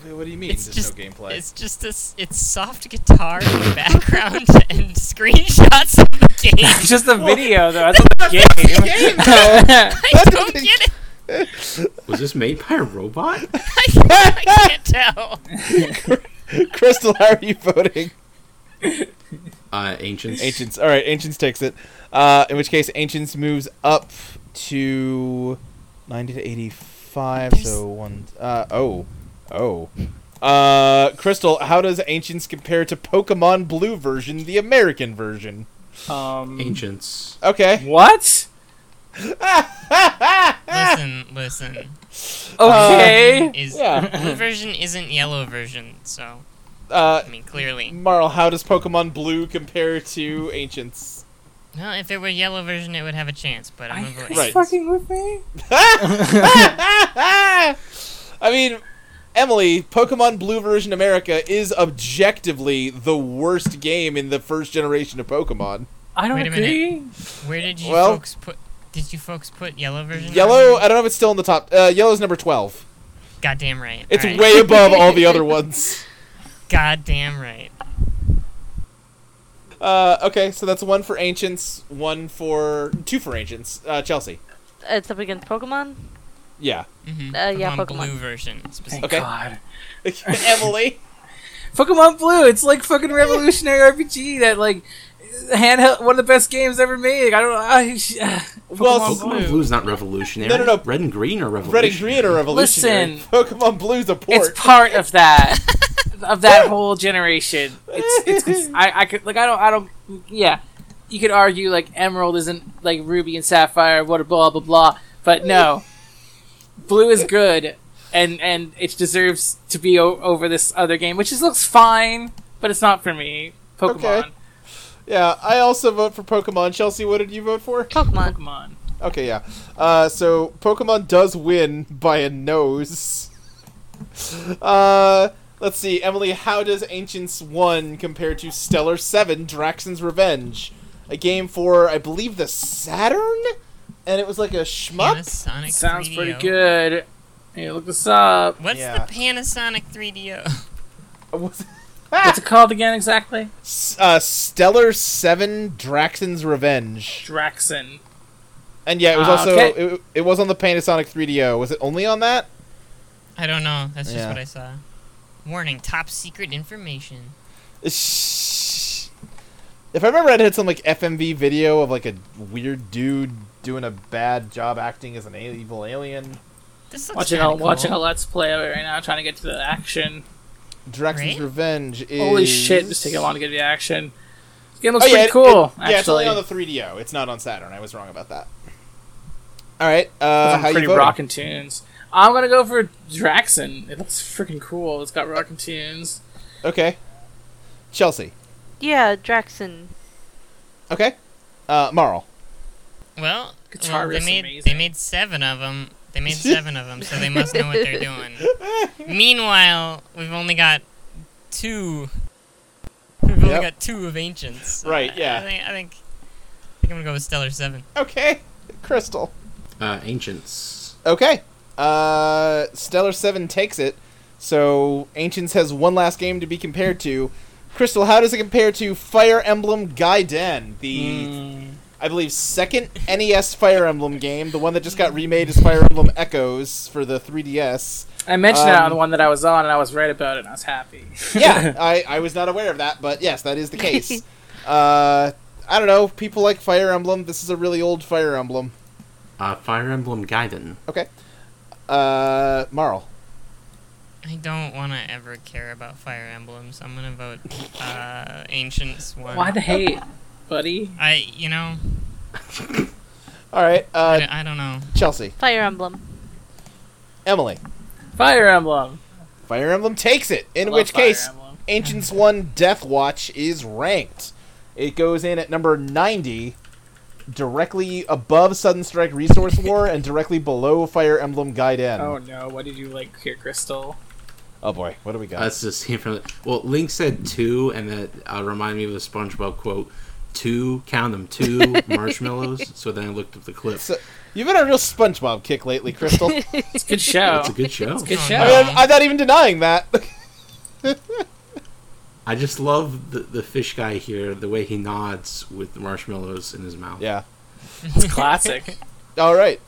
S2: Wait, what do you mean?
S5: It's
S2: there's
S5: just
S2: no gameplay.
S5: it's just this it's soft guitar in the <laughs> background and screenshots
S3: <laughs>
S5: of the game.
S3: It's just a
S5: Well,
S3: video,
S2: <laughs>
S3: though. That's not the game. <laughs>
S5: I don't get it. <laughs>
S6: Was this made by a robot?
S3: <laughs>
S5: I can't tell.
S2: <laughs> Crystal, how are you voting?
S6: Uh, ancients.
S2: Ancients. All right, Ancients takes it. Uh, in which case, Ancients moves up to 90 to 85. So one. Uh, oh. Oh. Uh, Crystal, how does Ancients compare to Pokemon Blue version, the American version?
S3: Um,
S6: Ancients.
S2: Okay. Ah!
S3: What?
S5: Listen, listen.
S2: Uh,
S3: Okay.
S5: Is
S2: Yeah.
S5: blue version isn't yellow version, so
S2: Uh,
S5: I mean clearly.
S2: Marl, how does Pokemon Blue compare to Ancients?
S5: Well, if it were yellow version, it would have a chance, but I'm gonna vote.
S2: Right.
S3: Fucking with me.
S2: I mean, Emily, Pokemon Blue version America is objectively the worst game in the first generation of Pokemon.
S3: I don't
S5: Wait a minute.
S3: agree.
S5: Where did you
S2: Well-
S5: folks put? Did you folks put yellow version?
S2: Yellow, I don't know if it's still in the top. Uh, yellow's number 12.
S5: Goddamn right.
S2: It's
S5: Alright.
S2: way above all the
S3: <laughs>
S2: other ones.
S5: Goddamn right.
S2: Uh, okay, so that's one for Ancients, one for. two for Ancients. Uh, Chelsea.
S4: It's up against Pokemon.
S3: <laughs>
S2: Yeah.
S5: Mm-hmm.
S4: Uh, yeah, Pokemon.
S5: blue version.
S3: Thank
S2: Okay.
S5: Specifically.
S3: God.
S2: Emily.
S3: Pokemon Blue. It's like fucking revolutionary RPG that like handheld one of the best games ever made. I don't. I, <sighs> Pokemon
S2: Well,
S6: Pokemon
S3: Blue.
S6: Blue's not revolutionary.
S2: No, no, no.
S6: Red and green are
S2: Red
S6: revolutionary.
S2: and Green are revolutionary.
S3: Listen.
S2: Pokemon Blue's a port.
S3: It's part
S2: <laughs>
S3: of that of that whole generation. It's, it's, it's I, I could like I don't I don't yeah. You could argue like Emerald isn't like Ruby and Sapphire, what blah blah blah, but no. Blue is good and and it deserves to be o- over this other game, which just looks fine, but it's not for me. Pokemon.
S2: Okay. yeah, I also vote for Pokemon. Chelsea, what did you vote for?
S4: Pokemon.
S3: Pokemon.
S2: Okay, yeah. Uh, so Pokemon does win by a nose. Uh, let's see, Emily. How does Ancients One compare to Stellar Seven: Draxon's Revenge, a game for I believe the Saturn, and it was like a shmup.
S5: Panasonic
S3: Sounds
S5: 3DO.
S3: pretty good. Hey, look this up.
S5: What's
S2: Yeah.
S5: the Panasonic 3DO?
S2: Was-
S3: What's it called again exactly?
S2: S- uh, Stellar Seven: Draxon's Revenge,
S3: Draxon.
S2: and yeah, it was
S3: Ah,
S2: also
S3: okay.
S2: it, it was on the Panasonic 3DO. Was it only on that?
S5: <laughs> I don't know. That's just
S2: Yeah.
S5: what I saw. Warning: top secret information.
S2: If I remember, I had some like FMV video of like a weird dude doing a bad job acting as an a- evil alien.
S5: This looks
S3: Watching
S5: kinda
S3: a
S5: cool.
S3: watching a let's play of it right now, trying to get to the action.
S2: Drax's
S5: Right?
S2: Revenge is
S3: Holy shit, just taking a while to get to the action. This game looks
S2: Oh yeah,
S3: pretty
S2: it-
S3: cool,
S2: it- yeah, it's only
S3: actually.
S2: on the 3DO. It's not on Saturn. I was wrong about that. All right, uh,
S3: Some
S2: how
S3: pretty
S2: you voting?
S3: rockin' tunes. I'm gonna go for Draxon. It looks freaking cool. It's got rockin' tunes.
S2: Okay, Chelsea.
S4: Yeah, Draxon.
S2: Okay, uh, Marl.
S5: Well,
S3: Guitar
S5: well, they
S3: riff's
S5: made
S3: amazing.
S5: they made seven of them. They made seven of them, so they must know what they're doing. Meanwhile, we've only got two. We've only
S2: Yep.
S5: got two of ancients.
S2: Right,
S5: I-
S2: yeah.
S5: I think, I think I think I'm gonna go with Stellar Seven.
S2: Okay, <laughs> Crystal.
S6: Uh, ancients.
S2: Okay. Uh, Stellar 7 takes it. So, Ancients has one last game to be compared to. Crystal, how does it compare to Fire Emblem Gaiden? The, I believe, second NES Fire Emblem game. The one that just got remade as Fire Emblem Echoes for the 3DS.
S3: I mentioned that
S2: Um,
S3: on the one that I was on, and I was right about it, and I was happy.
S2: Yeah, I, I was not aware of that, but yes, that is the case. uh, I don't know. People like Fire Emblem. This is a really old Fire Emblem.
S6: Uh, Fire Emblem Gaiden.
S2: Okay. Uh, Marl.
S5: I don't want to ever care about Fire Emblems. I'm gonna vote uh, Ancients one.
S3: <laughs> Why the hate, buddy?
S5: I, you know,
S2: All right.
S5: I
S2: Uh,
S5: d- I don't know.
S2: Chelsea,
S4: Fire Emblem.
S2: Emily.
S3: Fire Emblem.
S2: Fire Emblem takes it. In
S3: love
S2: which
S3: Fire
S2: case,
S3: Emblem.
S2: Ancients One Death Watch is ranked. It goes in at number ninety, directly above Sudden Strike Resource War and directly below Fire Emblem Guide N.
S3: Oh no, what did you like here, Crystal?
S2: Oh, boy, what do we got?
S6: That's just him from. The, well, Link said two, and that uh, reminded me of the SpongeBob quote: two, count
S2: <laughs>
S6: them, two marshmallows. So then I looked up the clip.
S2: So- You've been on a real SpongeBob kick lately, Crystal.
S3: <laughs>
S2: I mean,
S3: It's a good show.
S6: It's a good show.
S3: It's a good
S5: Oh,
S3: show.
S5: no.
S2: I'm, I'm not even denying that. <laughs>
S6: I just love the, the fish guy here, the way he nods with the marshmallows in his mouth.
S2: yeah.
S3: It's classic.
S2: All right.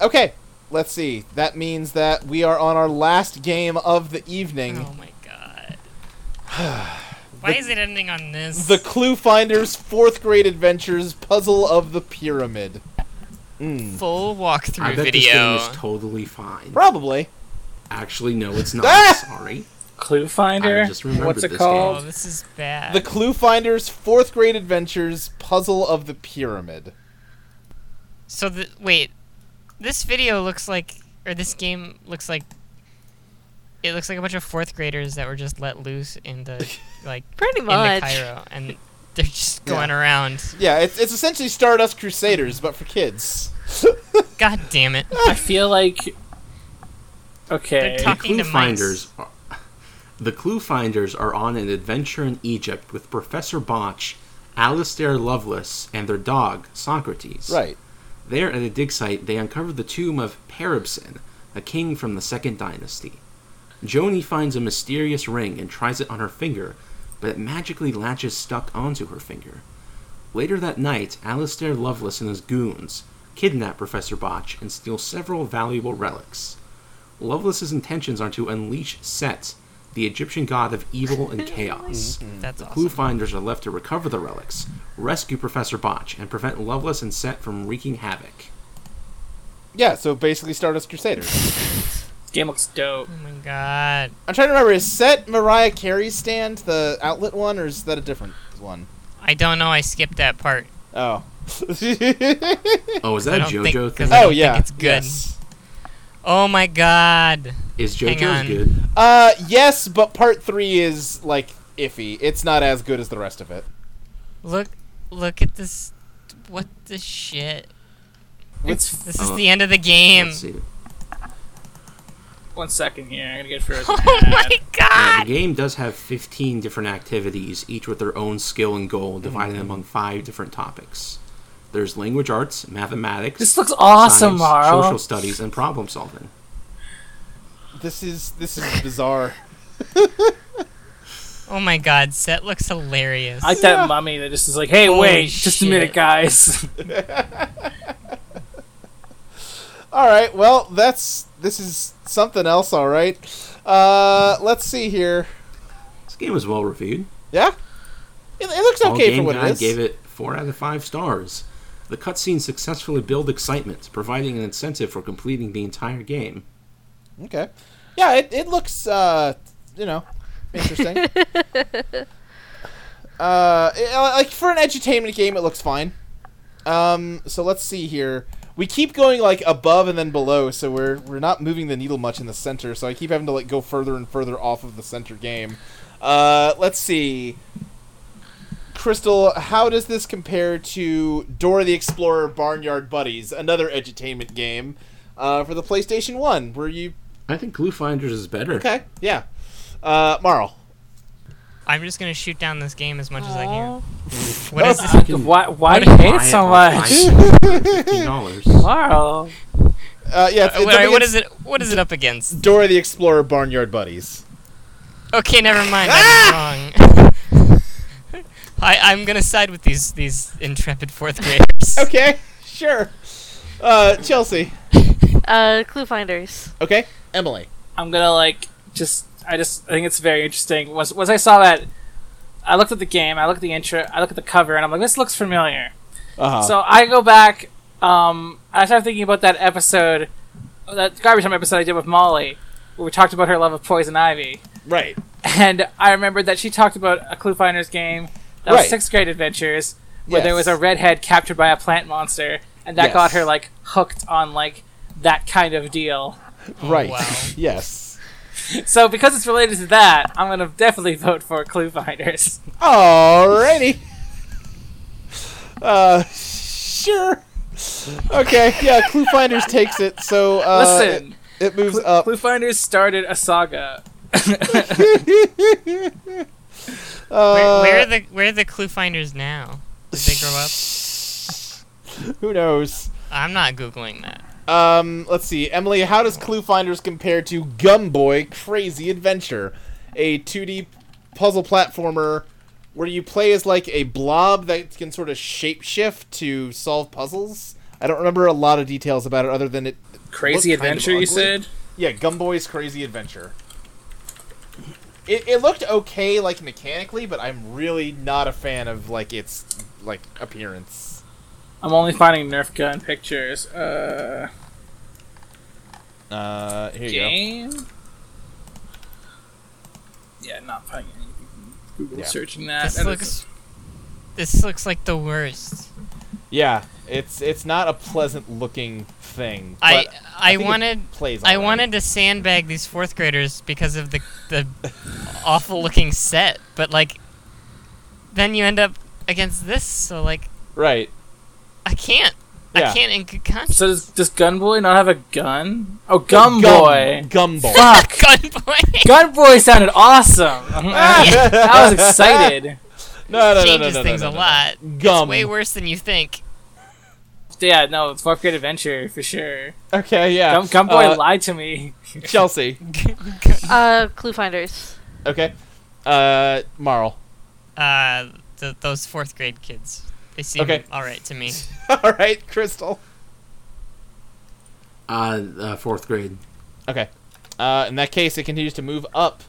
S2: Okay. Let's see. That means that we are on our last game of the evening.
S5: Oh my god. Why is it ending on this?
S2: The Clue Finders Fourth Grade Adventures Puzzle of the Pyramid. Mm.
S5: full
S6: I
S5: walkthrough
S6: bet this game
S5: video.
S6: is totally fine.
S2: Probably.
S6: Actually, no, it's
S2: Ah!
S6: not. Sorry.
S3: Clue Finder.
S6: I just remembered
S3: What's it
S6: this
S5: oh,
S3: called?
S5: this is bad.
S2: The Clue Finders Fourth Grade Adventures Puzzle of the Pyramid.
S5: so the wait, this video looks like, or this game looks like. It looks like a bunch of fourth graders that were just let loose in
S6: <laughs>
S5: the like
S4: Pretty
S5: in
S4: much.
S5: the Cairo, and they're just going around.
S2: Yeah, it's, it's essentially Stardust Crusaders, but for kids.
S5: God damn it!
S3: I feel like. Okay.
S5: They're
S6: The
S5: talking
S6: clue
S5: to mice.
S6: finders. Are, the clue finders are on an adventure in Egypt with Professor Botch, Alistair Lovelace, and their dog Socrates.
S2: right.
S6: There at a dig site, they uncover the tomb of Peribsen, a king from the Second Dynasty. Joni finds a mysterious ring and tries it on her finger, but it magically latches stuck onto her finger. Later that night, Alistair Lovelace and his goons kidnap Professor Botch and steal several valuable relics. Lovelace's intentions are to unleash Set, the Egyptian god of evil and chaos.
S5: That's
S6: The clue
S5: awesome.
S6: finders are left to recover the relics, rescue Professor Botch, and prevent Lovelace and Set from wreaking havoc.
S2: Yeah, so basically Stardust Crusaders.
S3: This game looks dope.
S5: Oh my god!
S2: I'm trying to remember, is Set Mariah Carey's stand the outlet one, or is that a different one?
S5: I don't know. I skipped that part.
S2: Oh. <laughs>
S6: Oh, is
S5: I
S6: that a
S5: don't think-
S6: JoJo
S5: 'cause
S6: thing?
S5: I
S2: oh,
S5: think
S2: yeah.
S5: it's good.
S2: Yes.
S5: Oh my god!
S6: Is
S5: hang on.
S6: JoJo's good?
S2: Uh, yes, but part three is, like, iffy. It's not as good as the rest of it.
S5: Look, look at this. What the shit?
S3: It's
S5: This is
S6: Oh,
S5: the end of the game.
S6: Let's see.
S3: one second here. I'm gonna get first.
S5: <laughs> <laughs> Oh my god!
S6: Now, the game does have 15 different activities, each with their own skill and goal, divided
S5: Mm-hmm.
S6: among five different topics. There's language arts, mathematics,
S3: This looks awesome,
S6: science,
S3: Marl.
S6: social studies, and problem solving.
S2: This is, this is bizarre.
S5: Oh my god, Set looks hilarious.
S3: I like that mummy that just is like, hey,
S5: Holy
S3: wait, just a minute,
S5: shit.
S3: guys.
S2: All right. Well, that's this is something else. All right. Uh, let's see here.
S6: This game was well reviewed.
S2: Yeah, it, it looks
S6: All
S2: okay for
S6: Game
S2: what
S6: Guide
S2: it is.
S6: gave it 4 out of 5 stars. The cutscenes successfully build excitement, providing an incentive for completing the entire game.
S2: Okay. Yeah, it, it looks uh, you know, interesting. uh, it- uh, like for an edutainment game, it looks fine. Um, so let's see here. We keep going like above and then below, so we're we're not moving the needle much in the center. So I keep having to like go further and further off of the center game. Uh, let's see. Crystal, how does this compare to Dora the Explorer Barnyard Buddies, another edutainment game uh, for the PlayStation 1, where you
S6: I think Glue Finders is better.
S2: Okay. Yeah. Uh, Marl.
S5: I'm just gonna shoot down this game as much as I can.
S4: Aw.
S5: What
S3: <laughs>
S5: is this?
S6: I can
S3: why why
S5: What
S3: do you
S5: if
S6: buy
S3: hate it so
S6: online
S3: much?
S6: <laughs> for $15.
S3: Carl.
S2: Uh, yeah. It's, it's
S5: Uh, wait,
S2: up
S5: what
S2: against
S5: is it? What is it up against?
S2: Dora the Explorer Barnyard Buddies.
S5: Okay, never mind.
S2: Ah!
S5: I was wrong. <laughs> I, I'm gonna side with these these intrepid fourth
S2: <laughs>
S5: graders.
S2: Okay. Sure. Uh, Chelsea.
S4: Uh, Clue Finders.
S2: Okay. Emily.
S3: I'm gonna like just I just I think it's very interesting. Once once I saw that I looked at the game, I looked at the intro, I looked at the cover, and I'm like, this looks familiar.
S2: Uh-huh.
S3: So I go back, um I started thinking about that episode that garbage time episode I did with Molly where we talked about her love of Poison Ivy.
S2: Right.
S3: And I remembered that she talked about a Clue Finders game that was
S2: Right.
S3: sixth grade adventures where there
S2: Yes.
S3: was a redhead captured by a plant monster, and that
S2: Yes.
S3: got her like hooked on like that kind of deal.
S2: Right. <laughs> yes.
S3: So because it's related to that, I'm gonna definitely vote for Clue Finders.
S2: Alrighty. Uh, sure. Okay, yeah, Clue Finders takes it, so, uh.
S3: Listen.
S2: It, it moves
S3: up. Clue Finders started a saga.
S5: where,
S2: Uh,
S5: where are the where are the clue finders now? Did they grow up?
S2: Who knows?
S5: I'm not googling that.
S2: Um, let's see. Emily, how does Clue Finders compare to Gumboy Crazy Adventure? A 2D puzzle platformer where you play as like a blob that can sort of shapeshift to solve puzzles. I don't remember a lot of details about it other than it.
S3: Crazy
S2: looked kind of
S3: Adventure, you
S2: ugly.
S3: said?
S2: Yeah, Gumboy's Crazy Adventure. It, it looked okay, like mechanically, but I'm really not a fan of like its like appearance.
S3: I'm only finding Nerf gun pictures. Uh,
S2: Uh, here you go.
S3: game. Yeah, not finding anything. Google
S2: Yeah.
S3: searching that.
S5: This
S3: Uh, and
S5: looks-
S3: it's-
S5: This looks like the worst.
S2: Yeah, it's it's not a pleasant looking thing.
S5: I
S2: but
S5: I,
S2: think it
S5: wanted
S2: plays.
S5: I
S2: all right.
S5: wanted to sandbag these fourth graders because of the the awful looking set, but like then you end up against this, so like
S2: right.
S5: I can't.
S3: Yeah.
S5: I can't in good conscience.
S3: So does, does Gunboy not have a gun? Oh,
S5: Gum-
S3: Gunboy.
S2: Gumboy. <laughs>
S3: Fuck.
S5: Gunboy.
S3: Gunboy sounded awesome. <laughs> I was excited.
S2: No, no, no, no,
S5: changes
S2: no, no,
S5: things
S2: no,
S5: a
S2: no. Um,
S5: lot.
S2: Gum.
S5: It's way worse than you think.
S3: Yeah, no, it's fourth grade adventure for sure.
S2: Okay, yeah.
S3: Gun, Gunboy
S2: Uh,
S3: lied to me.
S2: Chelsea.
S4: Uh, Clue Finders.
S2: Okay. Uh, Marl. <laughs>
S5: Uh, th- those fourth grade kids. They seem
S2: Okay.
S5: all right
S2: <laughs>
S5: to me.
S2: all right, Crystal.
S6: Uh, uh, fourth grade.
S2: Okay. Uh, in that case, it continues to move up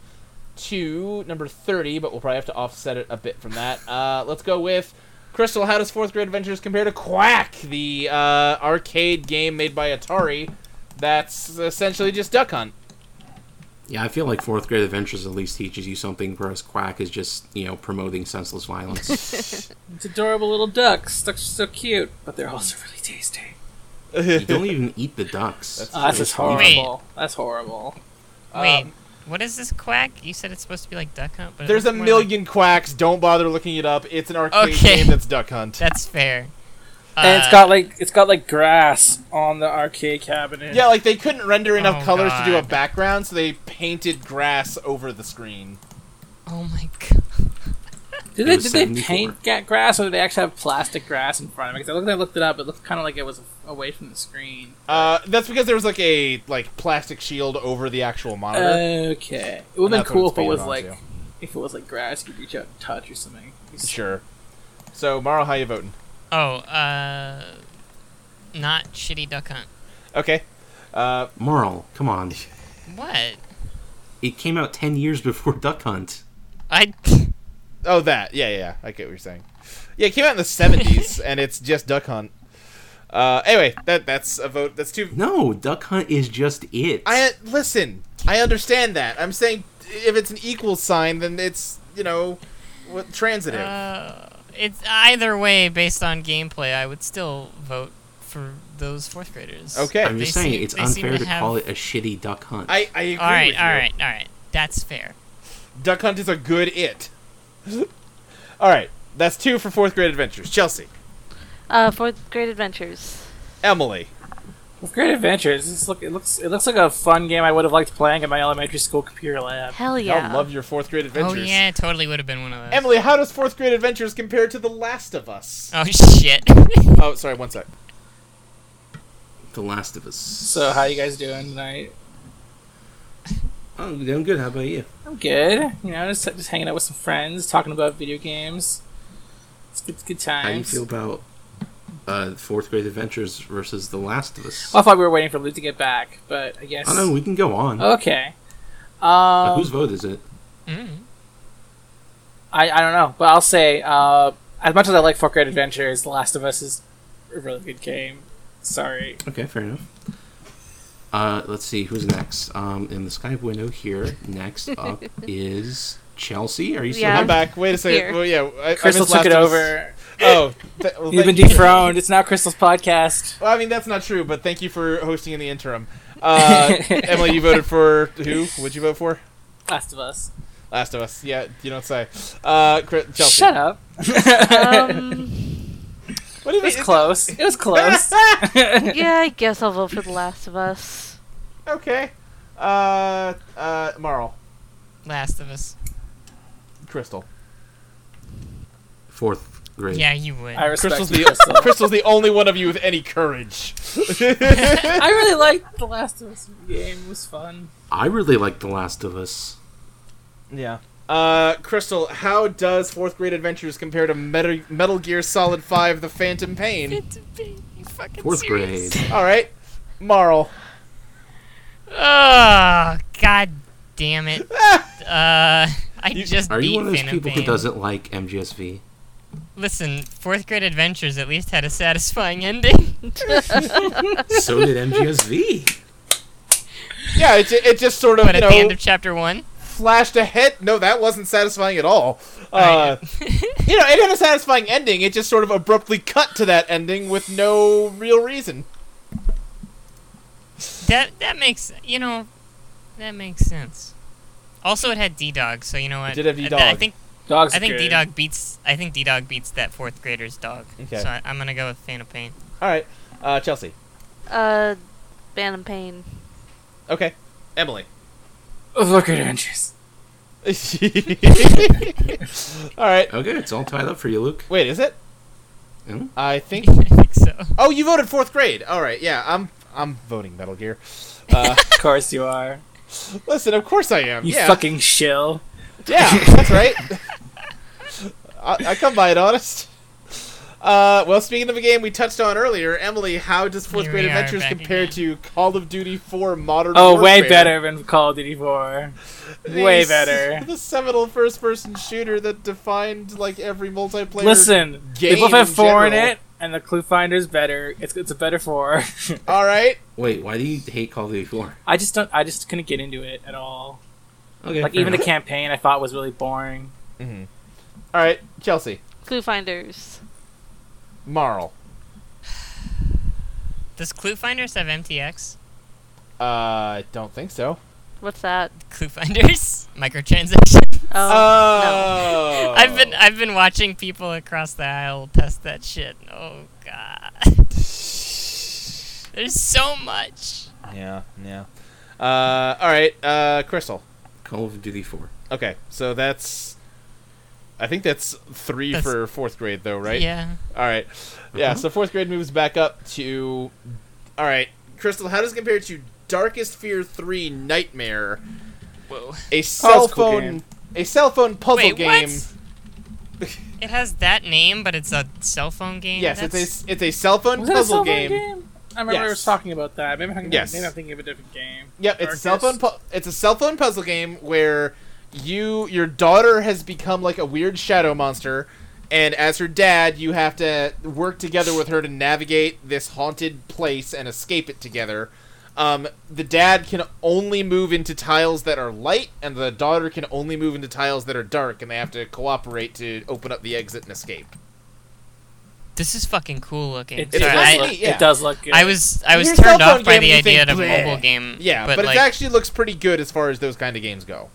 S2: to number thirty, but we'll probably have to offset it a bit from that. Uh, let's go with. Crystal, how does fourth grade adventures compare to Quack, the uh, arcade game made by Atari? That's essentially just Duck Hunt.
S6: Yeah, I feel like fourth grade adventures at least teaches you something, whereas quack is just you know promoting
S2: <laughs>
S6: senseless violence.
S3: It's adorable little ducks. Ducks are so cute, but they're also really tasty.
S6: you don't even eat the ducks.
S3: That's,
S5: Ah,
S3: oh, that's just horrible. That's horrible.
S2: Um,
S5: Wait, what is this quack? You said it's supposed to be like Duck Hunt, but it
S2: There's a
S5: looks more like-
S2: million quacks. Don't bother looking it up. It's an arcade
S5: Okay.
S2: game that's Duck Hunt.
S5: That's fair.
S3: and it's got like it's got like grass on the arcade cabinet.
S2: yeah, like they couldn't render enough
S3: Oh,
S2: colors to do a
S3: God.
S2: background, so they painted grass over the screen.
S5: Oh my <laughs>
S3: did
S2: It
S3: they,
S2: was
S3: did they
S2: 74.
S3: paint ga- grass or did they actually have plastic grass in front of it? Because I looked I looked it up. It looked kind of like it was away from the screen.
S2: Uh, that's because there was like a like plastic shield over the actual monitor.
S5: Uh,
S3: Okay, it would
S2: And
S3: have
S2: that's what
S3: been cool
S2: it's
S3: if it was
S2: painted
S3: like
S2: onto.
S3: if it was like grass, you could reach out and touch or something.
S2: Sure. So, Maro, how you voting?
S5: Oh, uh, not shitty Duck Hunt.
S2: Okay. Uh,
S6: Moral, come
S2: <laughs>
S6: on.
S5: What?
S6: It came out ten years before Duck Hunt.
S5: I.
S2: Oh, that. Yeah, yeah, yeah. I get what you're saying. Yeah, it came
S5: <laughs>
S2: out in the '70s, and it's just Duck Hunt. Uh, anyway, that that's a vote. That's two.
S6: No, Duck Hunt is just it.
S2: I uh, listen. I understand that. I'm saying if it's an equal sign, then it's you know w- transitive.
S5: Uh, it's either way based on gameplay. I would still vote for those fourth graders.
S6: I'm just
S5: They
S6: saying
S5: seem-
S6: it's
S5: they seem
S6: unfair to,
S5: have-
S6: call it a shitty Duck Hunt.
S2: I I agree
S5: All right,
S2: with you.
S5: all right, all right. That's fair.
S2: Duck Hunt is a good it. <laughs> all right, that's two for fourth grade adventures. Chelsea,
S4: Uh, fourth grade adventures.
S2: Emily.
S3: Great Adventures. This look, it looks it looks like a fun game I would have liked playing in my elementary school computer lab.
S4: Hell
S2: I love your fourth grade adventures.
S5: Oh yeah, it totally would have been one of those.
S2: Emily, how does fourth grade adventures compare to The Last of Us?
S5: Oh shit. <laughs>
S2: oh, sorry. One sec.
S6: The Last of Us.
S3: So how you guys doing tonight?
S6: I'm Oh, doing good. How about you?
S3: I'm good. You know, just just hanging out with some friends, talking about video games. It's good, good times.
S6: How do you feel about uh, fourth grade adventures versus The Last of Us?
S3: Well,
S5: Oh,
S3: I thought we were waiting for Lou to get back, but I guess.
S6: I don't know. We can go on.
S5: oh,
S3: Okay. Um,
S6: Uh, whose vote is it?
S5: Mm-hmm.
S3: I, I don't know, but I'll say uh, as much as I like Fourth Grade Adventures, The Last of Us is a really good game. Sorry.
S6: Okay, fair enough. Uh, let's see who's next. Um, in the Skype window here. Next up is Chelsea. Are you still
S2: Yeah.
S6: there?
S2: I'm back. Wait a second. Well, yeah, I- I
S3: Crystal
S2: missed
S3: took
S2: last
S3: it
S2: time.
S3: over. <laughs>
S2: Oh, th- well,
S3: You've been
S2: thank you.
S3: dethroned. It's now Crystal's podcast.
S2: Well, I mean that's not true, but thank you for hosting in the interim.
S3: <laughs>
S2: Uh, Emily, you voted for who? Would you vote for?
S3: Last of Us.
S2: Last of Us. Yeah, you don't say. Uh, Chris, Chelsea.
S3: Shut up. <laughs>
S4: Um,
S2: What do you
S3: it was
S2: mean?
S3: close. It
S2: <laughs>
S3: was close.
S4: <laughs> yeah, I guess I'll vote for The Last of Us.
S2: Okay. Uh, uh, Marl,
S5: Last of Us.
S2: Crystal.
S6: Fourth grade.
S5: Yeah, you would.
S3: I respect
S2: Crystal's
S3: you,
S2: the
S3: Crystal.
S2: Crystal's the only one of you with any
S3: <laughs>
S2: courage. <laughs>
S3: I really liked the Last of Us game. It was fun.
S6: I really like The Last of Us.
S2: Yeah. Uh, Crystal, how does fourth grade adventures compare to Metal, Metal Gear Solid Five: The Phantom Pain?
S6: Fourth grade.
S2: <laughs> All right, Marl.
S5: Oh, god damn it.
S2: <laughs>
S5: uh, I just
S6: Are
S5: beat
S6: you one of those
S5: Phantom
S6: people
S5: Pain.
S6: who doesn't like MGSV?
S5: Listen, fourth grade adventures at least had a satisfying
S2: <laughs>
S5: ending.
S6: So did MGSV.
S2: Yeah, it, ju- it just sort of
S5: But
S2: you
S5: at
S2: know
S5: the end of chapter one,
S2: flashed ahead. No, that wasn't satisfying at all. Uh, <laughs> you know, it had a satisfying ending. It just sort of abruptly cut to that ending with no real reason.
S5: that that makes you know, that makes sense. Also, it had D Dog, so you know what?
S2: did have
S5: I-
S2: D-Dog.
S5: I think
S3: Dogs.
S5: I think D
S3: good.
S5: Dog beats I think D Dog beats that fourth grader's dog.
S2: Okay.
S5: So I, I'm gonna go with Phantom Pain. <laughs>
S2: All right, uh, Chelsea.
S4: Uh, Phantom Pain.
S2: Okay, Emily. <laughs>
S3: Look at Andrews.
S2: all right.
S6: Okay, Oh, it's all tied up for you, Luke.
S2: Wait, is it?
S6: Hmm?
S2: I think.
S5: I think so.
S2: Oh, you voted fourth grade. All right. Yeah, I'm. I'm voting Metal Gear. Uh,
S3: Of course you are.
S2: listen, of course I am.
S3: You
S2: yeah.
S3: fucking shill.
S2: Yeah,
S3: <laughs>
S2: that's right. I, I come by it honest. Uh, well, speaking of a game we touched on earlier, Emily, how does fourth
S5: Here
S2: grade
S5: we are,
S2: adventures
S5: back
S2: compare
S5: again.
S2: to Call of Duty 4 Modern
S3: Oh, way
S2: Warfare?
S3: better than Call of Duty 4.
S2: The
S3: way
S2: s-
S3: better.
S2: The seminal first-person shooter that defined like every multiplayer.
S3: Listen,
S2: game
S3: they both have
S2: in
S3: four in
S2: general.
S3: it, and the Clue Finder's better. It's it's a better four. <laughs>
S2: All right.
S6: Wait, why do you hate Call of Duty 4?
S3: I just don't. I just couldn't get into it at all.
S6: Okay,
S3: Like
S6: fair
S3: even the
S6: enough.
S3: campaign, I thought was really boring.
S2: Mm-hmm. All right, Chelsea,
S4: Clue Finders.
S2: Marl.
S5: Does Clue Finders have MTX?
S2: Uh, I don't think so.
S4: What's that?
S5: Clue Finders <laughs> microtransaction.
S4: Oh,
S2: Oh.
S5: I've been I've been watching people across the aisle test that shit. Oh god. <laughs> There's so much.
S2: Yeah, yeah. Uh, all right, uh, Crystal.
S6: Call of Duty 4.
S2: Okay, so that's. I think that's three
S5: That's-
S2: for fourth grade, though, right?
S5: Yeah.
S2: All right. Yeah. So fourth grade moves back up to. All right, Crystal. How does it compare to Darkest Fear Three Nightmare?
S5: Whoa.
S2: A cell
S3: cool
S2: phone.
S3: game.
S2: A cell phone puzzle
S5: Wait,
S2: game.
S5: what? it has that name, but it's a cell phone game.
S2: Yes, it's a
S5: That's-
S2: s- it's a cell phone
S5: <laughs>
S3: Was it a
S2: puzzle
S3: cell phone
S2: game.
S3: I remember
S2: Yes.
S3: us talking about that. Maybe I'm, thinking-
S2: Yes.
S3: maybe I'm thinking of a different game.
S2: Yep, it's
S3: Or
S2: a cell
S3: just-
S2: phone. Pu- it's a cell phone puzzle game where you your daughter has become like a weird shadow monster, and as her dad, you have to work together with her to navigate this haunted place and escape it together. Um, the dad can only move into tiles that are light, and the daughter can only move into tiles that are dark, and they have to cooperate to open up the exit and escape.
S5: This is fucking cool looking.
S3: It,
S5: Sorry,
S3: does
S2: does
S5: I,
S3: look,
S2: look- yeah.
S3: it does look good.
S5: I was I was
S2: Your cell
S5: turned
S2: phone
S5: off by
S2: game,
S5: the
S2: you think,
S5: idea of a
S2: "Bleh."
S5: mobile game.
S2: Yeah, but,
S5: like,
S2: it actually looks pretty good as far as those kind of games go.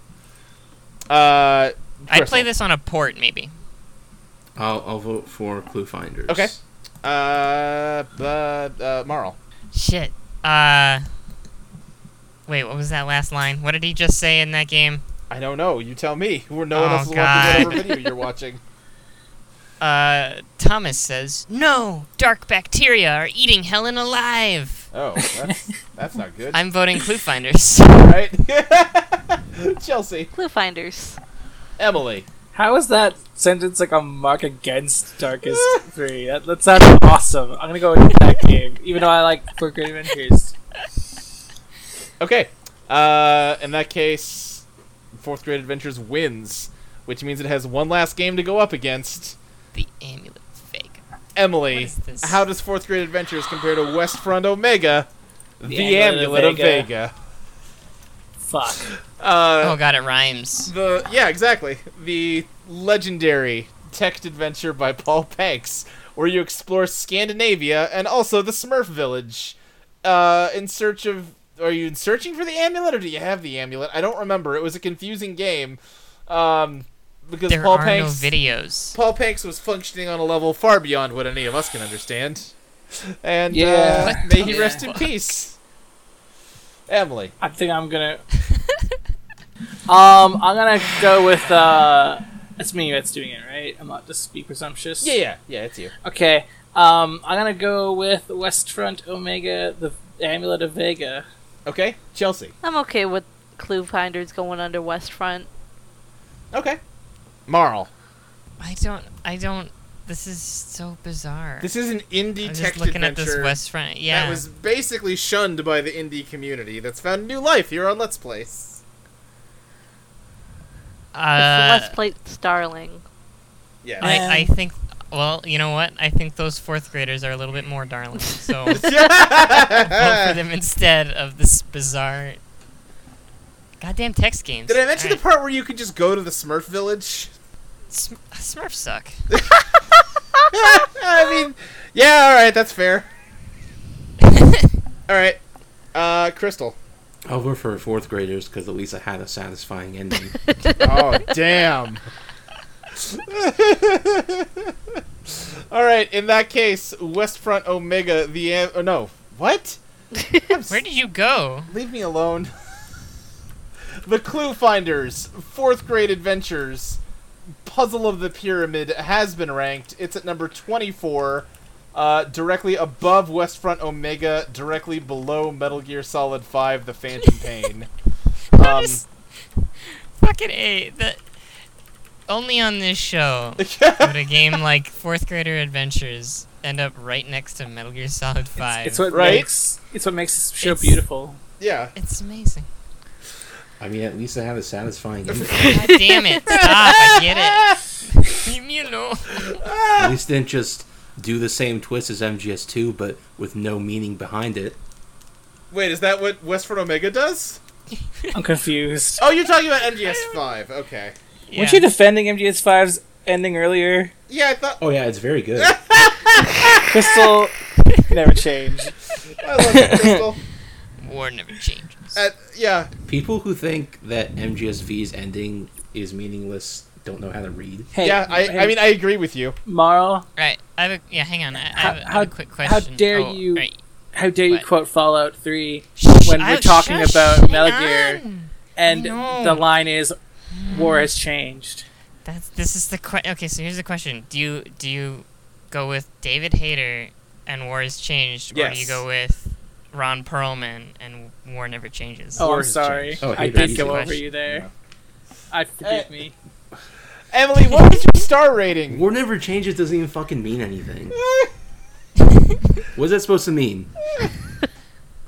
S2: Uh,
S5: I'd play
S2: Crystal.
S5: this on a port maybe.
S6: I'll, I'll vote for Clue Finders.
S2: Okay. Uh, uh, uh Marl.
S5: Shit. Uh. Wait, what was that last line? What did he just say in that game?
S2: I don't know. You tell me. We're no one
S5: Oh,
S2: else is watching
S5: God.
S2: whatever video you're watching.
S5: Uh, Thomas says, "No, dark bacteria are eating Helen alive."
S2: <laughs> Oh, that's that's not
S5: <laughs>
S2: good.
S5: I'm voting
S2: <laughs>
S5: Clue Finders.
S2: right? <laughs> Chelsea,
S4: Clue Finders.
S2: Emily.
S3: How is that sentence like a mark
S2: <laughs>
S3: against Darkest Three? That, that sounds awesome. I'm gonna go with that game, even though I like Fourth Grade Adventures.
S2: Okay. Uh, in that case, fourth grade adventures wins, which means it has one last game to go up against.
S5: the amulet fake.
S2: Emily,
S5: What is this?
S2: how does fourth grade adventures compare to West Front Omega? The, Amulet of Vega.
S3: Fuck.
S2: Uh,
S5: oh god, it rhymes.
S2: The yeah, exactly. The legendary text adventure by Paul Banks, where you explore Scandinavia and also the Smurf village, uh, in search of. Are you searching for the amulet, or do you have the amulet? I don't remember. It was a confusing game, um, because
S5: There
S2: Paul
S5: are no
S2: Panks
S5: videos.
S2: Paul Panks was functioning on a level far beyond what any of us can understand, and
S3: Yeah.
S2: uh,
S3: What
S2: may
S3: the
S2: he rest in
S3: fuck?
S2: peace. Emily,
S3: I think I'm gonna. <laughs> um, I'm gonna go with uh, it's me that's doing it, right? I'm not just be presumptuous.
S2: Yeah, yeah, yeah. It's you.
S3: Okay. Um, I'm gonna go with West Front Omega, the Amulet of Vega.
S2: Okay, Chelsea.
S4: I'm okay with clue finders going under West Front.
S2: Okay. Marl.
S5: I don't. I don't. This is so bizarre.
S2: This is an indie
S5: I'm
S2: text
S5: just looking at
S2: adventure
S5: this West Front. Yeah.
S2: that was basically shunned by the indie community. That's found new life here on Let's Place.
S5: Uh,
S4: West Plate Starling.
S2: Yeah. <laughs>
S5: I, I think. Well, you know what? I think those fourth graders are a little bit more darling. So
S2: <laughs>
S5: vote for them instead of this bizarre, goddamn text games.
S2: Did I mention
S5: All
S2: the part where you could just go to the Smurf Village? <laughs>
S5: right. Sm- Smurfs suck?
S2: I mean, yeah, all right, that's fair. all right, uh, Crystal.
S6: I'll vote for fourth graders because at least I had a satisfying ending.
S2: Oh damn! <laughs> all right, in that case, West Front Omega. The am- oh, no,
S5: <laughs>
S2: what?
S5: Where did you go?
S2: Leave me alone. the Clue Finders, fourth grade adventures, Puzzle of the Pyramid has been ranked. It's at number 24, uh, directly above West Front Omega, directly below Metal Gear Solid 5 The Phantom Pain. <laughs> Um,
S5: <laughs> Fucking a. The only on this show would a game like Fourth Grader Adventures end up right next to Metal Gear Solid Five.
S3: It's what
S2: Right?
S3: makes it's what makes this show
S5: It's-
S3: beautiful.
S2: yeah.
S5: It's amazing.
S6: I mean, at least I had a satisfying ending.
S5: God damn it! Stop! I get
S3: <laughs>
S5: it. Leave me alone.
S6: at least it didn't just do the same twist as MGS2, but with no meaning behind it.
S2: Wait, is that what West Front Omega does?
S3: I'm confused.
S2: Oh, you're talking about MGS5. Okay.
S5: <laughs> Yeah.
S3: Weren't you defending MGS5's ending earlier?
S2: Yeah, I thought.
S6: Oh yeah, it's very good.
S2: <laughs>
S3: Crystal never changed.
S2: I love you, Crystal.
S5: War never changes.
S2: Uh, yeah.
S6: <laughs> People who think that MGSV's ending is meaningless don't know how to read.
S3: Hey,
S2: yeah, I,
S3: hey,
S2: I mean, I agree with you.
S3: Marl,
S5: Right. I have a, yeah. Hang on. I, I,
S3: How-
S5: have, a- I have
S3: how-
S5: a quick
S3: how
S5: question.
S3: dare
S5: Oh,
S3: you-
S5: Right.
S3: how dare you
S5: What?
S3: quote Fallout Three
S5: Shh,
S3: when
S5: oh,
S3: we're talking
S5: shush,
S3: about
S5: hang
S3: Metal Gear,
S5: on.
S3: and
S5: know.
S3: the line is, "War has changed."
S5: That's this is the question. Okay, so here's the question: Do you do you go with David Hayter and War has changed, or do
S2: Yes.
S5: you go with Ron Perlman and War never changes?
S3: Oh,
S2: War
S3: I'm
S2: has
S3: sorry,
S2: changed.
S6: Oh,
S3: I
S6: hey,
S3: did
S6: easy
S3: go over
S5: question.
S3: you there. I forgive me.
S5: Uh,
S2: Emily, what was your star rating?
S6: War never changes doesn't even fucking mean anything. What's that supposed to mean?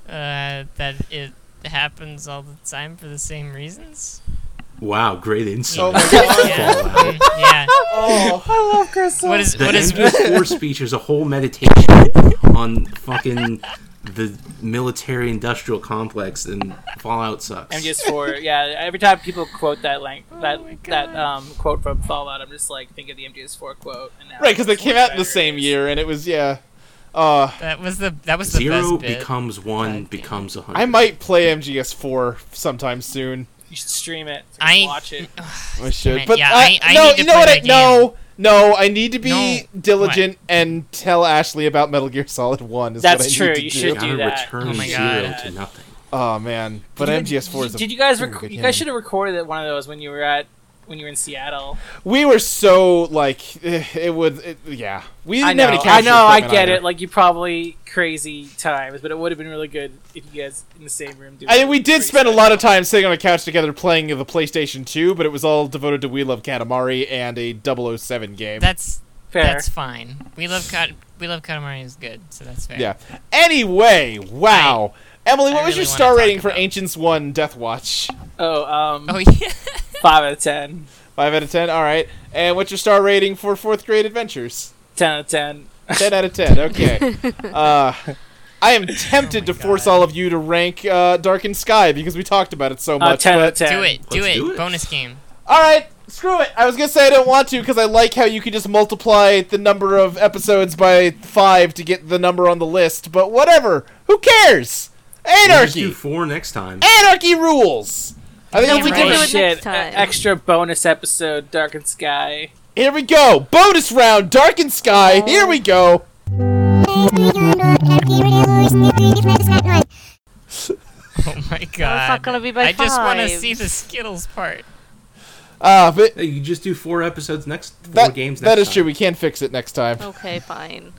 S5: Uh, that it happens all the time for the same reasons.
S6: Wow, great
S2: Oh
S6: insight.
S2: my god.
S5: Yeah. Mm, yeah.
S2: Oh.
S5: What is
S6: <laughs> The
S5: what is
S6: MGS4 speech is a whole meditation on fucking the military industrial complex and Fallout sucks.
S3: I'm just
S5: <laughs>
S3: for yeah. Every time people quote that lang-
S5: Oh
S3: that that um quote from Fallout, I'm just like think of the MGS4 quote. And now
S2: Right, because they
S3: it's
S2: came
S3: much
S2: out in the
S3: better.
S2: same year, and it was yeah. Uh,
S5: that was the that was the
S6: Zero
S5: best bit.
S6: becomes one
S5: God damn.
S6: becomes a hundred.
S2: I might play MGS4 sometime soon.
S3: You should stream it. so
S5: I-
S3: I watch it.
S2: I should,
S5: Damn it,
S2: but
S5: yeah,
S2: I,
S5: I- I
S2: no,
S5: need to
S2: you know
S5: play
S2: what? I,
S5: that
S2: no, no, I need to be
S5: No,
S2: diligent and tell Ashley about Metal Gear Solid One. Is
S3: That's
S2: what I
S3: true,
S2: Need to
S3: you
S2: do.
S3: should
S6: gotta
S3: do that.
S6: return
S5: Oh my
S6: zero
S5: God.
S6: to nothing.
S2: Oh man, but MGS4 is. A,
S3: Did you guys?
S2: pretty
S3: Rec-
S2: good
S3: you guys
S2: game.
S3: should have recorded it- one of those when you were at when you were in Seattle.
S2: We were so like eh, it would. It, yeah, we didn't
S3: I know.
S2: have any.
S3: I
S2: capture
S3: know. I
S2: equipment
S3: get
S2: either.
S3: it. Like you probably crazy times, but it would have been really good if you guys in the same room. Doing
S2: I mean, we did
S3: crazy
S2: spend a
S3: stuff.
S2: lot of time sitting on a couch together playing the PlayStation 2, but it was all devoted to We Love Katamari and a 007 game.
S5: That's
S3: Fair.
S5: that's fine. We love Kat- we love Katamari is good, so that's fair.
S2: yeah. Anyway, wow. Emily, what
S5: I
S2: was your
S5: really wanna
S2: star
S5: talk
S2: rating for
S5: about-
S2: Ancients 1 Death Watch?
S3: oh, um,
S5: Oh <laughs> yeah.
S3: five out of ten.
S2: 5 out of 10, alright. And what's your star rating for 4th Grade Adventures?
S5: <laughs>
S3: Ten out of ten.
S2: 10 out of 10, okay. uh, I
S5: Oh
S2: am tempted to force all of you to rank uh, Darkened Sky because we talked about it so
S5: Uh,
S2: much.
S5: 10 out
S2: but
S5: of 10. Do it, do Let's it. do it. Bonus game.
S2: All right, screw it. I was gonna say I don't want to because I like how you can just multiply the number of episodes by five to get the number on the list. But whatever. Who cares?
S6: We'll just do
S2: Anarchy.
S6: four next time.
S2: Anarchy rules. I think
S3: No,
S2: if we
S3: we
S2: do
S3: do
S2: it-
S3: it next time. Oh, Uh, Extra bonus episode, Darkened Sky.
S2: Here we go. Bonus round. Darkened Sky. Here we go.
S5: Oh my god.
S4: not gonna be by
S5: I just want to
S4: five.
S5: see the Skittles part.
S2: Ah, but
S6: Hey, you just do four episodes next, four
S2: that,
S6: games next
S2: that is
S6: time.
S2: true. We can fix it next time. <laughs>
S4: Okay, fine.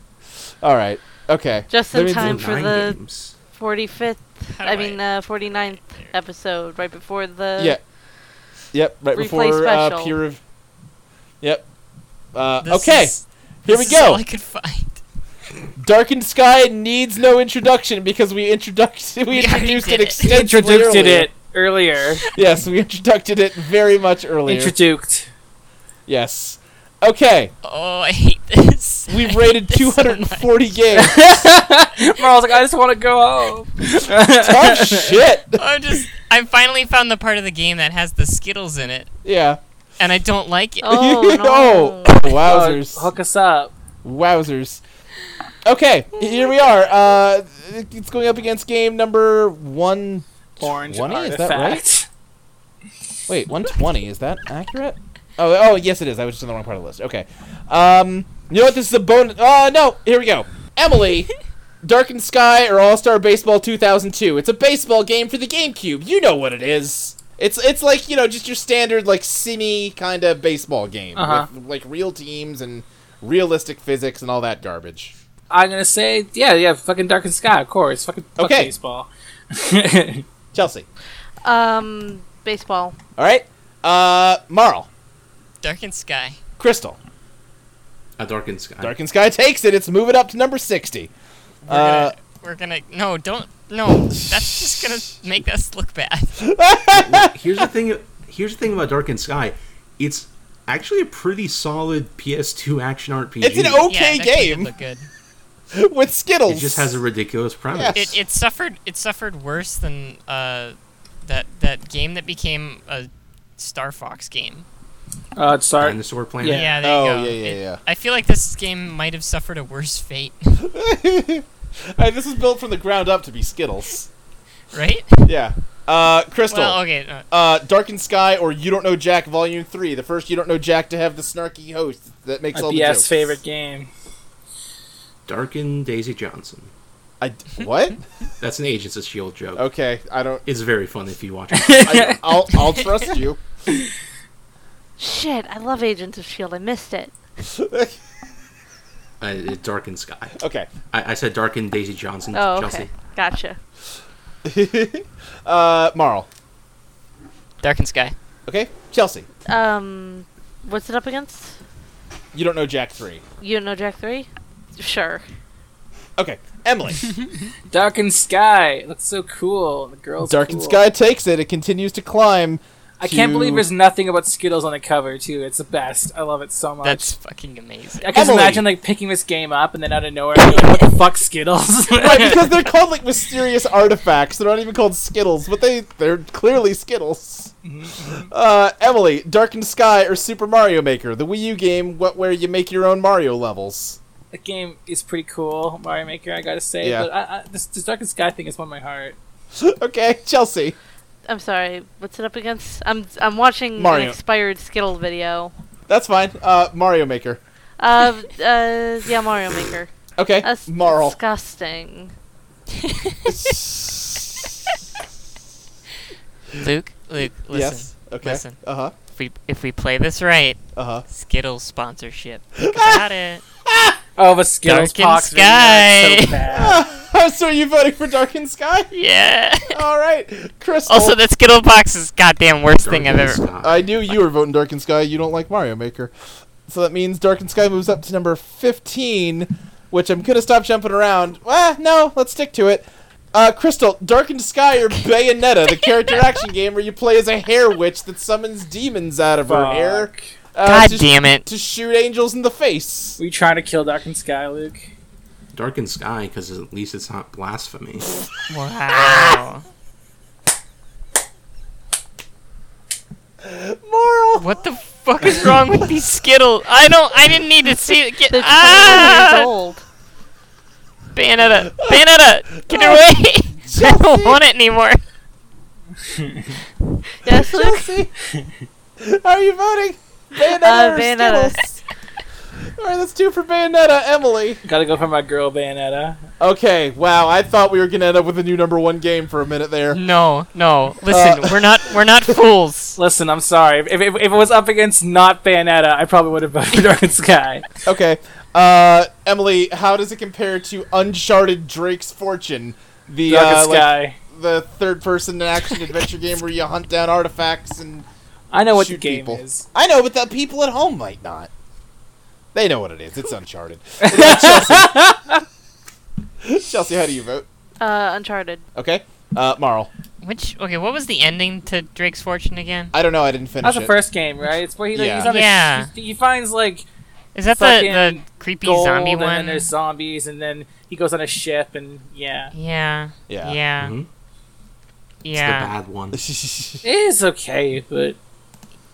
S2: All right. Okay.
S4: Just
S2: Let
S4: in
S2: me-
S4: time for the
S6: games.
S4: 45th, I mean, uh, 49th episode, right before the.
S2: Yeah. Yep. Right
S4: Uh, Replay
S2: before uh,
S4: special.
S2: peer rev- Yep. Uh,
S5: This
S2: okay.
S5: is-
S2: Here
S5: this
S2: we
S5: Is
S2: go.
S5: all I could find.
S2: Darkened Sky needs no introduction because we introduced <laughs> we introduced it extensively.
S3: Introduced
S2: earlier.
S3: it earlier.
S2: Yes, we introduced it very much earlier.
S3: Introduced. <laughs>
S2: Yes. Okay.
S5: Oh, I hate this. <laughs>
S2: We've rated 240 games.
S3: Marl's like, I just want to go home. <laughs>
S2: <laughs> Tough shit.
S5: I'm just. I finally found the part of the game that has the Skittles in it,
S2: Yeah.
S5: and I don't like it.
S2: <laughs> oh, wowzers.
S3: hook us up.
S2: Wowzers. Okay, here we are. Uh, it- it's going up against game number one.
S3: Orange
S2: is that right?
S3: artifact.
S2: Wait, one twenty is that accurate? Oh, oh yes, it is. I was just on the wrong part of the list. Okay. Um, you know what? This is a bonus. Oh no! Here we go. Emily, Darkened Sky, or All Star Baseball 2002. It's a baseball game for the GameCube. You know what it is. It's it's like you know just your standard like simi kind of baseball game
S3: Uh-huh.
S2: with like real teams and realistic physics and all that garbage.
S3: I'm gonna say, yeah, yeah, fucking Dark and Sky, of course. Fucking fuck
S2: Okay.
S3: baseball. <laughs> Uh,
S2: Chelsea.
S4: Um, baseball.
S2: All right. Uh, Marl,
S5: Darkened Sky.
S2: Crystal,
S6: A Darkened Uh, Sky.
S2: Darkened Sky takes it. It's moving up to number sixty.
S5: We're
S2: Uh,
S5: gonna. We're gonna. No, don't. No, that's just gonna make us look bad.
S6: Look, here's the thing. Here's the thing about Darkened Sky. It's actually a pretty solid PS2 action RPG.
S2: It's an <laughs> okay
S5: yeah, it actually did
S2: game
S5: Look
S2: <laughs>
S5: good.
S2: with Skittles.
S6: It just has a ridiculous premise.
S5: It, it suffered. It suffered worse than uh, that that game that became a Star Fox game.
S3: Uh, sorry.
S6: Dinosaur Planet.
S5: Yeah,
S3: Yeah.
S5: there
S2: Oh,
S5: you go.
S2: yeah, yeah, yeah.
S5: I feel like this game might have suffered a worse fate, <laughs>
S2: All right, this is built from the ground up to be Skittles.
S5: right?
S2: Yeah. Uh, Crystal.
S5: Well, okay. No,
S2: Uh, Darkened Sky or You Don't Know Jack Volume 3, the first You Don't Know Jack to have the snarky host that makes
S3: My
S2: all the jokes.
S3: BS favorite game.
S6: Darkened Daisy Johnson.
S2: <laughs> I d-
S3: <laughs>
S2: what?
S6: That's an Agents of Shield E joke.
S2: Okay, I don't.
S6: It's very fun if you watch
S2: <laughs>
S6: it.
S2: I, I'll, I'll trust you. <laughs>
S4: Shit, I love Agents of S.H.I.E.L.D. I missed it.
S6: uh, it- Darkened Sky.
S2: Okay.
S6: I, I said Darkened Daisy Johnson.
S4: Oh, okay.
S6: Chelsea.
S4: Gotcha.
S2: Uh, Marl.
S5: Darkened Sky.
S2: Okay? Chelsea.
S4: Um, what's it up against?
S2: You Don't Know Jack 3.
S4: You know Jack 3? Sure.
S2: Okay.
S3: <laughs>
S2: Emily.
S3: Dark and Sky. It looks so cool. The girls.
S2: Darkened
S3: cool.
S2: Sky takes it. It continues to climb.
S3: I can't
S2: to-
S3: believe there's nothing about Skittles on the cover too. It's the best. I love it so much.
S5: That's fucking amazing.
S3: I can just
S2: Emily.
S3: imagine like picking this game up and then out of nowhere, you're like, what the fuck, Skittles? <laughs>
S2: Right, because they're called like mysterious artifacts. They're not even called Skittles, but they they're clearly Skittles. Uh, Emily, Darkened Sky or Super Mario Maker, the Wii U game, what where you make your own Mario levels.
S3: that game is pretty cool, Mario Maker. I gotta say,
S2: Yeah.
S3: but I, I, this, this Dark and Sky thing has won my heart.
S2: okay, Chelsea.
S4: I'm sorry. What's it up against? I'm I'm watching
S2: Mario.
S4: an expired Skittle video.
S2: That's fine. Uh, Mario Maker.
S4: Uh, uh, yeah, Mario Maker.
S2: Okay, <laughs>
S4: That's <laughs>
S2: Marl.
S4: disgusting.
S5: Luke, Luke, listen.
S2: yes. Okay.
S5: Listen.
S2: Uh huh.
S5: If we if we play this right,
S2: Uh huh.
S5: Skittles sponsorship.
S2: <laughs>
S5: Got it.
S3: Oh, the Skittles
S5: Darkened
S3: Pox video,
S5: Sky.
S3: that's so bad.
S2: Oh, <laughs> so are you voting for Darkened Sky?
S5: Yeah. <laughs>
S2: All right, Crystal.
S5: Also, that Skittle box is goddamn worst thing I've
S6: Darkened
S5: ever.
S6: Sky.
S2: I knew you were voting Darkened Sky. You don't like Mario Maker. So that means Darkened Sky moves up to number 15, which I'm going to stop jumping around. Ah, no, let's stick to it. Uh, Crystal, Darkened Sky or Bayonetta, the
S5: <laughs>
S2: character action game where you play as a hair witch that summons demons out of her hair.
S3: Fuck.
S2: Uh,
S5: God
S2: to,
S5: damn it.
S2: To shoot angels in the face.
S3: <laughs> Were you trying to kill Dark and Sky, Luke?
S6: Darkened Sky because at least it's not blasphemy.
S5: <laughs> Wow.
S2: Moral.
S5: What the fuck is wrong with these Skittles? I don't. I didn't need to see it. Get,
S4: They're 21
S5: ah!
S4: years old.
S5: Bayonetta. Bayonetta. Get away. <laughs> I don't want it anymore.
S4: <laughs> Yes, Luke?
S2: Are you voting? Bayonetta
S4: Uh,
S2: or
S4: Bayonetta.
S2: Skittles? All right, let's do for Bayonetta, Emily.
S3: Gotta go for my girl Bayonetta.
S2: Okay, wow. I thought we were gonna end up with a new number one game for a minute
S5: <laughs>
S2: there.
S5: No, no. Listen,
S3: Uh.
S5: we're not.
S3: <laughs>
S5: We're not fools.
S3: Listen, I'm sorry. If, if, if it was up against not Bayonetta, I probably would have voted <laughs> Dark Sky.
S2: Okay, uh, Emily, how does it compare to Uncharted: Drake's Fortune? The
S3: Darkest
S2: uh, like,
S3: Sky.
S2: the third-person action adventure game where you hunt down artifacts and
S3: I know what
S2: shoot
S3: the game
S2: people.
S3: is.
S2: I know, but the people at home might not. They know what it is. It's Uncharted. It's not Chelsea. Chelsea, how do you vote?
S4: Uh, Uncharted. <laughs>
S2: Okay, uh, Marl.
S5: Which okay, what was the ending to Drake's Fortune again?
S2: I don't know. I didn't finish
S3: That's
S2: it.
S3: the first game, right? It's where he like,
S2: Yeah.
S3: he's on a-
S5: Yeah.
S3: he, he finds like
S5: Is that
S3: fucking
S5: the, the creepy
S3: gold,
S5: zombie
S3: and then
S5: one?
S3: there's zombies, and then he goes on a ship, and yeah,
S5: Yeah.
S2: Yeah. <laughs>
S3: <laughs>
S5: Yeah.
S6: Mhm. It's the
S5: Yeah.
S6: bad one.
S3: it is okay, but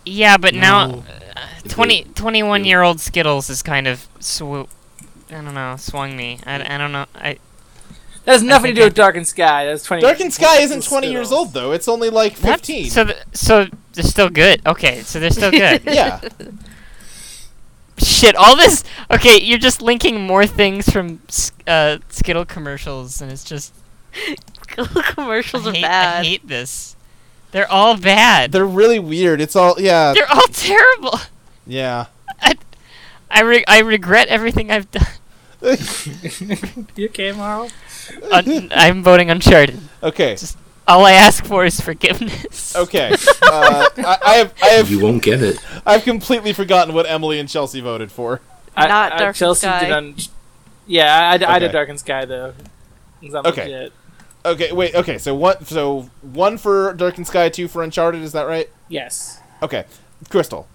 S5: Yeah, but now
S6: No.
S5: uh, 20, 21 year old Skittles is kind of swoop. I don't know, swung me. I, I don't know. I
S3: that has nothing to
S5: think
S3: do
S5: I-
S3: with Dark and Sky. That's twenty.
S2: Darkened Sky isn't 20
S3: Skittles.
S2: years old though. It's only like
S5: what?
S2: 15.
S5: So th- so they're still good. Okay, so they're
S2: <laughs>
S5: still good.
S2: yeah.
S5: Shit, all this. Okay, you're just linking more things from S- uh, Skittle commercials, and it's just
S4: Commercials
S5: I
S4: are
S5: hate, I
S4: bad.
S5: hate this. They're all bad. They're,
S2: They're really weird. It's all yeah.
S5: all terrible.
S2: yeah. <laughs>
S5: I re- I regret everything I've done.
S3: You okay, Marl?
S5: Un- I'm voting Uncharted.
S2: okay.
S5: All I ask for is forgiveness.
S2: Okay. Uh, I, I have I have
S6: You won't get it.
S2: I've completely forgotten what Emily and Chelsea voted for.
S3: I-
S4: Not
S3: I-
S4: Dark and
S3: Chelsea
S4: Sky.
S3: Did on, yeah, I, I, I did
S2: Okay.
S3: Dark and Sky though. 'Cause I'm
S2: Okay.
S3: legit.
S2: Okay, wait. Okay, so what? So one for Dark and Sky, two for Uncharted. Is that right?
S3: Yes.
S2: Okay, Crystal.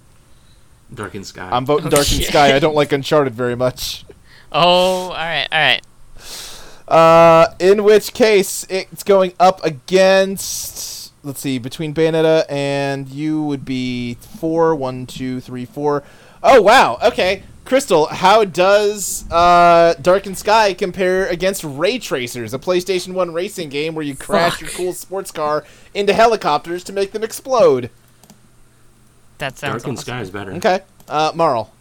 S6: Darkened Sky.
S2: I'm voting Dark and
S5: Okay.
S2: Sky. I don't like Uncharted very much.
S5: Oh, all right, all right.
S2: Uh, in which case, it's going up against. Let's see, between Bayonetta and you would be four, one, two, three, four. Oh wow. Okay, Crystal, how does uh, Dark and Sky compare against Ray Tracers, a PlayStation One racing game where you crash your cool sports car into helicopters to make them explode?
S5: That sounds
S6: Darkened
S5: awesome.
S6: Sky is better.
S2: Okay, uh, Marl.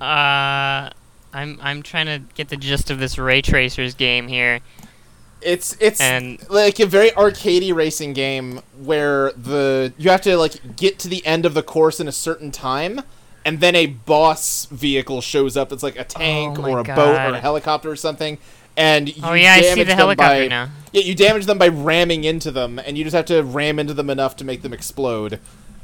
S5: Uh, I'm I'm trying to get the gist of this Ray Tracers game here.
S2: It's it's
S5: And-
S2: like a very arcadey racing game where the you have to like get to the end of the course in a certain time, and then a boss vehicle shows up. It's like a tank
S5: Oh my
S2: or a boat or
S5: God.
S2: a helicopter or something, and you
S5: Oh yeah, I see
S2: damage
S5: the
S2: them
S5: helicopter
S2: by,
S5: now.
S2: Yeah, you damage them by ramming into them, and you just have to ram into them enough to make them explode.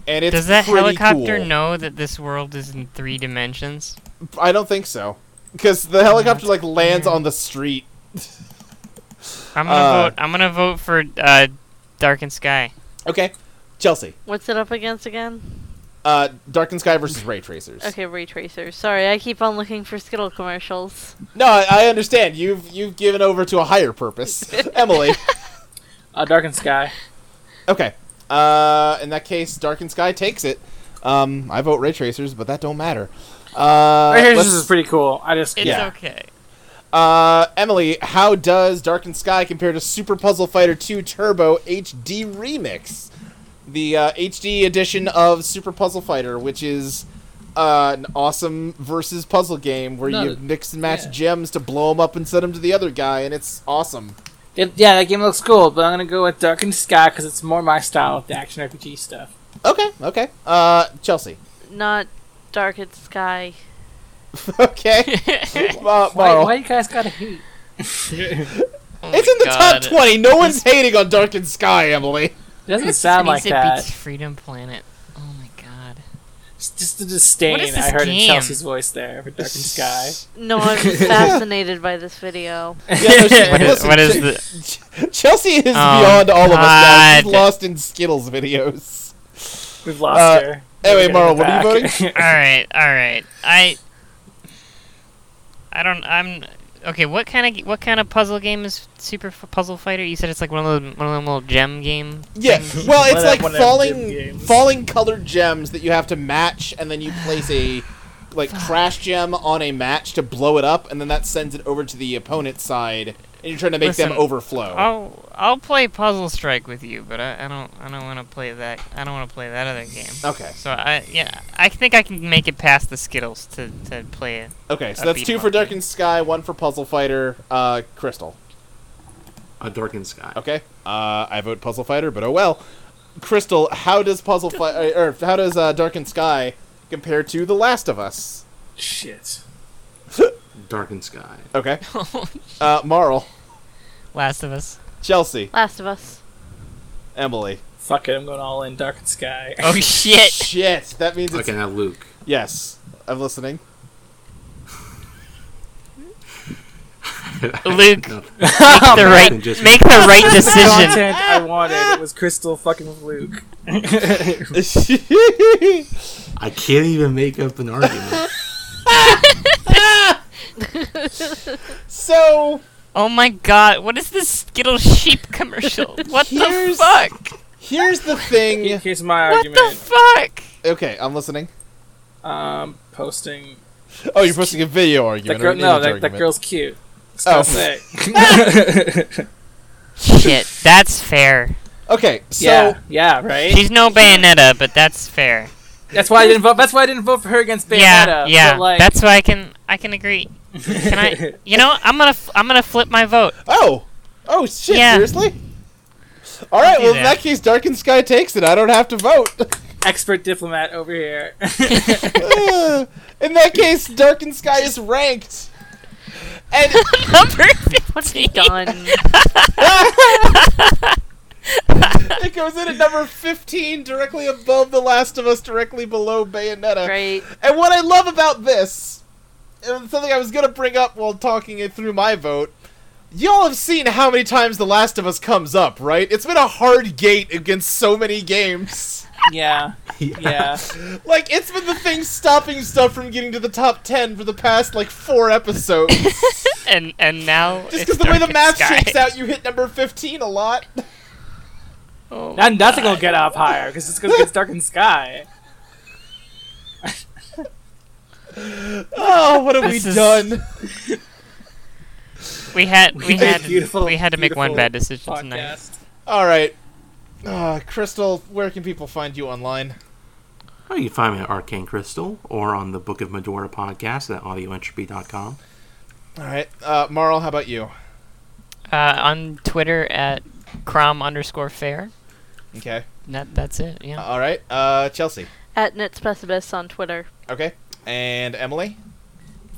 S2: And it's
S5: Does that
S2: pretty
S5: helicopter
S2: cool.
S5: know that this world is in three dimensions?
S2: I don't think so, because the helicopter like lands on the street.
S5: I'm gonna
S2: Uh,
S5: vote. I'm gonna vote for uh, Dark and Sky.
S2: Okay, Chelsea.
S4: What's it up against again?
S2: Uh, Dark and Sky versus Ray Tracers.
S4: Okay, Ray Tracers. Sorry, I keep on looking for Skittle commercials.
S2: No, I I understand. You've you've given over to a higher purpose, Emily.
S3: Uh, Dark and Sky.
S2: Okay. Uh, in that case, Dark and Sky takes it. Um, I vote Ray Tracers, but that don't matter. Uh,
S3: Ray Tracers
S2: let's-
S3: is pretty cool. I just
S5: It's
S2: Yeah. <laughs>
S5: okay. <laughs>
S2: uh, Emily, how does Dark and Sky compare to Super Puzzle Fighter 2 Turbo HD Remix? The uh, HD edition of Super Puzzle Fighter, which is uh, an awesome versus puzzle game where
S3: No,
S2: you mix and match
S3: yeah.
S2: gems to blow them up and send them to the other guy, and it's awesome.
S3: It- yeah, that game looks cool, but I'm gonna go with Dark and Sky because it's more my style, the action RPG stuff.
S2: Okay, okay. Uh, Chelsea.
S12: <laughs>
S4: Not Dark and Sky.
S5: <laughs>
S2: Okay. Uh,
S3: Why,
S2: Marl.
S3: why you guys gotta hate?
S5: Oh
S2: It's
S5: my
S2: in the
S5: God.
S2: top 20. No one's hating on Darkened Sky,
S5: <laughs>
S2: Emily.
S3: It doesn't
S5: It
S3: sound like
S5: means it
S3: that.
S5: beats Freedom Planet. Oh my
S2: <laughs>
S5: god.
S3: It's just the disdain
S5: What is this
S3: I heard in
S5: game?
S3: Chelsea's voice there for Dark and Sky.
S4: No, I'm fascinated by this video.
S2: Yeah, no, she-
S5: What is,
S2: listen,
S5: what is
S2: Ch-
S5: the?
S2: Chelsea is
S5: Oh,
S2: beyond all of us now. She's
S5: God.
S2: lost in Skittles videos.
S3: We've lost
S2: Uh,
S3: her.
S2: anyway,
S3: We're
S2: Marl,
S3: gonna go
S2: what are you
S3: back.
S5: All right, all right. I. I don't. I'm okay. What kind of what kind of puzzle game is Super F- Puzzle Fighter? You said it's like one of those, one of them little gem game. <laughs>
S12: Yeah,
S5: things?
S12: well, it's like falling falling colored gems that you have to match, and then you place a like trash gem on a match to blow it up, and then that sends it over to the opponent's side, and you're trying to make them
S5: Listen,
S12: overflow.
S5: I'll I'll play Puzzle Strike with you, but I, I don't I don't want to play that I don't want to play that other game.
S12: Okay.
S5: So I yeah I think I can make it past the Skittles to, to play it.
S12: okay, so that's two for Dark and Sky, one for Puzzle Fighter, uh, Crystal.
S6: A Dark and Sky.
S12: Okay, uh, I vote Puzzle Fighter, but oh well. Crystal, how does Puzzle Fighter or how does uh, Dark and Sky compare to The Last of Us?
S3: <laughs> Shit.
S6: Dark and Sky.
S12: Okay. uh, Marl.
S5: Last of Us.
S12: Chelsea.
S4: Last of
S5: <laughs>
S4: Us.
S12: Emily.
S3: Fuck it, I'm going all in Dark and Sky.
S12: Oh,
S5: <laughs>
S3: <laughs>
S5: Oh,
S12: Shit. That means it's
S6: Okay, now Luke. <laughs>
S12: yes. I'm listening. <laughs>
S5: Luke, <laughs>
S6: No.
S5: make the right
S6: And just-
S5: make the
S12: <laughs>
S5: right decision.
S3: Content I wanted it was Crystal fucking Luke.
S6: I can't even make up
S5: <laughs>
S6: an argument.
S12: so
S5: Oh my god, what is this Skittle sheep commercial? What the
S12: Here's-
S5: fuck?
S12: here's the thing.
S3: Here's my
S5: What the
S3: argument.
S5: fuck?
S12: Okay, I'm listening.
S3: Um, posting
S12: Oh, you're supposed to get video argument.
S3: that girl.
S12: or an
S3: No,
S12: image
S3: that, that
S12: argument.
S3: girl's cute. That's
S12: Oh.
S3: oh. say.
S5: Shit, that's fair.
S12: Okay, so
S3: <laughs> yeah, yeah, right.
S5: She's no Bayonetta, but that's fair.
S3: That's why I didn't vote. That's why I didn't vote for her against Bayonetta.
S5: Yeah, yeah.
S3: But like,
S5: That's why I can I can agree.
S3: <laughs>
S5: Can I? You know, what? I'm gonna f- I'm gonna flip my vote. <laughs>
S12: oh, oh shit,
S5: Yeah.
S12: seriously. All right,
S5: do
S12: well in
S5: that.
S12: that case, Dark and Sky takes it. I don't have to vote. <laughs>
S3: expert diplomat over here. <laughs>
S12: in that case, Dark and Sky is ranked. And
S5: Number
S4: What's
S5: 15.
S4: done?
S12: it goes in at number 15, directly above The Last of Us, directly below Bayonetta.
S4: Great.
S12: And what I love about this, and something I was gonna bring up while talking it through my vote, y'all have seen how many times The Last of Us comes up, right? It's been a hard gate against so many games.
S3: yeah, yeah.
S12: Like it's been the thing stopping stuff from getting to the top ten for the past like four episodes.
S5: <laughs> and and now
S12: Just
S5: it's
S12: because the way the
S5: Darkest
S12: math
S5: Sky.
S12: shakes out, you hit number fifteen a lot.
S5: Oh
S3: Now nothing will get up higher because it's gonna get dark in sky.
S12: <laughs> Oh, what have
S5: This
S12: we
S5: is-
S12: done?
S5: <laughs> We had we had
S3: Beautiful-
S5: we had to make one
S3: beautiful
S5: bad decision tonight.
S3: Podcast.
S12: All right, uh, Crystal, where can people find you online?
S6: Oh, you can find me at Arcane Crystal or on the Book of Medora podcast at audioentropy.com.
S12: All right, uh, Marl, how about you?
S5: Uh, on Twitter at crom underscore fair.
S12: Okay.
S5: That that's it. Yeah.
S12: All right, uh, Chelsea.
S4: At Nitspecibus on Twitter.
S12: Okay, and Emily.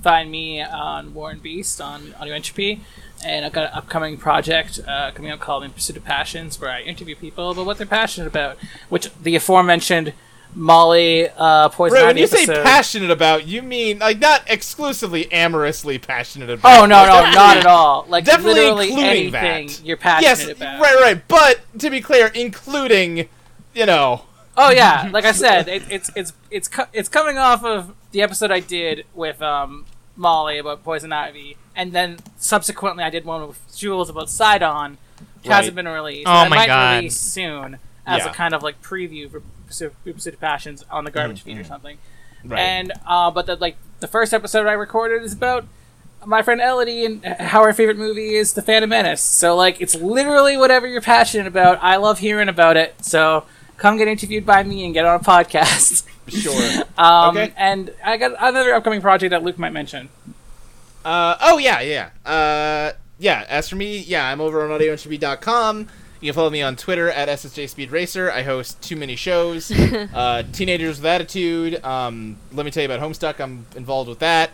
S3: Find me on Warren Beast on Audio Entropy, and I've got an upcoming project uh, coming out called In Pursuit of Passions, where I interview people about what they're passionate about, which the aforementioned Molly uh, Poison
S2: Right, when
S3: Ivy
S2: you say
S3: episode.
S2: passionate about, you mean like not exclusively amorously passionate about.
S3: oh no, no, not at all. Like
S2: Definitely
S3: literally
S2: including
S3: anything
S2: that.
S3: you're passionate
S2: yes,
S3: about.
S2: right, right. But to be clear, including, you know,
S3: Oh yeah,
S5: <laughs>
S3: like I said, it, it's it's it's co- it's coming off of the episode I did with um, Molly about poison ivy, and then subsequently I did one with Jules about Sidon, which hasn't been released.
S5: Oh
S3: and
S5: my
S3: I might
S5: God.
S3: Release soon as
S2: Yeah.
S3: a kind of like preview for Pursuit Pursuit of Passions on the
S5: Mm,
S3: garbage feed or something.
S2: right.
S3: <laughs> And uh, but the, like the first episode I recorded is about my friend Elodie and how her favorite movie is The Phantom Menace. So like it's literally whatever you're passionate about. I love hearing about it. So come get interviewed by me and get on a podcast. <laughs>
S2: sure.
S3: Um,
S2: Okay.
S3: And I got another upcoming project that Luke might mention.
S2: Uh, oh yeah, yeah. Uh, yeah. As for me, yeah, I'm over on audioentropy.com. You can follow me on Twitter at SSJ Speed Racer. I host too many shows. uh, Teenagers with Attitude. Um, let me tell you about Homestuck. I'm involved with that.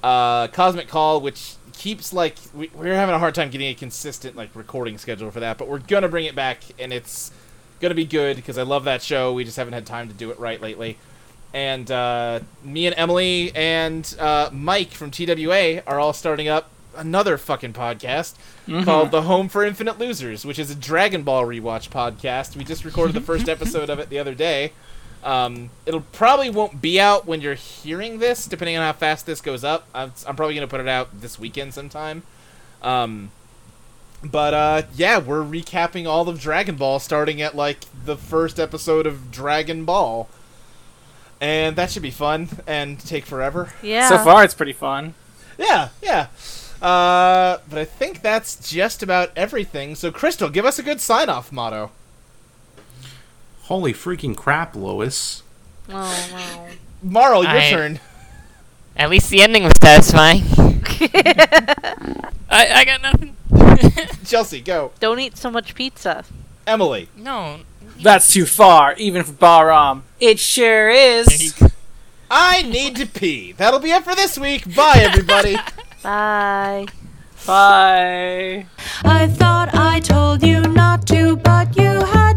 S2: Uh, Cosmic Call, which keeps like we, we're having a hard time getting a consistent like recording schedule for that, but we're gonna bring it back, and it's gonna be good because I love that show. We just haven't had time to do it right lately and uh, me and Emily and uh, Mike from TWA are all starting up another fucking podcast called The Home for Infinite Losers, which is a Dragon Ball rewatch podcast. We just recorded the first episode of it the other day. Um, it'll probably won't be out when you're hearing this, depending on how fast this goes up. I'm, I'm probably gonna put it out this weekend sometime. Um, but uh, yeah, we're recapping all of Dragon Ball, starting at like the first episode of Dragon Ball, and that should be fun and take forever.
S4: Yeah.
S3: So far, it's pretty fun.
S2: Yeah, yeah. Uh, but I think that's just about everything. So, Crystal, give us a good sign off motto.
S6: Holy freaking crap, Lois.
S4: Oh, wow. <laughs>
S2: Marl, your
S5: I-
S2: turn. <laughs>
S5: At least the ending was satisfying. I, I got nothing.
S2: Chelsea, go.
S4: Don't eat so much pizza.
S2: Emily.
S5: No.
S3: That's too far, even for Baram. It sure is.
S2: I need to pee. That'll be it for this week. Bye, everybody.
S4: Bye.
S3: Bye.
S1: I thought I told you not to, but you had.